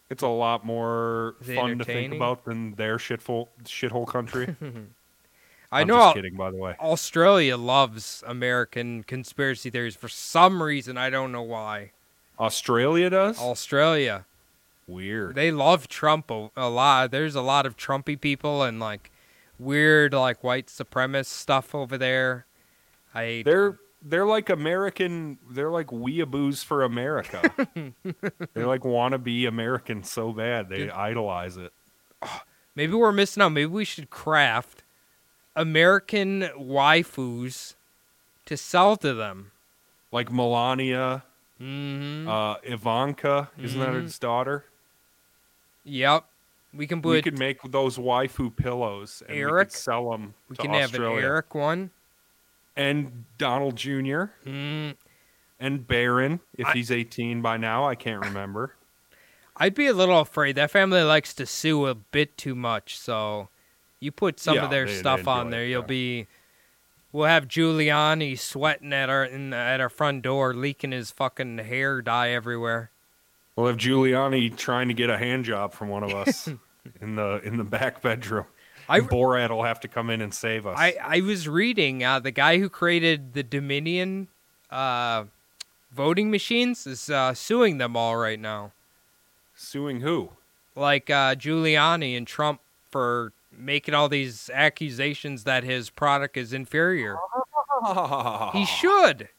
Speaker 2: It's a lot more
Speaker 1: Is it
Speaker 2: fun to think
Speaker 1: entertaining?
Speaker 2: about than their shitful
Speaker 1: [laughs]
Speaker 2: shithole country.
Speaker 1: I
Speaker 2: I'm
Speaker 1: know
Speaker 2: Just
Speaker 1: Au-
Speaker 2: kidding, by the way.
Speaker 1: Australia loves American conspiracy theories for some reason. I don't know why.
Speaker 2: Australia does.
Speaker 1: Australia.
Speaker 2: Weird.
Speaker 1: They love Trump a, a lot. There's a lot of Trumpy people and like weird like white supremacist stuff over there. I
Speaker 2: They're they're like American. They're like weeaboos for
Speaker 1: [laughs]
Speaker 2: America. they like want to be American so bad. They
Speaker 1: Dude.
Speaker 2: idolize it.
Speaker 1: maybe we're missing out. Maybe we should craft American waifus to sell to them.
Speaker 2: Like Melania,
Speaker 1: hmm
Speaker 2: uh, Ivanka. Isn't that
Speaker 1: Mhm.
Speaker 2: his daughter?
Speaker 1: yep, we can put.
Speaker 2: we could make those waifu pillows and we
Speaker 1: Eric?
Speaker 2: could sell them
Speaker 1: we
Speaker 2: to
Speaker 1: can have an
Speaker 2: Australia.
Speaker 1: Eric one.
Speaker 2: and Donald Jr. Mm-hmm.
Speaker 1: Mm,
Speaker 2: and Barron, if
Speaker 1: I-
Speaker 2: he's 18 by now, I
Speaker 1: [laughs]
Speaker 2: can't remember.
Speaker 1: I'd be a little afraid. That family likes to sue a bit too much, so you put some
Speaker 2: Yeah,
Speaker 1: of their
Speaker 2: they- they
Speaker 1: stuff on
Speaker 2: enjoy
Speaker 1: there,
Speaker 2: it,
Speaker 1: you'll
Speaker 2: yeah.
Speaker 1: be. We'll have Giuliani sweating at our in, at our front door, leaking his fucking hair dye everywhere.
Speaker 2: We'll have Giuliani trying to get a hand job from one
Speaker 1: [laughs]
Speaker 2: of us in the in the back bedroom.
Speaker 1: I-
Speaker 2: I, Borat will have to come in and save us.
Speaker 1: I, I was reading uh, the guy who created the Dominion uh, voting machines is uh, suing them all right now,
Speaker 2: Suing who?
Speaker 1: like uh, Giuliani and Trump for making all these accusations that his product is inferior.
Speaker 2: [laughs] Ah.
Speaker 1: He should.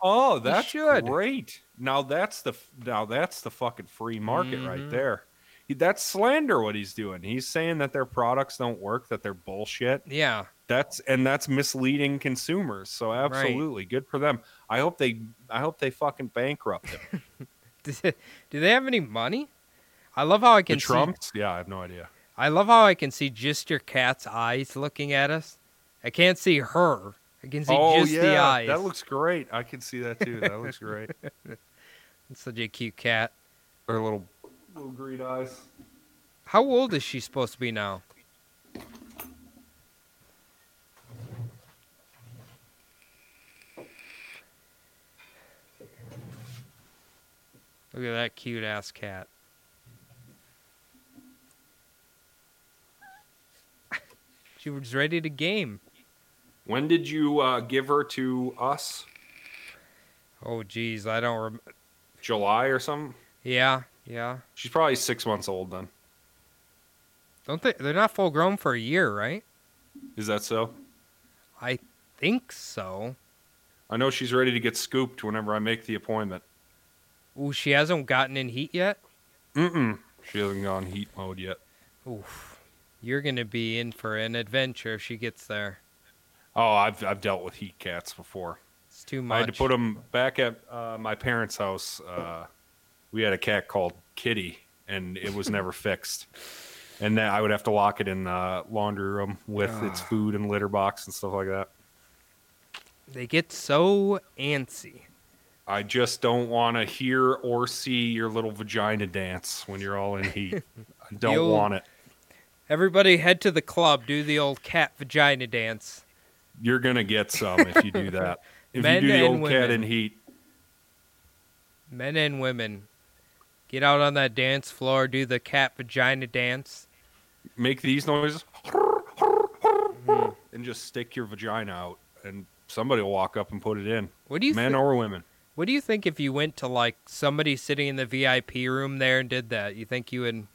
Speaker 2: Oh, that's
Speaker 1: should.
Speaker 2: great. Now that's the now that's the fucking free market
Speaker 1: Mhm.
Speaker 2: right there. He- That's slander what he's doing. He's saying that their products don't work, that they're bullshit.
Speaker 1: Yeah. [laughs]
Speaker 2: That's and that's misleading consumers. So absolutely good for them. I hope they I hope they fucking
Speaker 1: [laughs]
Speaker 2: bankrupt him.
Speaker 1: Do they have any money? I love how I
Speaker 2: The
Speaker 1: can see.
Speaker 2: Trumps? Yeah, I have no idea.
Speaker 1: I love how I can see just your cat's eyes looking at us. I can't see her. I can see just the eyes.
Speaker 2: Oh, that looks great. I can see that too. That looks great.
Speaker 1: It's such a cute cat.
Speaker 2: Her little [laughs] little green eyes.
Speaker 1: How old is she supposed to be now? Look at that cute ass cat. [laughs] She was ready to game.
Speaker 2: When did you uh, give her to us?
Speaker 1: Oh geez, I don't rem-
Speaker 2: July or something?
Speaker 1: Yeah, yeah.
Speaker 2: She's probably six months old then.
Speaker 1: Don't they? They're not full grown for a year, right?
Speaker 2: Is that so?
Speaker 1: I think so.
Speaker 2: I know she's ready to get scooped whenever I make the appointment.
Speaker 1: Ooh, she hasn't gotten in heat yet.
Speaker 2: Mm-mm. She hasn't gone heat mode yet.
Speaker 1: Oof. You're going to be in for an adventure if she gets there.
Speaker 2: Oh, I've I've dealt with heat cats before.
Speaker 1: It's too
Speaker 2: I
Speaker 1: much.
Speaker 2: had to put them back at uh, my parents' house. Uh, we had a cat called Kitty, and it
Speaker 1: [laughs]
Speaker 2: was never fixed. And then I would have to lock it in the laundry room with its
Speaker 1: Ah.
Speaker 2: food and litter box and stuff like that.
Speaker 1: they get so antsy.
Speaker 2: I just don't want to hear or see your little vagina dance when you're all in heat.
Speaker 1: [laughs]
Speaker 2: I don't
Speaker 1: old-
Speaker 2: want it.
Speaker 1: Everybody head to the club, do the old cat vagina dance.
Speaker 2: You're gonna get some if you do that. If you
Speaker 1: Men
Speaker 2: do the
Speaker 1: and
Speaker 2: old cat in
Speaker 1: women.
Speaker 2: heat,
Speaker 1: Men and women, get out on that dance floor, do the cat vagina dance.
Speaker 2: make these noises and just stick your vagina out, and somebody will walk up and put it in.
Speaker 1: What do you
Speaker 2: Men
Speaker 1: thi-
Speaker 2: or women.
Speaker 1: What do you think if you went to like somebody sitting in the VIP room there and did that? You think you would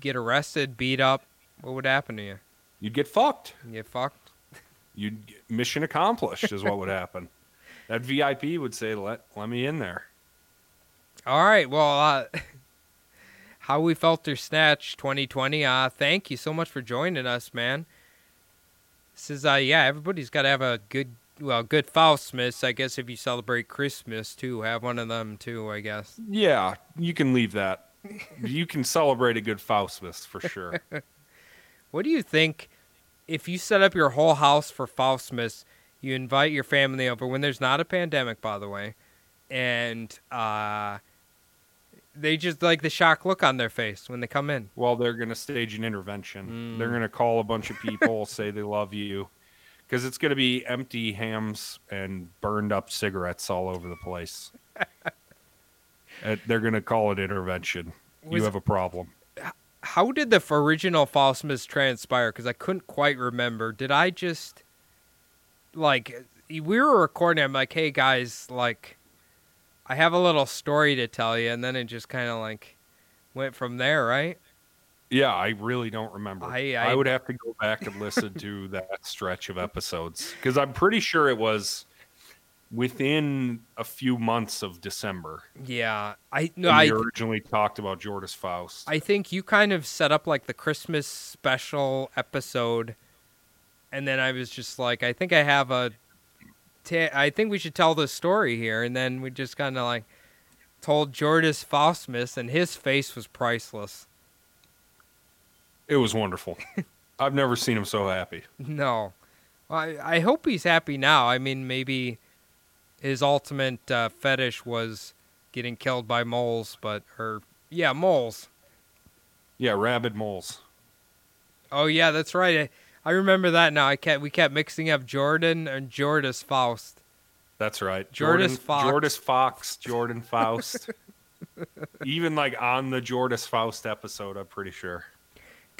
Speaker 1: get arrested, beat up? What would happen to you?
Speaker 2: You'd get fucked.
Speaker 1: You get fucked?
Speaker 2: You'd get- mission accomplished is what
Speaker 1: [laughs]
Speaker 2: would happen. That VIP would say, "Let let me in there."
Speaker 1: All right. Well, uh, [laughs] how we felt through Snatch 2020. Uh, thank you so much for joining us, man. This is uh, yeah. Everybody's got to have a good, well, good Faustmas. I guess if you celebrate Christmas too, have one of them too. I guess.
Speaker 2: Yeah, you can leave that. You can celebrate a good Faustmas for sure.
Speaker 1: What do you think if you set up your whole house for Faustmas? You invite your family over when there's not a pandemic, by the way, and uh, they just like the shock look on their face when they come in.
Speaker 2: Well, they're going to stage an intervention.
Speaker 1: Mm.
Speaker 2: They're going to call a bunch of people, [laughs] say they love you, because it's going to be empty hams and burned up cigarettes all over the
Speaker 1: [laughs]
Speaker 2: place. Uh, they're going to call it intervention.
Speaker 1: Was-
Speaker 2: you have a problem.
Speaker 1: how did the f- original Faustmas transpire? Because I couldn't quite remember. Did I just like we were recording? I'm like, hey guys, like I have a little story to tell you, and then it just kind of like went from there, right?
Speaker 2: Yeah, I really don't remember.
Speaker 1: I-
Speaker 2: I,
Speaker 1: I-
Speaker 2: would have to go back and listen
Speaker 1: [laughs]
Speaker 2: to that stretch of episodes because I'm pretty sure it was within a few months of December.
Speaker 1: Yeah. I no,
Speaker 2: No, we
Speaker 1: I
Speaker 2: originally talked about Jordis Faust.
Speaker 1: I think you kind of set up like the Christmas special episode, and then I was just like, I think I have a, ta- I think we should tell this story here, and then we just kind of like told Jordis Faustmus, and his face was priceless. [laughs]
Speaker 2: it was wonderful. [laughs] I've never seen him so happy.
Speaker 1: No, I I hope he's happy now. I mean, maybe his ultimate uh, fetish was getting killed by moles, but or yeah, moles.
Speaker 2: Yeah, rabid moles.
Speaker 1: Oh yeah, that's right. I, I remember that now. I kept we kept mixing up Jordan and Jordis Faust.
Speaker 2: That's right.
Speaker 1: Jordis
Speaker 2: Jordan-
Speaker 1: Fox.
Speaker 2: Jordis Fox, Jordan Faust. [laughs] Even like on the Jordis Faust episode, I'm pretty sure.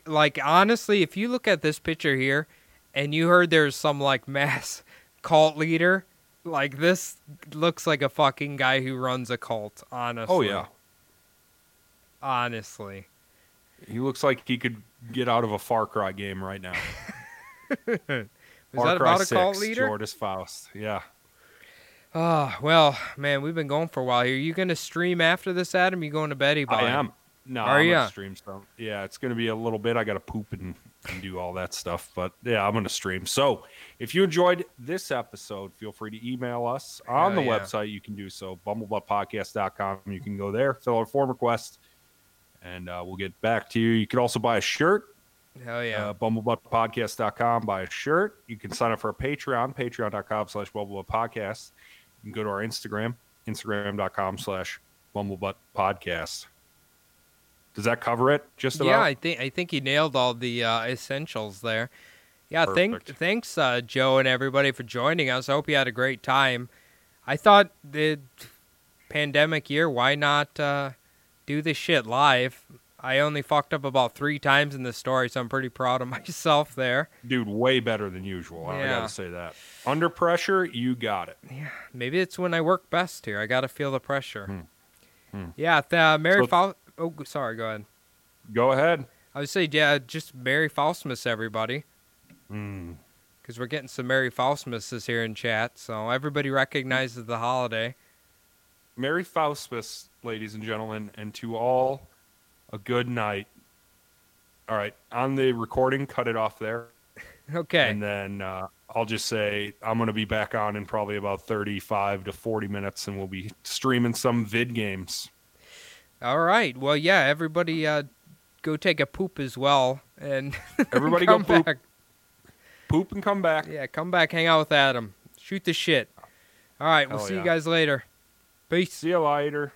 Speaker 1: Like honestly, if you look at this picture here, and you heard there's some like [laughs] mass cult leader, like this looks like a fucking guy who runs a cult. Honestly.
Speaker 2: Oh yeah.
Speaker 1: Honestly.
Speaker 2: He looks like he could get out of a Far Cry game right now.
Speaker 1: Is that about a cult leader?
Speaker 2: Jordis Faust. Yeah.
Speaker 1: Ah, well, man, we've been going for a while here. You gonna stream after this, Adam? You going to bed? Ivan?
Speaker 2: I am. No,
Speaker 1: Are
Speaker 2: I'm
Speaker 1: ya?
Speaker 2: gonna stream some. Yeah, it's gonna be a little bit. I gotta poop and, and do all that stuff. But yeah, I'm gonna stream. So if you enjoyed this episode, feel free to email us on
Speaker 1: Hell
Speaker 2: the
Speaker 1: yeah.
Speaker 2: website. You can do so, bumblebuttpodcast.com. You can go there, fill out a form request, and uh, we'll get back to you. You can also buy a shirt
Speaker 1: Hell yeah.
Speaker 2: uh, bumblebuttpodcast.com buy a shirt you can sign up for a patreon patreon.com slash bumblebuttpodcast you can go to our instagram instagram.com slash bumblebuttpodcast does that cover it just about
Speaker 1: yeah, I think I think he nailed all the uh, essentials there. Yeah, thank,
Speaker 2: Perfect.
Speaker 1: thanks, uh, Joe and everybody for joining us. I hope you had a great time. I thought the pandemic year, why not uh, do this shit live? I only fucked up about three times in the story, so I'm pretty proud of [laughs] myself there.
Speaker 2: dude way better than usual i
Speaker 1: Yeah.
Speaker 2: gotta say that under pressure you got it
Speaker 1: Maybe it's when I work best here. I got to feel the pressure.
Speaker 2: Hmm.
Speaker 1: Yeah, th- uh, Mary
Speaker 2: So-
Speaker 1: Fau- Oh, g- sorry. Go ahead.
Speaker 2: go ahead
Speaker 1: I would say, yeah, just Mary Faustmas, everybody.
Speaker 2: Mm.
Speaker 1: because we're getting some Merry Faustmases here in chat, so everybody recognizes the holiday. [laughs]
Speaker 2: merry faustmas ladies and gentlemen and to all a good night all right on the recording cut it off there
Speaker 1: Okay,
Speaker 2: And then uh, I'll just say I'm going to be back on in probably about 35 to 40 minutes, and we'll be streaming some vid games.
Speaker 1: all right. Well, yeah, everybody, uh, go take a poop as well, and [laughs]
Speaker 2: Everybody go
Speaker 1: come
Speaker 2: poop,
Speaker 1: back.
Speaker 2: poop and come back.
Speaker 1: Yeah, come back, hang out with Adam, shoot the shit. All right, we'll
Speaker 2: Hell
Speaker 1: see you
Speaker 2: yeah.
Speaker 1: guys later. Peace.
Speaker 2: See you later.